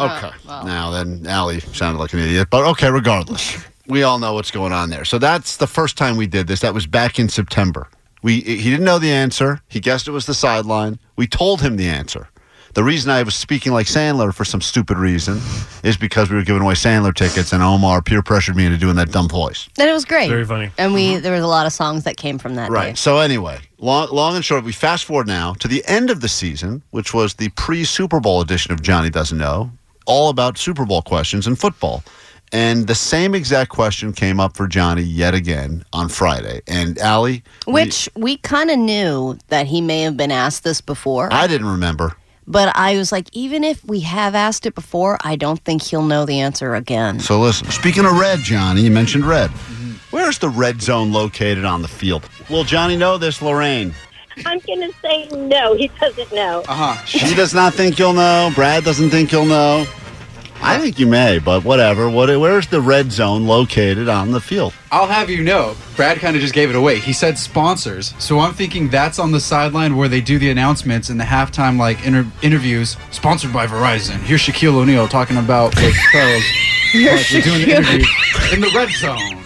Speaker 10: Okay. Oh, Now then, Allie sounded like an idiot, but okay, regardless. We all know what's going on there. So that's the first time we did this. That was back in September. We he didn't know the answer. He guessed it was the sideline. We told him the answer. The reason I was speaking like Sandler for some stupid reason is because we were giving away Sandler tickets and Omar peer pressured me into doing that dumb voice.
Speaker 7: And it was great.
Speaker 10: Very funny. Mm-hmm.
Speaker 7: And we there was a lot of songs that came from that.
Speaker 10: Right. So anyway, long long and short, we fast forward now to the end of the season, which was the pre Super Bowl edition of Johnny Doesn't Know, all about Super Bowl questions and football. And the same exact question came up for Johnny yet again on Friday. And Allie,
Speaker 7: Which we kind of knew that he may have been asked this before.
Speaker 10: I didn't remember.
Speaker 7: But I was like, even if we have asked it before, I don't think he'll know the answer again.
Speaker 10: So listen, speaking of red, Johnny, you mentioned red. Where's the red zone located on the field? Will Johnny know this, Lorraine?
Speaker 2: I'm going to say no. He doesn't know.
Speaker 10: Uh-huh. She does not think you'll know. Brad doesn't think you'll know. I think you may, but whatever. What? Where's the red zone located on the field?
Speaker 19: I'll have you know, Brad kind of just gave it away. He said sponsors, so I'm thinking that's on the sideline where they do the announcements and the halftime like inter- interviews. Sponsored by Verizon. Here's Shaquille O'Neal talking about like pros. like, we're doing the interview in the red zone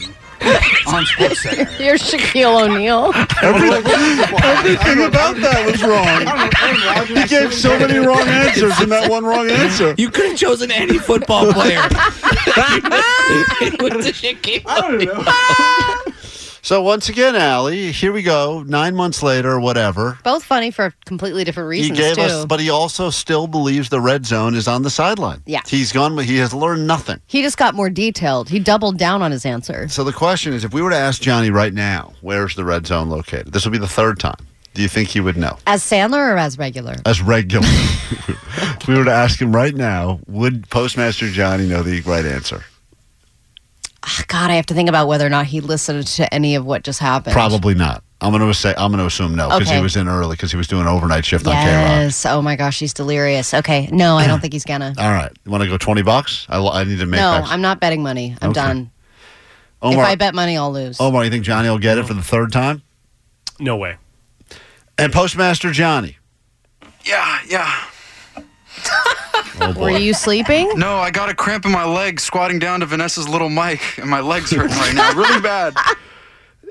Speaker 19: on SportsCenter.
Speaker 10: *laughs*
Speaker 7: You're Shaquille O'Neal.
Speaker 10: Everything about that was wrong. He gave so many wrong answers in that one wrong answer.
Speaker 25: You could have chosen any football player.
Speaker 10: *laughs* So once again, Allie, here we go. Nine months later, whatever.
Speaker 7: Both funny for completely different reasons
Speaker 10: he gave
Speaker 7: too.
Speaker 10: us, but he also still believes the red zone is on the sideline.
Speaker 7: Yeah.
Speaker 10: he's gone, but he has learned nothing.
Speaker 7: he just got more detailed. He doubled down on his answer.
Speaker 10: So the question is, if we were to ask Johnny right now, where's the red zone located? This would be the third time. Do you think he would know?
Speaker 7: As Sandler or as regular?
Speaker 10: As
Speaker 7: *laughs*
Speaker 10: regular. if we were to ask him right now, would Postmaster Johnny know the right answer?
Speaker 7: Ah, God, I have to think about whether or not he listened to any of what just happened.
Speaker 10: Probably not. I'm going to say I'm going to assume no because
Speaker 7: Okay.
Speaker 10: he was in early because he was doing overnight shift on K
Speaker 7: Yes. Oh my gosh, he's delirious. Okay. No, I don't think he's gonna.
Speaker 10: Rock. All right, you want to go twenty bucks? I, I need to *clears throat* make.
Speaker 7: no,
Speaker 10: that.
Speaker 7: I'm not betting money. I'm
Speaker 10: Okay.
Speaker 7: done.
Speaker 10: Omar,
Speaker 7: If I bet money, I'll lose.
Speaker 10: Omar, you think Johnny will get it for the third time? No way. And Postmaster Johnny.
Speaker 22: Yeah, yeah.
Speaker 10: Oh
Speaker 7: Were you
Speaker 10: *laughs*
Speaker 7: sleeping?
Speaker 22: No, I got a cramp in my leg squatting down to Vanessa's little mic, and my leg's hurting right now, really bad.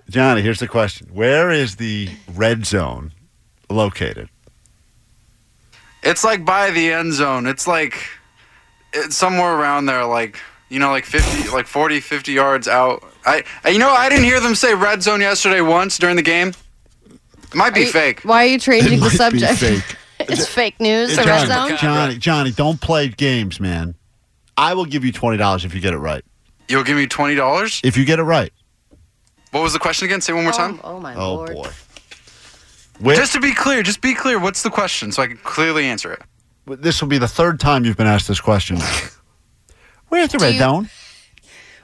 Speaker 10: Johnny, here's the question: Where is the red zone located?
Speaker 22: *laughs* It's like by the end zone. It's like it's somewhere around there, like you know, like fifty, like 40, 50 yards out. I, I- you know, I didn't hear them say red zone yesterday once during the game. It might be
Speaker 7: Are you-
Speaker 22: fake.
Speaker 7: Why are you changing the
Speaker 10: might be
Speaker 7: subject?
Speaker 10: fake.
Speaker 7: *laughs* it's fake news.
Speaker 10: Hey,
Speaker 7: The red zone.
Speaker 10: Johnny, Johnny, don't play games, man. I will give you twenty dollars if you get it right.
Speaker 22: You'll give me twenty dollars.
Speaker 10: If you get it right,
Speaker 22: What was the question again? Say one more time.
Speaker 7: Oh, my
Speaker 10: oh boy.
Speaker 22: Just to be clear, just be clear. What's the question so I can clearly answer it?
Speaker 10: But This will be the third time you've been asked this *laughs* question. Where's the
Speaker 22: Do
Speaker 10: red
Speaker 22: you-
Speaker 10: zone?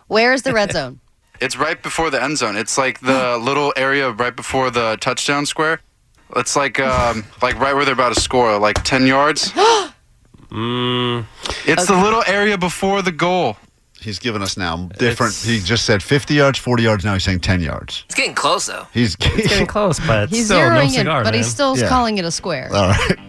Speaker 7: Where is the red
Speaker 10: *laughs*
Speaker 7: zone?
Speaker 22: It's right before the end zone. It's like the little area right before the touchdown square. It's
Speaker 25: *laughs*
Speaker 22: like um, like right where they're about to score, like ten yards. mm. It's the
Speaker 10: Okay.
Speaker 22: little area before the goal.
Speaker 10: He's giving us now different. He just said fifty yards, forty yards. Now he's saying ten yards.
Speaker 25: It's getting close though.
Speaker 10: He's getting *laughs*
Speaker 5: close, but
Speaker 7: He's zeroing it, but he's still calling it a square.
Speaker 10: All right,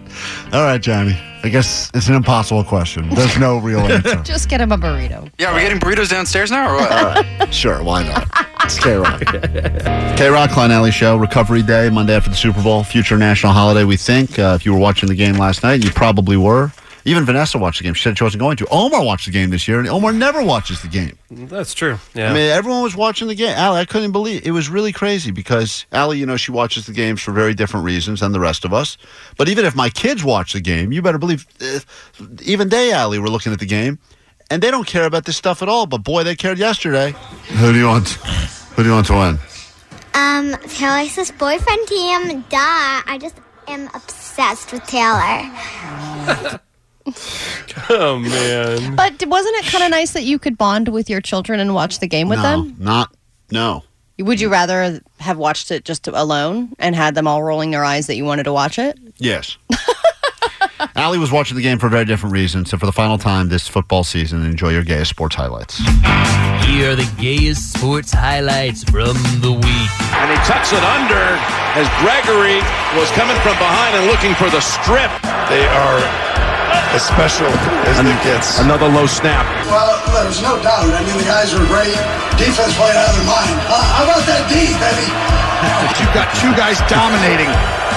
Speaker 10: all right, Johnny. I guess it's an impossible question. There's no real answer.
Speaker 7: Just get him a burrito.
Speaker 22: Yeah, we're getting burritos downstairs now, or what?
Speaker 10: Sure, why not? It's K Rock. K Rock, Klein Alley Show, Recovery Day, Monday after the Super Bowl, future national holiday, we think. Uh, if you were watching the game last night, you probably were. Even Vanessa watched the game. She said she wasn't going to. Omar watched the game this year, and Omar never watches the game.
Speaker 5: That's true. Yeah.
Speaker 10: I mean, everyone was watching the game. Allie, I couldn't believe it. was really crazy because Allie, you know, she watches the games for very different reasons than the rest of us. But even if my kids watch the game, you better believe if, even they, Allie, were looking at the game, and they don't care about this stuff at all. But boy, they cared yesterday. Who do you want? Who do you want to win?
Speaker 26: Um, Taylor's boyfriend team, duh. I just am obsessed with Taylor.
Speaker 5: Oh man.
Speaker 7: But wasn't it kind of nice that you could bond with your children and watch the game with
Speaker 10: no,
Speaker 7: them?
Speaker 10: Not no.
Speaker 7: Would you rather have watched it just alone and had them all rolling their eyes that you wanted to watch it?
Speaker 10: Yes.
Speaker 7: *laughs*
Speaker 10: Allie was watching the game for a very different reason. So for the final time this football season, enjoy your gayest sports highlights.
Speaker 16: Here are the gayest sports highlights from the week.
Speaker 21: And he tucks it under as Gregory was coming from behind and looking for the strip. They are as special as it gets. Another low snap.
Speaker 19: Well, there's no doubt. I mean, the guys were great. Defense played out of their mind. Uh, how about that D, baby?
Speaker 21: You've got two guys dominating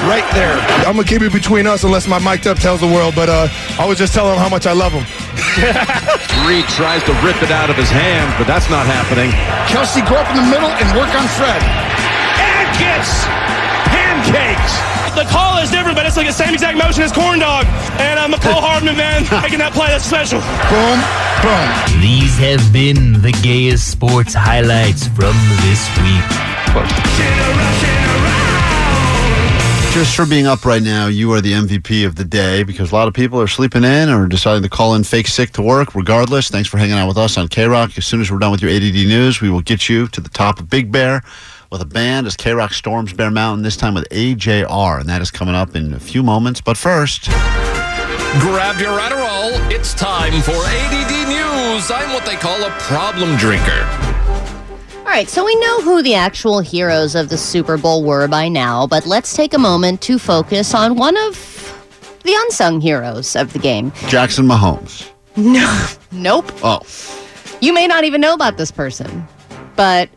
Speaker 21: right there.
Speaker 20: I'm gonna keep it between us unless my mic up tells the world. But uh, I was just telling him how much I love him.
Speaker 21: *laughs* Reed tries to rip it out of his hand, but that's not happening. Kelsey, go up in the middle and work on Fred.
Speaker 2: And gets pancakes. The call is different, but it's like the same exact motion as corn dog. And I'm a
Speaker 21: *laughs*
Speaker 2: Paul Hardman man making that play that's special.
Speaker 16: Boom, boom. These have been the gayest sports highlights from this week.
Speaker 10: Just for being up right now, you are the MVP of the day because a lot of people are sleeping in or deciding to call in fake sick to work. Regardless, thanks for hanging out with us on K Rock. As soon as we're done with your ADD news, we will get you to the top of Big Bear with a band as K Rock storms Bear Mountain, this time with AJR. And that is coming up in a few moments. But first,
Speaker 5: Grab your Adderall. It's time for ADD news. I'm what they call a problem drinker.
Speaker 7: All right, so we know who the actual heroes of the Super Bowl were by now, but let's take a moment to focus on one of the unsung heroes of the game.
Speaker 10: Jackson Mahomes.
Speaker 7: No, nope.
Speaker 10: Oh.
Speaker 7: You may not even know about this person, but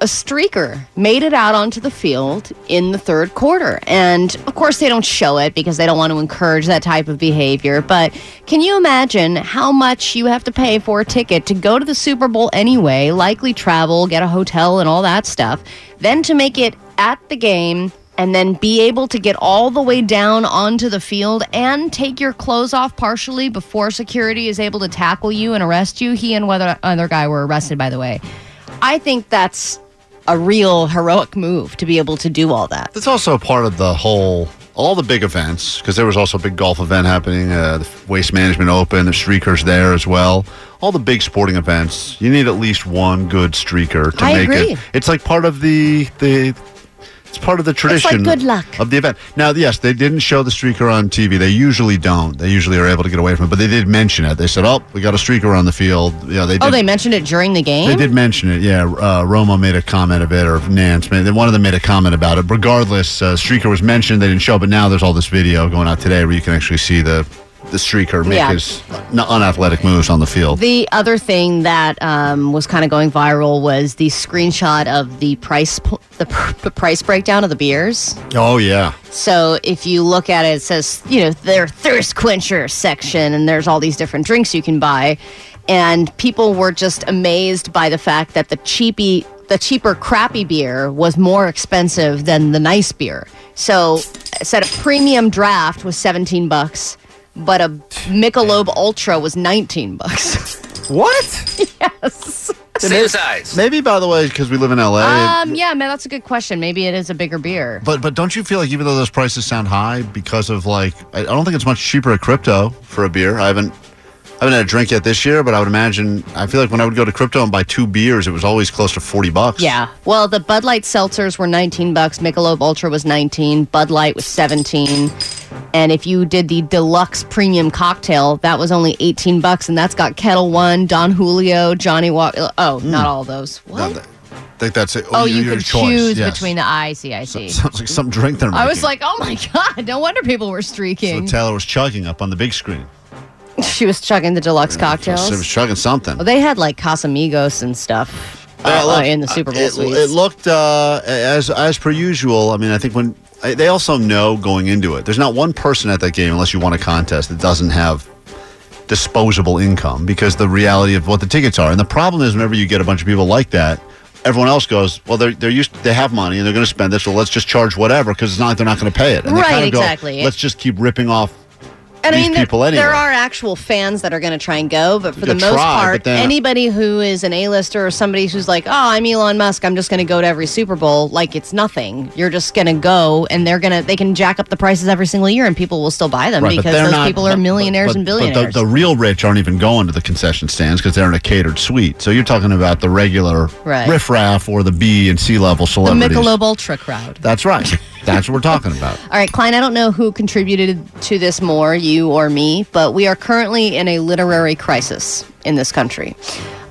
Speaker 7: a streaker made it out onto the field in the third quarter. And of course, they don't show it because they don't want to encourage that type of behavior. But can you imagine how much you have to pay for a ticket to go to the Super Bowl anyway, likely travel, get a hotel, and all that stuff? Then to make it at the game. And then be able to get all the way down onto the field and take your clothes off partially before security is able to tackle you and arrest you. He and whether other guy were arrested, by the way. I think that's a real heroic move to be able to do all that.
Speaker 10: That's also part of the whole, all the big events, because there was also a big golf event happening, uh, the Waste Management Open, the streakers there as well. All the big sporting events, you need at least one good streaker to
Speaker 7: I
Speaker 10: make
Speaker 7: agree.
Speaker 10: it. It's like part of the the. It's part of the
Speaker 7: like
Speaker 10: tradition
Speaker 7: good luck.
Speaker 10: of the event. Now, yes, they didn't show the streaker on TV. They usually don't. They usually are able to get away from it, but they did mention it. They said, "Oh, we got a streaker on the field." Yeah, they did
Speaker 7: oh, they mentioned it during the game?
Speaker 10: they did mention it, yeah. Uh, Romo made a comment of it, or Nance, made, one of them made a comment about it. Regardless, uh, Streaker was mentioned. They didn't show, but now there's all this video going out today where you can actually see the the Streaker make
Speaker 7: Yeah.
Speaker 10: his n- unathletic moves on the field.
Speaker 7: The other thing that um, was kind of going viral was the screenshot of the price p- the, pr- the price breakdown of the beers.
Speaker 10: oh yeah,
Speaker 7: So if you look at it, it says you know their thirst quencher section, and there's all these different drinks you can buy, and people were just amazed by the fact that the cheapy the cheaper crappy beer was more expensive than the nice beer. So it said a premium draft was 17 bucks, but a Michelob Ultra was 19 bucks.
Speaker 10: What?
Speaker 7: yes.
Speaker 10: maybe, Maybe by the way, because we live in LA.
Speaker 7: Um, yeah, man, that's a good question. Maybe it is a bigger beer.
Speaker 10: but but don't you feel like even though those prices sound high because of like I, I don't think it's much cheaper at crypto for a beer. I haven't I haven't had a drink yet this year, but I would imagine I feel like when I would go to crypto and buy two beers, it was always close to forty bucks.
Speaker 7: Yeah. Well, the Bud Light seltzers were 19 bucks. Michelob Ultra was 19. Bud Light was 17. And if you did the deluxe premium cocktail, that was only 18 bucks, and that's got Kettle One, Don Julio, Johnny Walker. Oh,
Speaker 10: Hmm.
Speaker 7: not all those. What?
Speaker 10: I think that's it.
Speaker 7: oh, you,
Speaker 10: your
Speaker 7: could
Speaker 10: choice,
Speaker 7: choose
Speaker 10: yes.
Speaker 7: between the. I see. I see.
Speaker 10: Sounds like some drink they're
Speaker 7: I was like,
Speaker 10: making.
Speaker 7: oh my *laughs* god! No wonder people were streaking.
Speaker 10: So Taylor was chugging up on the big screen.
Speaker 7: *laughs* she was chugging the deluxe cocktails. Oh,
Speaker 10: She was chugging something.
Speaker 7: Well, they had like Casamigos and stuff uh,
Speaker 10: Yeah, it looked-
Speaker 7: uh, in the Super Bowl
Speaker 10: it,
Speaker 7: suites.
Speaker 10: it looked uh, as as per usual. I mean, I think when I- they also know going into it, there's not one person at that game unless you want a contest that doesn't have disposable income because the reality of what the tickets are. And the problem is whenever you get a bunch of people like that, everyone else goes, well, they're they're used they have money and they're going to spend it, so let's just charge whatever because it's not like they're not going to pay it. And they
Speaker 7: Right,
Speaker 10: kind of go,
Speaker 7: exactly.
Speaker 10: let's just keep ripping off
Speaker 7: And
Speaker 10: these
Speaker 7: I mean, there,
Speaker 10: people anyway.
Speaker 7: there are actual fans that are going to try and go, but for the
Speaker 10: They
Speaker 7: most
Speaker 10: try,
Speaker 7: part,
Speaker 10: but then-
Speaker 7: anybody who is an A-lister or somebody who's like, "Oh, I'm Elon Musk. I'm just going to go to every Super Bowl," like it's nothing. You're just going to go, and they're going to they can jack up the prices every single year, and people will still buy them
Speaker 10: Right, but
Speaker 7: because
Speaker 10: they're
Speaker 7: those
Speaker 10: not-
Speaker 7: people are millionaires and billionaires.
Speaker 10: But the, the real rich aren't even going to the concession stands because they're in a catered suite. So you're talking about the regular
Speaker 7: Right.
Speaker 10: riffraff or the B and C level
Speaker 7: the
Speaker 10: celebrities.
Speaker 7: Michelob Ultra crowd.
Speaker 10: That's right. That's what we're talking about.
Speaker 7: All right, Klein, I don't know who contributed to this more, you or me, but we are currently in a literary crisis in this country.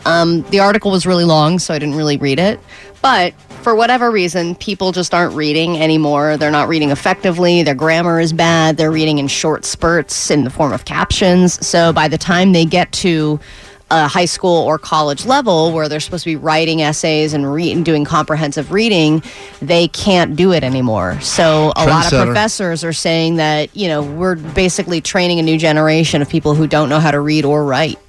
Speaker 7: Um, the article was really long, so I didn't really read it. But for whatever reason, people just aren't reading anymore. They're not reading effectively. Their grammar is bad. They're reading in short spurts in the form of captions. So by the time they get to a high school or college level where they're supposed to be writing essays and, re- and doing comprehensive reading, they can't do it anymore. So a lot of
Speaker 3: Trendsetter.
Speaker 7: professors are saying that, you know, we're basically training a new generation of people who don't know how to read or write.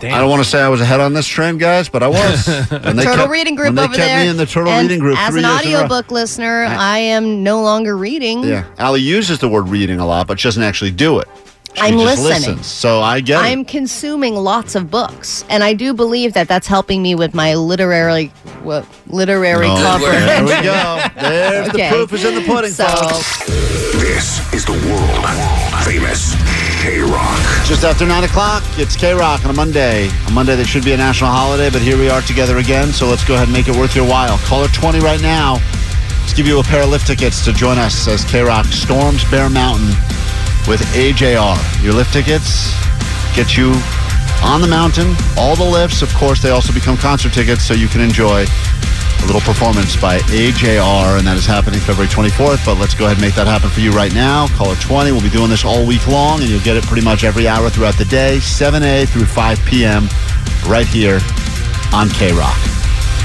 Speaker 10: I don't want to say I was ahead on this trend, guys, but I was. And they
Speaker 7: turtle
Speaker 10: kept-
Speaker 7: reading group
Speaker 10: when they
Speaker 7: over
Speaker 10: kept
Speaker 7: there.
Speaker 10: Me in the turtle
Speaker 7: and
Speaker 10: reading group
Speaker 7: As
Speaker 10: three
Speaker 7: an
Speaker 10: years in a row.
Speaker 7: audiobook listener, I am no longer reading.
Speaker 10: Yeah, Allie uses the word reading a lot, but she doesn't actually do it. She
Speaker 7: I'm
Speaker 10: just
Speaker 7: listening.
Speaker 10: listens. So I get it.
Speaker 7: I'm consuming lots of books, and I do believe that that's helping me with my literary what, literary
Speaker 10: No.
Speaker 7: comprehension.
Speaker 10: Oh,
Speaker 7: *laughs*
Speaker 10: There we go. There's
Speaker 7: Okay.
Speaker 10: the proof is in the pudding,
Speaker 7: So-
Speaker 10: folks.
Speaker 9: This is the world famous K Rock.
Speaker 10: Just after 9 o'clock, it's K Rock on a Monday. A Monday that should be a national holiday, but here we are together again. So let's go ahead and make it worth your while. Caller 20 right now. Let's give you a pair of lift tickets to join us as K Rock storms Bear Mountain with AJR. Your lift tickets get you on the mountain, all the lifts. Of course, they also become concert tickets, so you can enjoy a little performance by AJR, and that is happening February 24th. But let's go ahead and make that happen for you right now. Caller 20. We'll be doing this all week long, and you'll get it pretty much every hour throughout the day, 7 a through 5 p.m., right here on K Rock.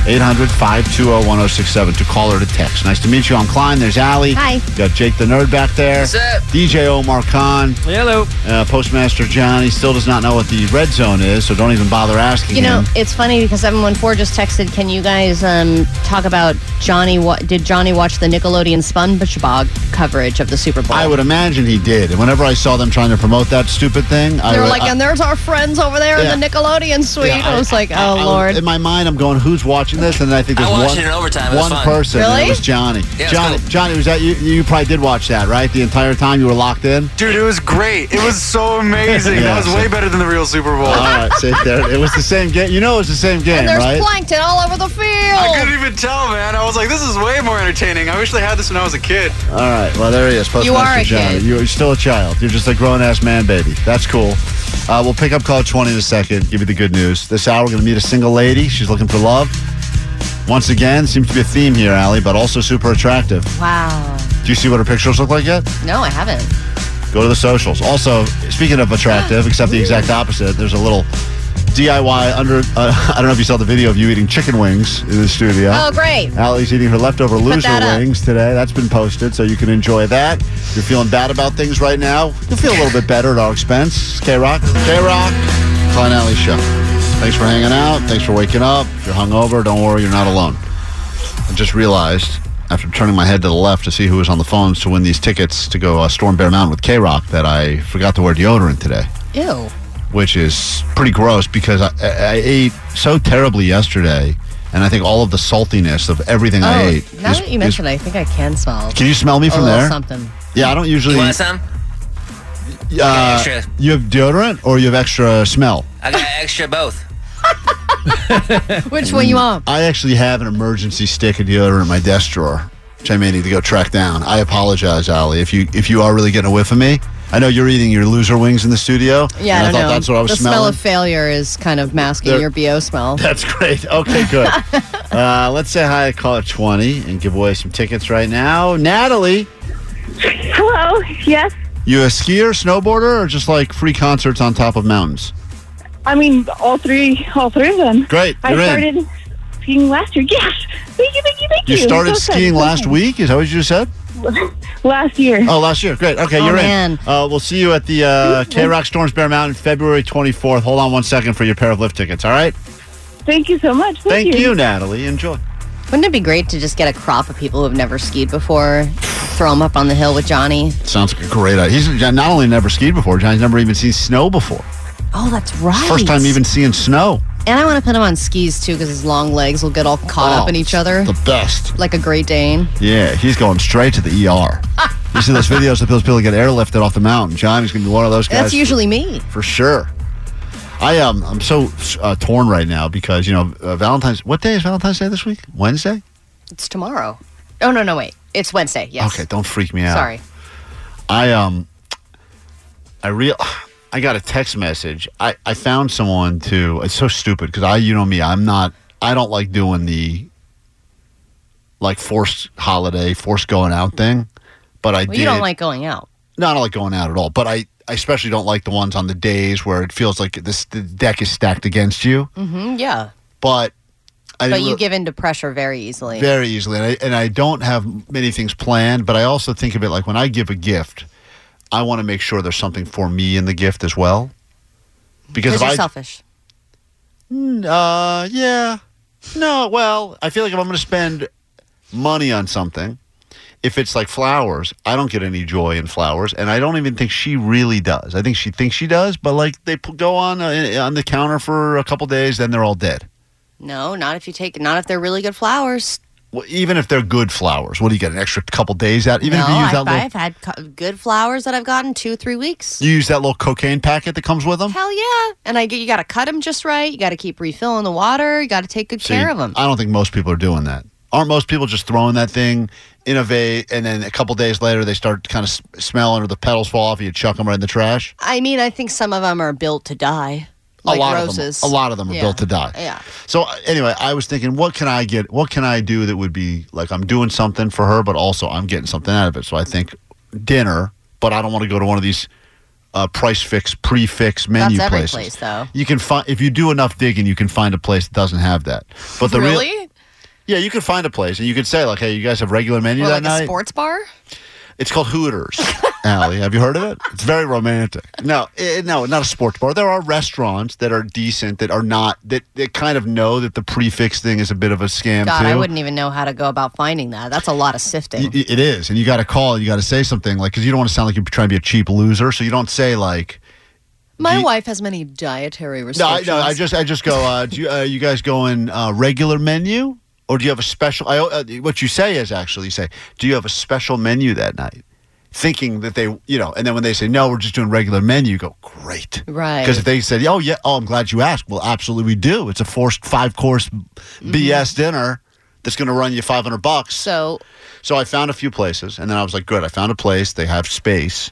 Speaker 10: 800 520 1067 to call or to text. Nice to meet you. I'm Klein. There's Allie.
Speaker 7: Hi.
Speaker 10: Got Jake the Nerd back there.
Speaker 7: What's up?
Speaker 10: DJ Omar Khan.
Speaker 16: Hello.
Speaker 10: Uh, Postmaster John. He still does not know what the red zone is, so don't even bother asking
Speaker 7: You know,
Speaker 10: him.
Speaker 7: it's funny because 714 just texted, can you guys um, talk about Johnny, wa- did Johnny watch the Nickelodeon SpongeBob coverage of the Super Bowl?
Speaker 10: I would imagine he did. And whenever I saw them trying to promote that stupid thing, I
Speaker 7: They're
Speaker 10: would-
Speaker 7: like,
Speaker 10: I-
Speaker 7: and there's our friends over there in the Nickelodeon suite. I, was like, oh,
Speaker 10: I- I-
Speaker 7: Lord.
Speaker 10: In my mind, I'm going, who's watching this? And then I think
Speaker 7: I
Speaker 10: there's
Speaker 7: watched
Speaker 10: one,
Speaker 7: it in overtime. It was
Speaker 10: one
Speaker 7: fun.
Speaker 10: person. And
Speaker 7: Really?
Speaker 10: it was Johnny.
Speaker 22: Yeah, it was
Speaker 10: Johnny, Johnny, was that you? You probably did watch that, right? The entire time you were locked
Speaker 7: *laughs*
Speaker 10: in.
Speaker 22: Dude, it was great. It was so amazing.
Speaker 10: Yeah, Uh-huh.
Speaker 22: that was way better than the real Super Bowl.
Speaker 10: All right, see, there, it was the same game. You know, it was the same game,
Speaker 7: and there's
Speaker 10: right?
Speaker 7: plankton all over the field.
Speaker 22: I couldn't even tell, man. I was like, this is way more entertaining. I wish they had this when I was a kid.
Speaker 10: All right. Well, there he is. Postmaster
Speaker 22: You are a
Speaker 10: Johnny.
Speaker 22: kid.
Speaker 10: You're still a child. You're just a grown ass man, baby. That's cool. Uh, we'll pick up call 20 in a second. Give you the good news. This hour, we're going to meet a single lady. She's looking for love. Once again, seems to be a theme here, Allie, but also super attractive.
Speaker 7: Wow.
Speaker 10: Do you see what her pictures look like yet?
Speaker 7: No, I haven't.
Speaker 10: Go to the socials. Also, speaking
Speaker 22: *gasps*
Speaker 10: of attractive, except the exact opposite, there's a little DIY under. Uh, *laughs* I don't know if you saw the video of you eating chicken wings in the studio.
Speaker 7: Oh, great.
Speaker 10: Allie's eating her leftover loser
Speaker 7: that up.
Speaker 10: wings today. That's been posted, so you can enjoy that. If you're feeling bad about things right now, you'll feel a little bit better at our expense. K Rock, K Rock, Klein Alley Show. Thanks for hanging out. Thanks for waking up. If you're hungover, don't worry, you're not alone. I just realized after turning my head to the left to see who was on the phones to win these tickets to go uh, Storm Bear Mountain with K Rock that I forgot to wear deodorant today
Speaker 7: Ew. Oh,
Speaker 10: which is pretty gross because I, I, I ate so terribly yesterday, and I think all of the saltiness of everything I
Speaker 7: oh,
Speaker 10: ate.
Speaker 7: now
Speaker 10: is-
Speaker 7: that you mention it, I think I can smell.
Speaker 10: Can you smell me
Speaker 7: a
Speaker 10: from
Speaker 7: little
Speaker 10: there?
Speaker 7: something.
Speaker 10: yeah, I don't usually.
Speaker 4: You want some?
Speaker 10: Uh,
Speaker 4: extra?
Speaker 10: You have deodorant or you have extra smell?
Speaker 4: I
Speaker 10: *laughs*
Speaker 4: got extra both.
Speaker 7: Which one you want?
Speaker 10: I actually have an emergency stick of deodorant in my desk drawer, which I may need to go track down. I apologize, Ali, if you if you are really getting a whiff of me. I know you're eating your loser wings in the studio.
Speaker 7: Yeah, I
Speaker 10: and
Speaker 7: don't
Speaker 10: thought
Speaker 7: know.
Speaker 10: that's what I was
Speaker 7: the
Speaker 10: smelling.
Speaker 7: smell of failure is kind of masking
Speaker 10: There-
Speaker 7: your BO smell.
Speaker 10: That's great. Okay,
Speaker 2: *laughs*
Speaker 10: good. uh, let's say hi to caller 20 and give away some tickets right now. Natalie,
Speaker 2: Hello. Yes.
Speaker 10: you a skier, snowboarder, or just like free concerts on top of mountains?
Speaker 2: I mean, all three, all three of them.
Speaker 10: Great,
Speaker 2: I
Speaker 10: you're in.
Speaker 2: started skiing last year. Yes. Thank you, thank you, thank you.
Speaker 10: You started
Speaker 2: So excited,
Speaker 10: skiing
Speaker 2: so
Speaker 10: last week? Is that what you just said?
Speaker 2: excited. *laughs* last year.
Speaker 10: Oh, last year. Great. Okay,
Speaker 2: Oh,
Speaker 10: you're
Speaker 2: man.
Speaker 10: in. Uh, we'll see you at the uh, K Rock Storms Bear Mountain February 24th. Hold on one second for your pair of lift tickets, all right?
Speaker 2: Thank you so much. Thank,
Speaker 10: Thank
Speaker 2: you.
Speaker 10: you, Natalie. Enjoy.
Speaker 7: Wouldn't it be great to just get a crop of people who have never skied before, throw them up on the hill with Johnny?
Speaker 10: Sounds like a great idea. He's not only never skied before, Johnny's never even seen snow before.
Speaker 7: Oh, that's right.
Speaker 10: First time even seeing snow.
Speaker 7: And I want to put him on skis too because his long legs will get all caught
Speaker 10: Oh,
Speaker 7: up in each other.
Speaker 10: The best.
Speaker 7: Like a Great Dane.
Speaker 10: Yeah, he's going straight to the
Speaker 7: *laughs*
Speaker 10: ER. you see those videos of those people get airlifted off the mountain. Johnny's going to be one of those guys.
Speaker 7: That's usually me.
Speaker 10: for sure. I um, I'm so uh, torn right now because you know uh, Valentine's. What day is Valentine's Day this week? Wednesday.
Speaker 7: It's tomorrow. Oh, no, no, wait. It's Wednesday. Yes.
Speaker 10: Okay, don't freak me out.
Speaker 7: Sorry.
Speaker 10: I um, I real, I got a text message. I I found someone to. It's so stupid because I, you know me, I'm not. I don't like doing the like forced holiday, forced going out thing. But I
Speaker 7: well,
Speaker 10: did.
Speaker 7: you don't like going out.
Speaker 10: No, I don't like going out at all. But I, I especially don't like the ones on the days where it feels like this the deck is stacked against you.
Speaker 7: Mm-hmm, yeah.
Speaker 10: But
Speaker 7: but
Speaker 10: I didn't
Speaker 7: you
Speaker 10: really-
Speaker 7: give in to pressure very easily.
Speaker 10: very easily, and I, and I don't have many things planned. But I also think of it like when I give a gift, I want to make sure there's something for me in the gift as well. Because if
Speaker 7: you're
Speaker 10: I,
Speaker 7: selfish.
Speaker 10: Mm, uh, yeah, no, well, I feel like if I'm going to spend money on something, if it's like flowers, I don't get any joy in flowers, and I don't even think she really does. I think she thinks she does, but like they p- go on uh, on the counter for a couple days, then they're all dead.
Speaker 7: No, not if you take. Not if they're really good flowers.
Speaker 10: Well, even if they're good flowers, what do you get? An extra couple days out? Even
Speaker 7: no,
Speaker 10: if you use
Speaker 7: I've,
Speaker 10: that little,
Speaker 7: I've had co- good flowers that I've gotten two, three weeks.
Speaker 10: you use that little cocaine packet that comes with them.
Speaker 7: Hell yeah! And I get you got to cut them just right. You got to keep refilling the water. You got to take good
Speaker 10: See,
Speaker 7: care of them.
Speaker 10: I don't think most people are doing that. Aren't most people just throwing that thing in a vase, and then a couple days later they start kind of s- smelling, or the petals fall off, and you chuck them right in the trash?
Speaker 7: I mean, I think some of them are built to die. Like
Speaker 10: a lot
Speaker 7: roses.
Speaker 10: of them. A lot of them are
Speaker 7: Yeah.
Speaker 10: built to die.
Speaker 7: Yeah.
Speaker 10: So uh, anyway, I was thinking, what can I get? What can I do that would be like I'm doing something for her, but also I'm getting something out of it. So I think dinner, but I don't want to go to one of these uh, price fix, prefix menu
Speaker 7: That's every
Speaker 10: places.
Speaker 7: place, though.
Speaker 10: You can find if you do enough digging, you can find a place that doesn't have that. But the
Speaker 7: really?
Speaker 10: real, yeah, you can find a place and you could say like, hey, you guys have regular menu
Speaker 7: Or
Speaker 10: that
Speaker 7: like
Speaker 10: night.
Speaker 7: a sports bar?
Speaker 10: It's called Hooters. *laughs* Allie, have you heard of it? It's very romantic. No, eh, no, not a sports bar. There are restaurants that are decent that are not that that kind of know that the prefix thing is a bit of a scam
Speaker 7: God,
Speaker 10: too.
Speaker 7: I wouldn't even know how to go about finding that. That's a lot of sifting.
Speaker 10: Y- y- It is, and you got to call. You got to say something like because you don't want to sound like you're trying to be a cheap loser. So you don't say like,
Speaker 7: My wife has many dietary
Speaker 10: no, I,
Speaker 7: restrictions.
Speaker 10: no. I just, I just go. Uh, do you, uh, you guys going uh, regular menu, or do you have a special? I, uh, what you say is actually you say, do you have a special menu that night? Thinking that they, you know, and then when they say no, we're just doing regular menu. You go great.
Speaker 7: right.
Speaker 10: Because if they said, "Oh yeah, oh I'm glad you asked," well, absolutely we do. It's a forced five course BS dinner that's going to run you five hundred bucks.
Speaker 7: Mm-hmm. So,
Speaker 10: so I found a few places, and then I was like, "Good, I found a place. They have space.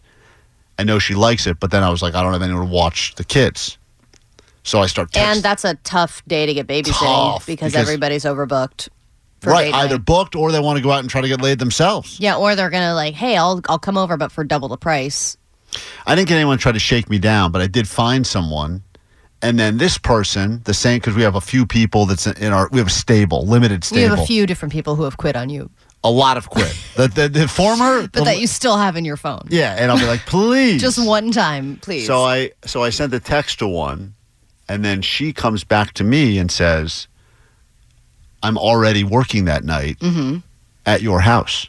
Speaker 10: I know she likes it." But then I was like, "I don't have anyone to watch the kids," so I start texting.
Speaker 7: and that's a tough day to get babysitting
Speaker 10: Tough,
Speaker 7: because,
Speaker 10: because-
Speaker 7: everybody's overbooked. For
Speaker 10: right,
Speaker 7: date night.
Speaker 10: either booked or they want to go out and try to get laid themselves.
Speaker 7: Yeah, or they're gonna like, hey, I'll I'll come over, but for double the price.
Speaker 10: I didn't get anyone to try to shake me down, but I did find someone. And then this person, the same, because we have a few people that's in our, we have a stable, limited stable.
Speaker 7: You have a few different people who have quit on you,
Speaker 10: a lot of quit. The the, the former,
Speaker 7: *laughs* but that you still have in your phone.
Speaker 10: yeah, and I'll
Speaker 7: *laughs*
Speaker 10: be like, please.
Speaker 7: Just one time, please.
Speaker 10: So I so I sent the text to one, and then she comes back to me and says, "I'm already working that night
Speaker 7: Mm-hmm.
Speaker 10: at your house."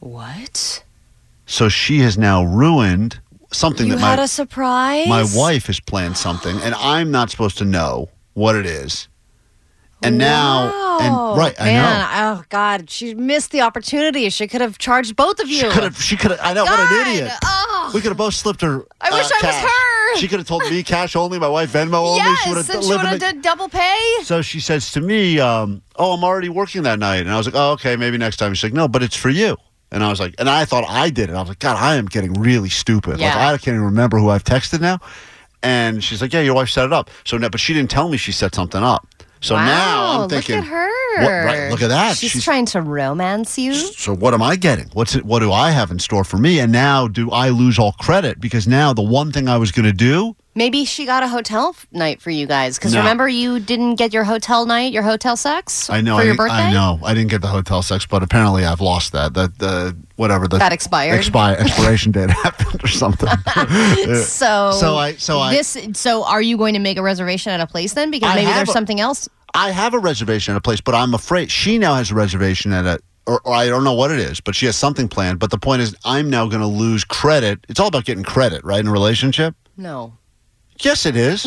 Speaker 7: What?
Speaker 10: So she has now ruined something
Speaker 7: You
Speaker 10: that my
Speaker 7: had a surprise.
Speaker 10: my wife has planned something, and I'm not supposed to know what it is. And now, and right, I know.
Speaker 7: Man, oh God, she missed the opportunity. She could have charged both of you. Oh,
Speaker 10: She could have. She could have. I know. What
Speaker 7: God,
Speaker 10: an idiot. We could have both slipped her. uh,
Speaker 7: I wish I was
Speaker 10: cash.
Speaker 7: her.
Speaker 10: She could have told me cash only. My wife Venmo only. she would
Speaker 7: yes,
Speaker 10: have
Speaker 7: and she would have done double pay.
Speaker 10: So she says to me, um, "Oh, I'm already working that night," and I was like, "Oh, okay, maybe next time." She's like, "No, but it's for you." And I was like, and I thought I did it. I was like, God, I am getting really stupid. Like,
Speaker 2: Yeah.
Speaker 10: I can't even remember who I've texted now. And she's like, Yeah, your wife set it up. So, no, but she didn't tell me she set something up. So now I'm thinking,
Speaker 7: look at her.
Speaker 10: What, right, look at that.
Speaker 7: She's,
Speaker 10: She's-
Speaker 7: trying to romance you.
Speaker 10: so what am I getting? What's it? What do I have in store for me? And now do I lose all credit because now the one thing I was going to do?
Speaker 7: Maybe she got a hotel f- night for you guys because
Speaker 10: No.
Speaker 7: remember you didn't get your hotel night, your hotel sex.
Speaker 10: I know.
Speaker 7: for
Speaker 10: I,
Speaker 7: your
Speaker 10: didn't-
Speaker 7: birthday.
Speaker 10: I know. I didn't get the hotel sex, but apparently I've lost that. That the whatever the
Speaker 7: That expired? *laughs*
Speaker 10: expi- expiration date *laughs* happened or something. Yeah.
Speaker 7: So
Speaker 10: so I so I
Speaker 7: this so are you going to make a reservation at a place then because
Speaker 10: I
Speaker 7: maybe
Speaker 10: have
Speaker 7: there's
Speaker 10: a-
Speaker 7: something else
Speaker 10: I have a reservation at a place, but I'm afraid she now has a reservation at a, or, or I don't know what it is, but she has something planned. But the point is, I'm now going to lose credit. It's all about getting credit, right, in a relationship.
Speaker 7: No.
Speaker 10: Yes, it is.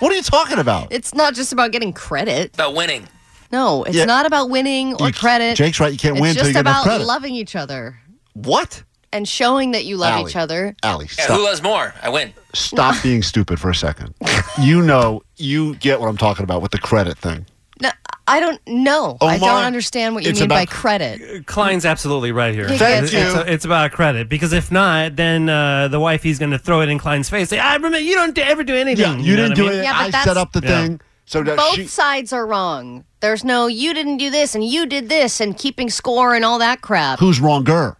Speaker 10: what are you talking about?
Speaker 7: It's not just about getting credit.
Speaker 4: About winning.
Speaker 7: No, it's
Speaker 10: Yeah.
Speaker 7: not about winning or
Speaker 10: You-
Speaker 7: credit.
Speaker 10: Jake's right, you can't
Speaker 7: it's
Speaker 10: win till
Speaker 7: just
Speaker 10: you get enough
Speaker 7: about
Speaker 10: credit.
Speaker 7: loving each other
Speaker 10: What?
Speaker 7: and showing that you love
Speaker 10: Allie.
Speaker 7: each other.
Speaker 10: Allie,
Speaker 4: Yeah,
Speaker 10: stop.
Speaker 4: who loves more? I win.
Speaker 10: Stop being stupid for a second. You know, you get what I'm talking about with the credit thing.
Speaker 7: No, I don't know. I
Speaker 10: Omar,
Speaker 7: don't understand what you
Speaker 10: it's
Speaker 7: mean by
Speaker 10: about-
Speaker 7: credit.
Speaker 5: Klein's absolutely right here.
Speaker 7: Thank Thank you.
Speaker 5: It's, it's about credit because if not, then uh, the wife he's going to throw it in Klein's face. Say, I remember you don't ever do anything.
Speaker 10: Yeah, you
Speaker 5: know
Speaker 10: didn't
Speaker 5: what I
Speaker 10: do
Speaker 5: mean?
Speaker 10: it.
Speaker 7: Yeah, but
Speaker 10: I
Speaker 7: that's-
Speaker 10: set up the
Speaker 5: Yeah.
Speaker 10: thing. So that
Speaker 7: Both
Speaker 10: she,
Speaker 7: sides are wrong. There's no you didn't do this and you did this and keeping score and all that crap.
Speaker 10: who's wronger?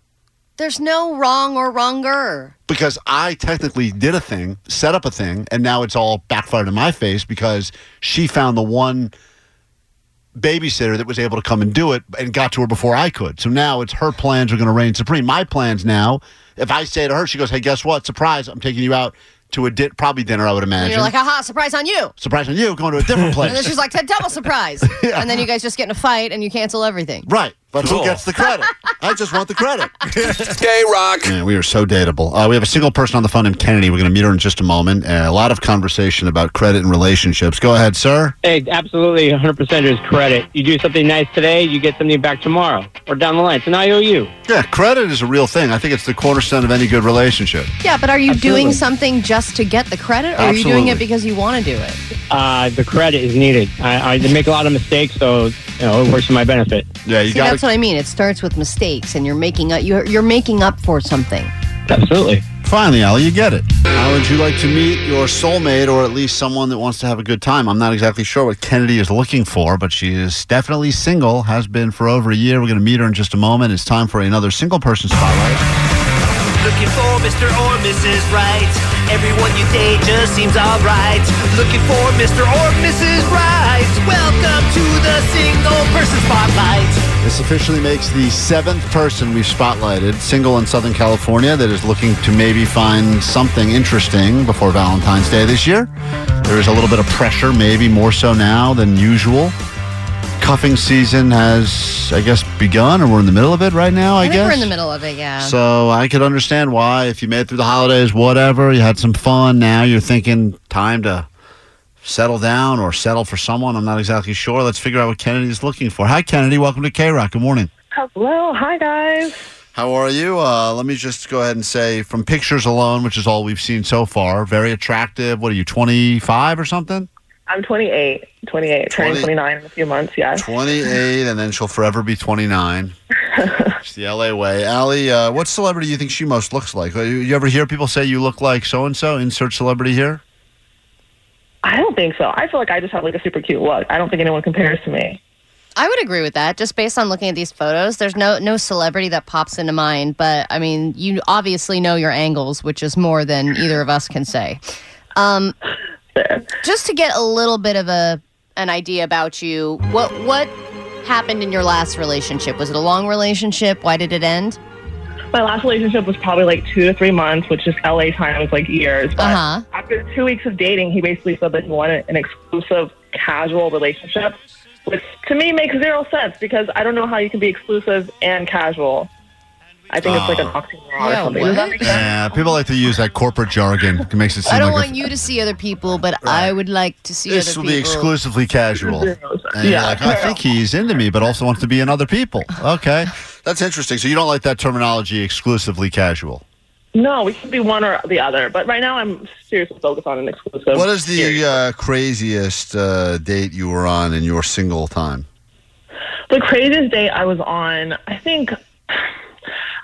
Speaker 7: There's no wrong or wronger.
Speaker 10: Because I technically did a thing, set up a thing, and now it's all backfired in my face because she found the one babysitter that was able to come and do it and got to her before I could. So now it's her plans are going to reign supreme. My plans now, if I say to her, she goes, "Hey, guess what? Surprise! I'm taking you out to a di- probably dinner. I would
Speaker 7: And
Speaker 10: imagine.
Speaker 7: you're like, haha, surprise on you.
Speaker 10: Surprise on you, going to a different place.
Speaker 7: And then she's like, double
Speaker 10: *laughs*
Speaker 7: surprise. And then you guys just get in a fight and you cancel everything.
Speaker 10: Right. But who gets the credit? I just want the credit. *laughs*
Speaker 27: Gay rock.
Speaker 10: Man, we are so dateable. Uh, we have a single person on the phone named Kennedy. We're going to meet her in just a moment. Uh, a lot of conversation about credit and relationships. Go ahead, sir.
Speaker 2: Hey, absolutely, 100% is credit. You do something nice today, you get something back tomorrow or down the line. It's an IOU.
Speaker 10: Yeah, credit is a real thing. I think it's the cornerstone of any good relationship.
Speaker 7: Yeah, but are you doing
Speaker 10: Absolutely.
Speaker 7: something just to get the credit or are you doing
Speaker 10: Absolutely.
Speaker 7: it because you want to do it?
Speaker 2: Uh, the credit is needed. I, I make a lot of mistakes, so you know it works to my benefit.
Speaker 10: Yeah, you
Speaker 7: See, that's what I mean. It starts with mistakes and you're making up you're, you're making up for something.
Speaker 10: Absolutely. Finally, Allie, you get it. How would you like to meet your soulmate or at least someone that wants to have a good time? I'm not exactly sure what Kennedy is looking for, but she is definitely single, has been for over a year. We're going to meet her in just a moment. It's time for another single person spotlight.
Speaker 28: Looking for Mr. or Mrs. Right. Everyone you date just seems alright. Looking for Mr. or Mrs. Right. Welcome to the single person spotlight.
Speaker 10: This officially makes the seventh person we've spotlighted, single in Southern California, that is looking to maybe find something interesting before Valentine's Day this year. There is a little bit of pressure, maybe more so now than usual. Cuffing season has, I guess, begun, or we're in the middle of it right now, I,
Speaker 7: think
Speaker 10: guess.
Speaker 7: we're in the middle of it, yeah.
Speaker 10: So I could understand why, if you made it through the holidays, whatever, you had some fun. Now you're thinking time to settle down or settle for someone. I'm not exactly sure. Let's figure out what Kennedy's looking for. Hi, Kennedy. Welcome to K Rock. Good morning.
Speaker 17: Hello, hi guys.
Speaker 10: How are you? Uh, let me just go ahead and say, from pictures alone, which is all we've seen so far, very attractive. What are you, 25 or something?
Speaker 17: I'm 28, 28, turning
Speaker 10: 20.
Speaker 17: 29 in a few months. Yeah.
Speaker 10: 28, and then she'll forever be 29. it's the LA way. Allie, uh, what celebrity do you think she most looks like? Uh, You, you ever hear people say you look like so and so? Insert celebrity here?
Speaker 17: I don't think so. I feel like I just have like a super cute look. I don't think anyone compares to me.
Speaker 7: I would agree with that. Just based on looking at these photos, there's no no celebrity that pops into mind. But I mean, you obviously know your angles, which is more than either of us can say. Um, just to get a little bit of a an idea about you, what what happened in your last relationship? Was it a long relationship? Why did it end?
Speaker 17: My last relationship was probably like two to three months, which is LA time was like years. But
Speaker 7: Uh-huh.
Speaker 17: after two weeks of dating, he basically said that he wanted an exclusive casual relationship, which to me makes zero sense because I don't know how you can be exclusive and casual. I think it's like an
Speaker 10: Oh.
Speaker 17: oxymoron or something. Does that make sense?
Speaker 10: Yeah, people like to use that corporate jargon. It makes it seem
Speaker 7: I don't
Speaker 10: like a-
Speaker 7: want you to see other people, but I would like to see
Speaker 10: this
Speaker 7: other
Speaker 10: will be
Speaker 7: people.
Speaker 17: *laughs*
Speaker 10: exclusively casual. And you're
Speaker 7: Yeah.
Speaker 10: like, I think he's into me, but also wants to be in other people. Okay. That's interesting. So you don't like that terminology exclusively casual.
Speaker 17: No, we can be one or the other. But right now, I'm seriously focused on an exclusive.
Speaker 10: what is the uh, craziest uh, date you were on in your single time?
Speaker 17: the craziest date I was on, I think *sighs*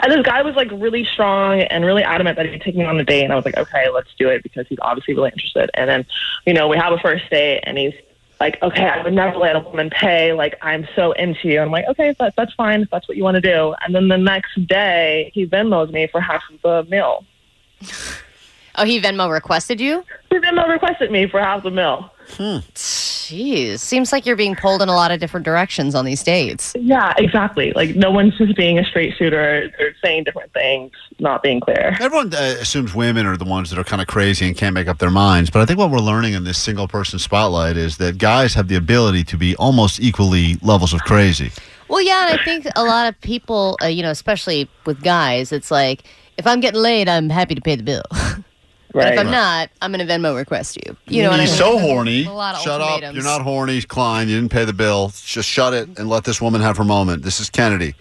Speaker 17: and this guy was like really strong and really adamant that he'd take me on a date and I was like, Okay, let's do it because he's obviously really interested and then, you know, we have a first date and he's like, Okay, I would never let a woman pay, like I'm so into you and I'm like, Okay, that, that's fine if that's what you want to do and then the next day he Venmos me for half of the meal.
Speaker 7: Oh, he Venmo requested you.
Speaker 17: He Venmo requested me for half the meal.
Speaker 7: Jeez, seems like you're being pulled in a lot of different directions on these dates.
Speaker 17: Yeah, exactly. Like no one's just being a straight shooter or saying different things, not being clear.
Speaker 10: Everyone uh, assumes women are the ones that are kind of crazy and can't make up their minds. But I think what we're learning in this single person spotlight is that guys have the ability to be almost equally levels of crazy.
Speaker 7: Well, yeah, and I think a lot of people, uh, you know, especially with guys, it's like if I'm getting laid, I'm happy to pay the bill. But if
Speaker 10: Right.
Speaker 7: I'm not, I'm gonna Venmo request you. You know what I
Speaker 10: You're
Speaker 7: mean?
Speaker 10: so horny.
Speaker 7: A lot of
Speaker 10: Shut up.
Speaker 7: ultimatums.
Speaker 10: You're not horny, Klein. You didn't pay the bill. Just shut it and let this woman have her moment. This is Kennedy.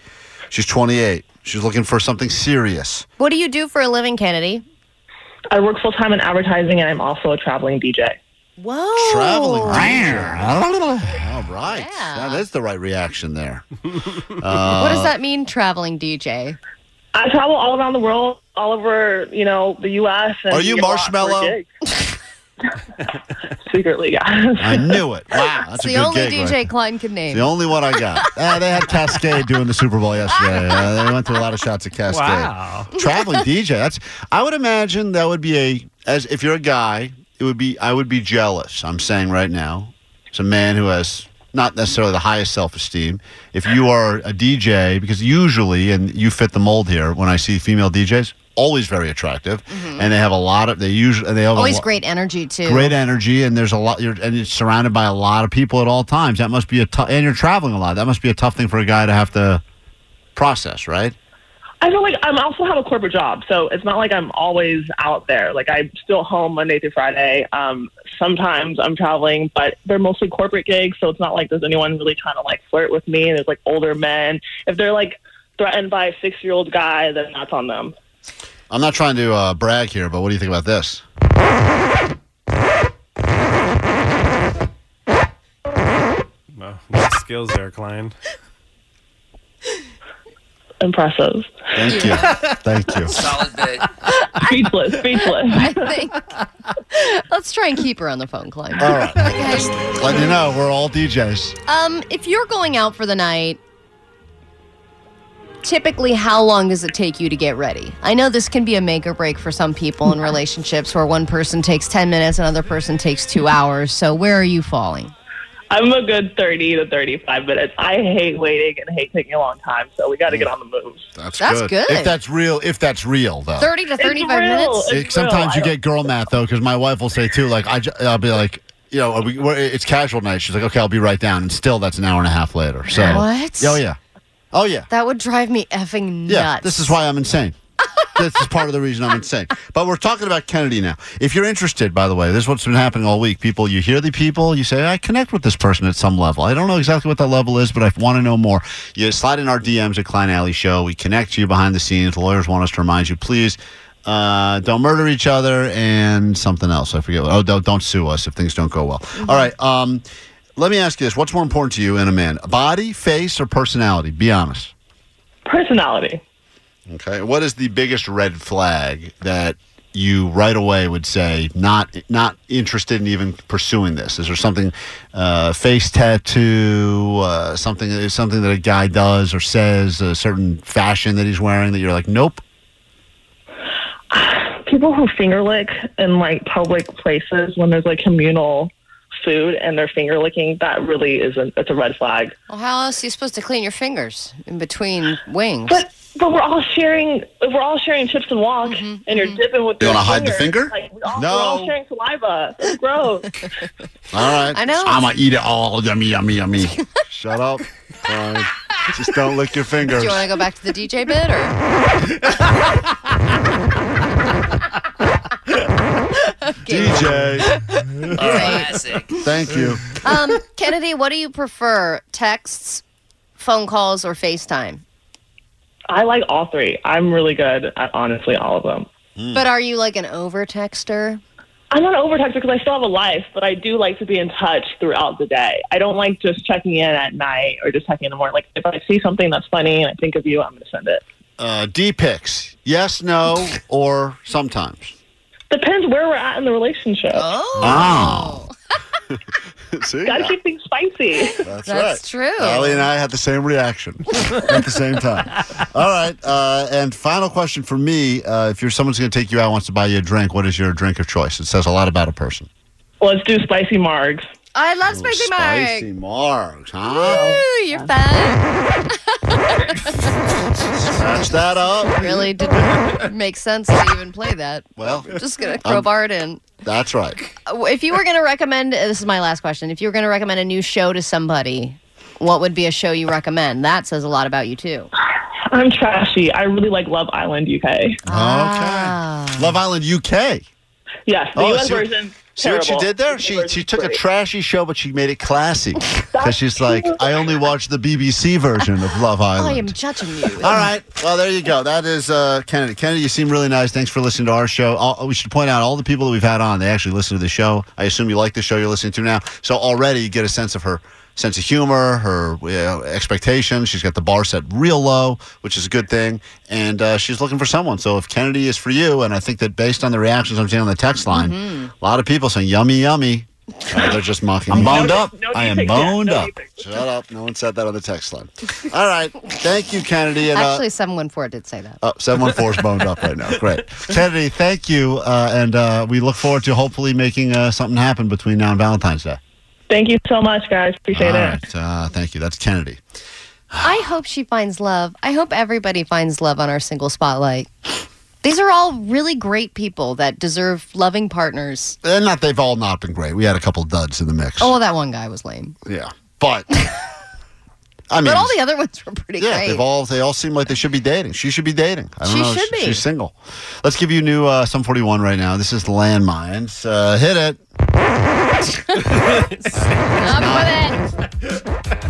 Speaker 10: She's 28. She's looking for something serious.
Speaker 7: What do you do for a living, Kennedy?
Speaker 17: I work full time in advertising and I'm also a traveling DJ.
Speaker 7: Whoa.
Speaker 10: Traveling. All right. That is the right reaction there.
Speaker 7: what
Speaker 10: Uh,
Speaker 7: does that mean, traveling DJ?
Speaker 17: I travel all around the world, all over, you know, the US and
Speaker 10: Are you
Speaker 17: get a lot for
Speaker 10: Marshmallow?
Speaker 17: gigs. Secretly, *laughs* yeah.
Speaker 10: I knew it. Wow. That's
Speaker 7: It's
Speaker 10: a
Speaker 7: the
Speaker 10: good
Speaker 7: only
Speaker 10: gig right
Speaker 7: DJ Klein could name.
Speaker 10: The only one I got. Uh, they had Cascade doing the Super Bowl yesterday. Uh, they went through a lot of shots of Cascade.
Speaker 5: Wow.
Speaker 10: Traveling DJ. That's. I would imagine that would be a as if you're a guy, it would be. I would be jealous. I'm saying right now, as a man who has not necessarily the highest self-esteem, if you are a DJ, because usually, and you fit the mold here. When I see female DJs, always very attractive, and they have a lot of. They usually and they have a
Speaker 7: Always
Speaker 10: lo-
Speaker 7: great energy too.
Speaker 10: Great energy, and there's a lot. You're and you're surrounded by a lot of people at all times. That must be a tough. And you're traveling a lot. That must be a tough thing for a guy to have to process, right?
Speaker 17: I feel like um, I am also have a corporate job, so it's not like I'm always out there. Like I'm still home Monday through Friday. Um, sometimes I'm traveling, but they're mostly corporate gigs, so it's not like there's anyone really trying to like flirt with me. And there's like older men. If they're like threatened by a six year old guy, then that's on them.
Speaker 10: I'm not trying to uh, brag here, but what do you think about this?
Speaker 5: Well, good skills there, Klein.
Speaker 17: Impressive.
Speaker 10: Thank you. Thank you.
Speaker 29: Solid bit.
Speaker 17: Speechless. Speechless.
Speaker 7: *laughs* I think. *laughs* Let's try and keep her on the phone, Klein.
Speaker 10: All right.
Speaker 7: Okay.
Speaker 10: Let you know we're all DJs.
Speaker 7: Um, if you're going out for the night, typically how long does it take you to get ready? I know this can be a make or break for some people
Speaker 17: *laughs*
Speaker 7: in relationships where one person takes 10 minutes, another person takes two hours. So where are you falling?
Speaker 17: I'm a good 30 to 35 minutes. I hate waiting and hate taking a long time, so we got to get on the move.
Speaker 10: That's,
Speaker 7: That's good.
Speaker 10: If that's real, if that's real though.
Speaker 7: 30 to
Speaker 17: It's
Speaker 7: 35
Speaker 17: real.
Speaker 7: minutes?
Speaker 10: It- sometimes you get girl math though, because my wife will say too, like I, ju- I'll be like, you know, we, we're, it's casual night. She's like, okay, I'll be right down, and still that's an hour and a half later. So
Speaker 7: What?
Speaker 10: Oh yeah, oh yeah.
Speaker 7: That would drive me effing nuts.
Speaker 10: Yeah, this is why I'm insane. this is part of the reason I'm insane. But we're talking about Kennedy now. If you're interested, by the way, this is what's been happening all week. People, you hear the people, you say, I connect with this person at some level. I don't know exactly what that level is, but I want to know more. You slide in our DMs at Klein Alley Show. We connect you behind the scenes. The lawyers want us to remind you, please. Uh, don't murder each other and something else. I forget. what- Oh, don't, don't sue us if things don't go well. All right. Um, let me ask you this: What's more important to you in a man, body, face, or personality? Be honest.
Speaker 17: personality.
Speaker 10: Okay. What is the biggest red flag that you right away would say not not interested in even pursuing this? Is there something uh, face tattoo, uh, something something that a guy does or says, a certain fashion that he's wearing that you're like, nope.
Speaker 17: People who finger lick in like public places when there's like communal food and they're finger licking, that really isn't. It's a red flag.
Speaker 7: Well, how else are you supposed to clean your fingers in between wings?
Speaker 17: But but we're all sharing. If we're all sharing chips and walk, and you're dipping with.
Speaker 10: You
Speaker 17: your
Speaker 10: wanna hide the
Speaker 17: fingers,
Speaker 10: finger?
Speaker 17: Like, we're all,
Speaker 10: No.
Speaker 17: We're all sharing saliva. *laughs* It's gross.
Speaker 10: All right.
Speaker 17: I know.
Speaker 10: I'm gonna eat it all. Yummy,
Speaker 17: *laughs*
Speaker 10: yummy, yummy. Shut up. All right. Just don't lick your
Speaker 7: Do
Speaker 10: fingers.
Speaker 7: you want to go back to the DJ bit
Speaker 17: *laughs*
Speaker 7: or?
Speaker 10: DJ.
Speaker 7: Classic.
Speaker 10: Thank you.
Speaker 7: Um, Kennedy, what do you prefer? Texts, phone calls, or FaceTime?
Speaker 17: I like all three. I'm really good at honestly all of them.
Speaker 10: Hmm.
Speaker 7: But are you like an over texter?
Speaker 17: I'm not over texter because I still have a life, but I do like to be in touch throughout the day. I don't like just checking in at night or just checking in the morning. Like if I see something that's funny and I think of you, I'm going to send it.
Speaker 10: Uh, D pics. Yes, no, or sometimes.
Speaker 17: Depends where we're at in the relationship.
Speaker 7: Oh.
Speaker 10: Oh. *laughs* See?
Speaker 17: Gotta keep things spicy.
Speaker 10: That's, right. Allie and I had the same reaction at the same time. All right. Uh, and final question for me: uh, If you're someone's going to take you out, wants to buy you a drink, what is your drink of choice? It says a lot about a person.
Speaker 17: Let's do spicy margs.
Speaker 7: I love Spicy,
Speaker 10: Spicy marks, huh?
Speaker 7: Woo, you're fat.
Speaker 10: Scratch that up.
Speaker 7: Really didn't *laughs* make sense to even play that.
Speaker 10: Well,
Speaker 7: Just gonna
Speaker 10: I'm-
Speaker 7: crowbar it in.
Speaker 10: That's right.
Speaker 7: Uh, If you were gonna recommend, this is my last question. If you were gonna recommend a new show to somebody, what would be a show you recommend? That says a lot about you too.
Speaker 17: I'm trashy. I really like Love Island UK.
Speaker 10: Okay. Love Island UK.
Speaker 17: Yes, the US
Speaker 10: Oh, see,
Speaker 17: version,
Speaker 10: See what she
Speaker 17: terrible.
Speaker 10: did there? She she took a trashy show, but she made it classy. Because she's like, I only watched the BBC version of Love
Speaker 7: I
Speaker 10: Island.
Speaker 7: am
Speaker 10: *laughs*
Speaker 7: judging you.
Speaker 10: All right. Well, there you go. That is uh, Kennedy. Kennedy, you seem really nice. Thanks for listening to our show. All, we should point out all the people that we've had on, they actually listen to the show. I assume you like the show you're listening to now. So already you get a sense of her sense of humor, her you know, expectations. She's got the bar set real low, which is a good thing. And uh, she's looking for someone. So if Kennedy is for you, and I think that based on the reactions I'm seeing on the text line, a lot of people saying, yummy, yummy. Uh, they're just mocking me. I'm boned up. I am boned up. Shut up. No one said that on the text line. All right. Thank you, Kennedy. And, uh,
Speaker 7: Actually, someone for it did say
Speaker 10: *sighs*
Speaker 7: that.
Speaker 10: Oh, 714 is boned up right now.
Speaker 7: *laughs*
Speaker 10: Great. Kennedy, thank you. Uh, and uh, we look forward to hopefully making uh, something happen between now and Valentine's Day.
Speaker 17: Thank you so much, guys. Appreciate
Speaker 10: All
Speaker 17: it.
Speaker 10: right. Uh, thank you. That's Kennedy.
Speaker 7: I hope she finds love. I hope everybody finds love on our single spotlight. These are all really great people that deserve loving partners.
Speaker 10: And Uh, not they've all not been great. We had a couple duds in the mix.
Speaker 7: Oh, that one guy was lame.
Speaker 10: Yeah. But, I mean,
Speaker 7: but all the other ones were pretty
Speaker 10: yeah,
Speaker 7: great.
Speaker 10: they've all, they all seem like they should be dating. She should be dating. I don't
Speaker 7: She
Speaker 10: know.
Speaker 7: should be.
Speaker 10: She's single. Let's give you new uh, Sum 41 right now. This is Landmines. Uh, hit it.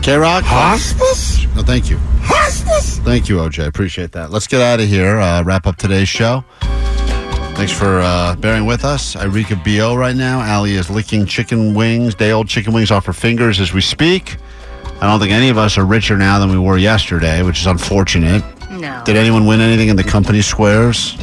Speaker 10: K Rock. Hospice? No, thank you. Hospice? Thank you, OJ. Appreciate that. Let's get out of here. Uh, wrap up today's show. Thanks for uh, bearing with us. Irika B.O. right now. Allie is licking chicken wings, day old chicken wings off her fingers as we speak. I don't think any of us are richer now than we were yesterday, which is unfortunate.
Speaker 7: No.
Speaker 10: Did anyone win anything in the company squares?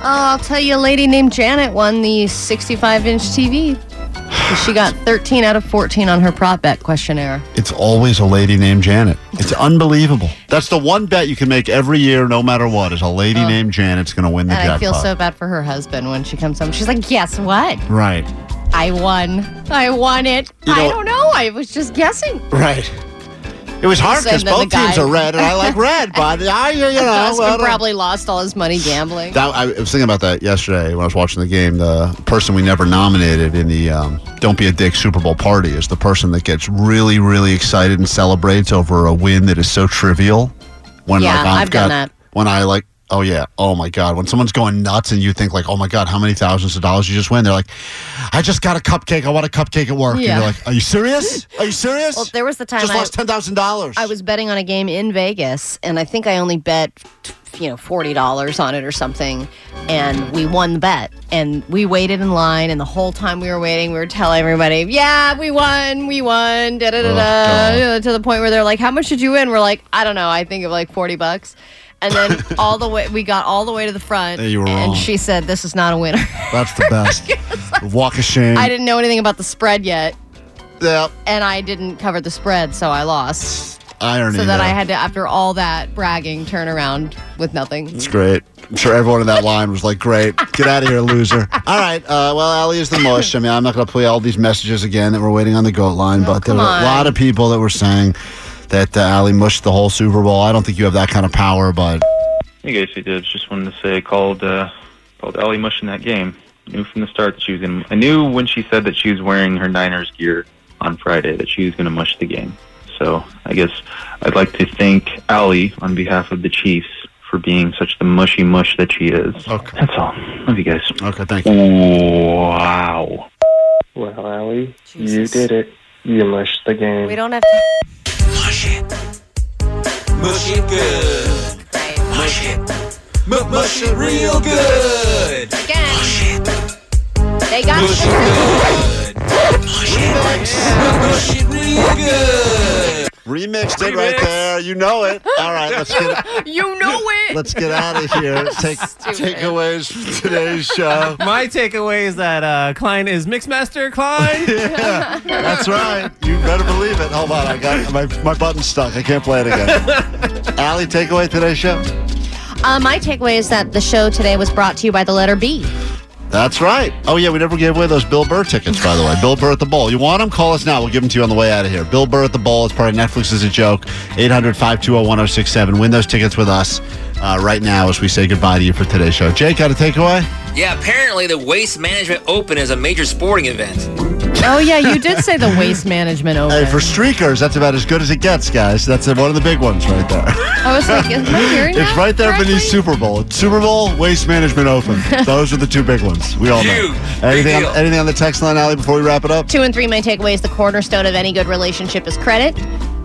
Speaker 7: Oh, I'll tell you, a lady named Janet won the 65 inch TV. *sighs* She got 13 out of 14 on her prop bet questionnaire.
Speaker 10: It's always a lady named Janet. It's unbelievable. That's the one bet you can make every year, no matter what, is a lady
Speaker 7: Oh.
Speaker 10: named Janet's going to win the
Speaker 7: and
Speaker 10: jackpot.
Speaker 7: I feel so bad for her husband when she comes home. She's like, guess what?
Speaker 10: Right.
Speaker 7: I won. I won it.
Speaker 10: You know-
Speaker 7: I don't know. I was just guessing.
Speaker 10: Right. It was
Speaker 7: Same
Speaker 10: hard because
Speaker 7: than the
Speaker 10: both teams
Speaker 7: guy.
Speaker 10: are red, and I
Speaker 7: *laughs*
Speaker 10: like red, but I, you know,
Speaker 7: Her husband
Speaker 10: Oh, I don't-
Speaker 7: probably lost all his money gambling.
Speaker 10: That, I was thinking about that yesterday when I was watching the game. The person we never nominated in the um, "Don't Be a Dick" Super Bowl party is the person that gets really, really excited and celebrates over a win that is so trivial. When
Speaker 7: Yeah,
Speaker 10: like,
Speaker 7: I've done that.
Speaker 10: When I like, oh yeah, oh my god, when someone's going nuts and you think like, oh my god, how many thousands of dollars you just win? They're like, I just got a cupcake. I want a cupcake at work. And
Speaker 7: Yeah.
Speaker 10: you're like, are you serious? Are you serious?
Speaker 7: Well, there was the time
Speaker 10: just
Speaker 7: I-
Speaker 10: lost ten thousand dollars.
Speaker 7: I was betting on a game in Vegas, and I think I only bet, you know, forty dollars on it or something, and we won the bet. And we waited in line, and the whole time we were waiting, we were telling everybody, "Yeah, we won, we won." Da da
Speaker 10: Oh,
Speaker 7: da da. you know, To the point where they're like, "How much did you win?" We're like, "I don't know. I think of like forty bucks." And
Speaker 10: *laughs*
Speaker 7: then all the way, we got all the way to the front,
Speaker 10: Yeah, you were
Speaker 7: and
Speaker 10: wrong.
Speaker 7: she said, "This is not a winner." *laughs*
Speaker 10: That's the best. Walk of shame.
Speaker 7: I didn't know anything about the spread yet,
Speaker 10: Yeah,
Speaker 7: and I didn't cover the spread, so I lost.
Speaker 10: irony.
Speaker 7: So that
Speaker 10: there.
Speaker 7: I had to, after all that bragging, turn around with nothing.
Speaker 10: It's great. I'm sure everyone in that line was like, great, get out of here, loser. All right. Uh, well, Ali is the mush. I mean, I'm not going to play all these messages again that we're waiting on the goat line, but there
Speaker 7: come
Speaker 10: were
Speaker 7: on.
Speaker 10: a lot of people that were saying that uh, Ali mushed the whole Super Bowl. I don't think you have that kind of power, but
Speaker 13: Hey guys, hey Dibs. Just wanted to say I called uh, called Ellie Mush in that game. Knew from the start that she was gonna. I knew when she said that she was wearing her Niners gear on Friday that she was gonna mush the game. So I guess I'd like to thank Allie on behalf of the Chiefs for being such the mushy mush that she is. Okay, that's all. Love you guys.
Speaker 10: Okay, thank
Speaker 13: you. Wow.
Speaker 2: Well, Allie, you did it. You mushed the game.
Speaker 7: We don't have to.
Speaker 2: Mush it good. Mush it. mush it real good.
Speaker 10: Oh,
Speaker 7: Again. They got the
Speaker 2: Mush it real good.
Speaker 10: remixed it right there. You know it. All right, let's get
Speaker 7: You know it.
Speaker 10: Let's get out of here.
Speaker 7: *laughs*
Speaker 10: Take takeaways from today's show.
Speaker 30: My takeaway is that uh, Klein is Mixmaster Klein.
Speaker 10: *laughs* yeah, that's right. You better believe it. Hold on, I got my my button stuck. I can't play it
Speaker 7: *laughs*
Speaker 10: again. Ali, take away today's show.
Speaker 7: Uh, my takeaway is that the show today was brought to you by the letter B.
Speaker 10: That's right. Oh, yeah, we never gave away those Bill Burr tickets, by the way. Bill Burr at the Bowl. You want them? Call us now. We'll give them to you on the way out of here. Bill Burr at the Bowl is part of Netflix is a joke. 800 520 1067. Win those tickets with us uh, right now as we say goodbye to you for today's show. Jake, got a takeaway?
Speaker 4: Yeah, apparently the Waste Management Open is a major sporting event.
Speaker 7: Oh yeah,
Speaker 10: *laughs*
Speaker 7: you did say the waste management over.
Speaker 10: Hey, for streakers, that's about as good as it gets, guys. That's one of the big ones right there.
Speaker 7: I was like, am I hearing
Speaker 10: *laughs* It's
Speaker 7: that?
Speaker 10: right there beneath Super Bowl. It's Super Bowl, Waste Management Open. Those are the two big ones. We all know.
Speaker 7: Huge.
Speaker 10: Anything on, anything on the text line, Allie, before we wrap it up?
Speaker 7: Two and three, my takeaways. The cornerstone of any good relationship is credit.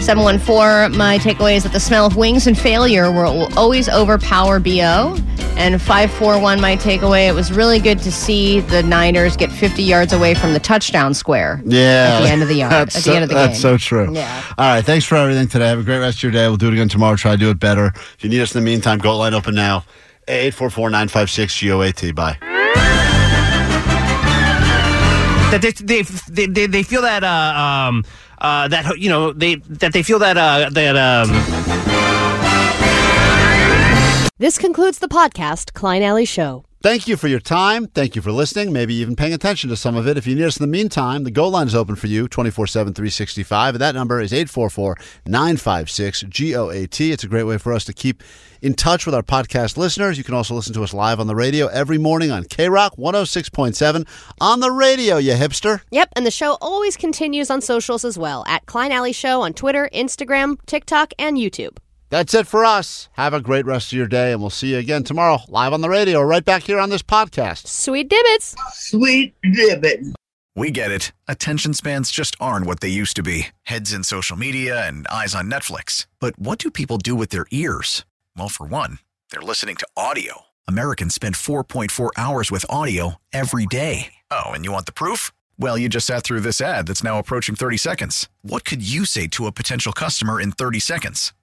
Speaker 7: 714, my takeaway is that the smell of wings and failure will always overpower BO. And 541, my takeaway, it was really good to see the Niners get 50 yards away from the touchdown square.
Speaker 10: Yeah.
Speaker 7: At the end
Speaker 10: *laughs*
Speaker 7: of the yard.
Speaker 10: That's
Speaker 7: at
Speaker 10: so,
Speaker 7: the end of the
Speaker 10: That's
Speaker 7: game.
Speaker 10: so true.
Speaker 7: Yeah.
Speaker 10: All right. Thanks for everything today. Have a great rest of your day. We'll do it again tomorrow. Try to do it better. If you need us in the meantime, go line open now. 844 956 GOAT. Bye.
Speaker 5: that they they they, they, they feel that uh, um uh that you know they that they feel that uh that um
Speaker 31: This concludes the podcast, Klein Alley Show.
Speaker 10: Thank you for your time. Thank you for listening, maybe even paying attention to some of it. If you need us in the meantime, the goal line is open for you 24 7, 365. And that number is 844 956 GOAT. It's a great way for us to keep in touch with our podcast listeners. You can also listen to us live on the radio every morning on oh K Rock 106.7 on the radio, you hipster.
Speaker 31: Yep, and the show always continues on socials as well at Klein Alley Show on Twitter, Instagram, TikTok, and YouTube.
Speaker 10: That's it for us. Have a great rest of your day, and we'll see you again tomorrow live on the radio, right back here on this podcast.
Speaker 31: Sweet dibbits.
Speaker 24: Sweet dibbit. We get it. Attention spans just aren't what they used to be heads in social media and eyes on Netflix. But what do people do with their ears? Well, for one, they're listening to audio. Americans spend 4.4 hours with audio every day. Oh, and you want the proof? Well, you just sat through this ad that's now approaching 30 seconds. What could you say to a potential customer in 30 seconds?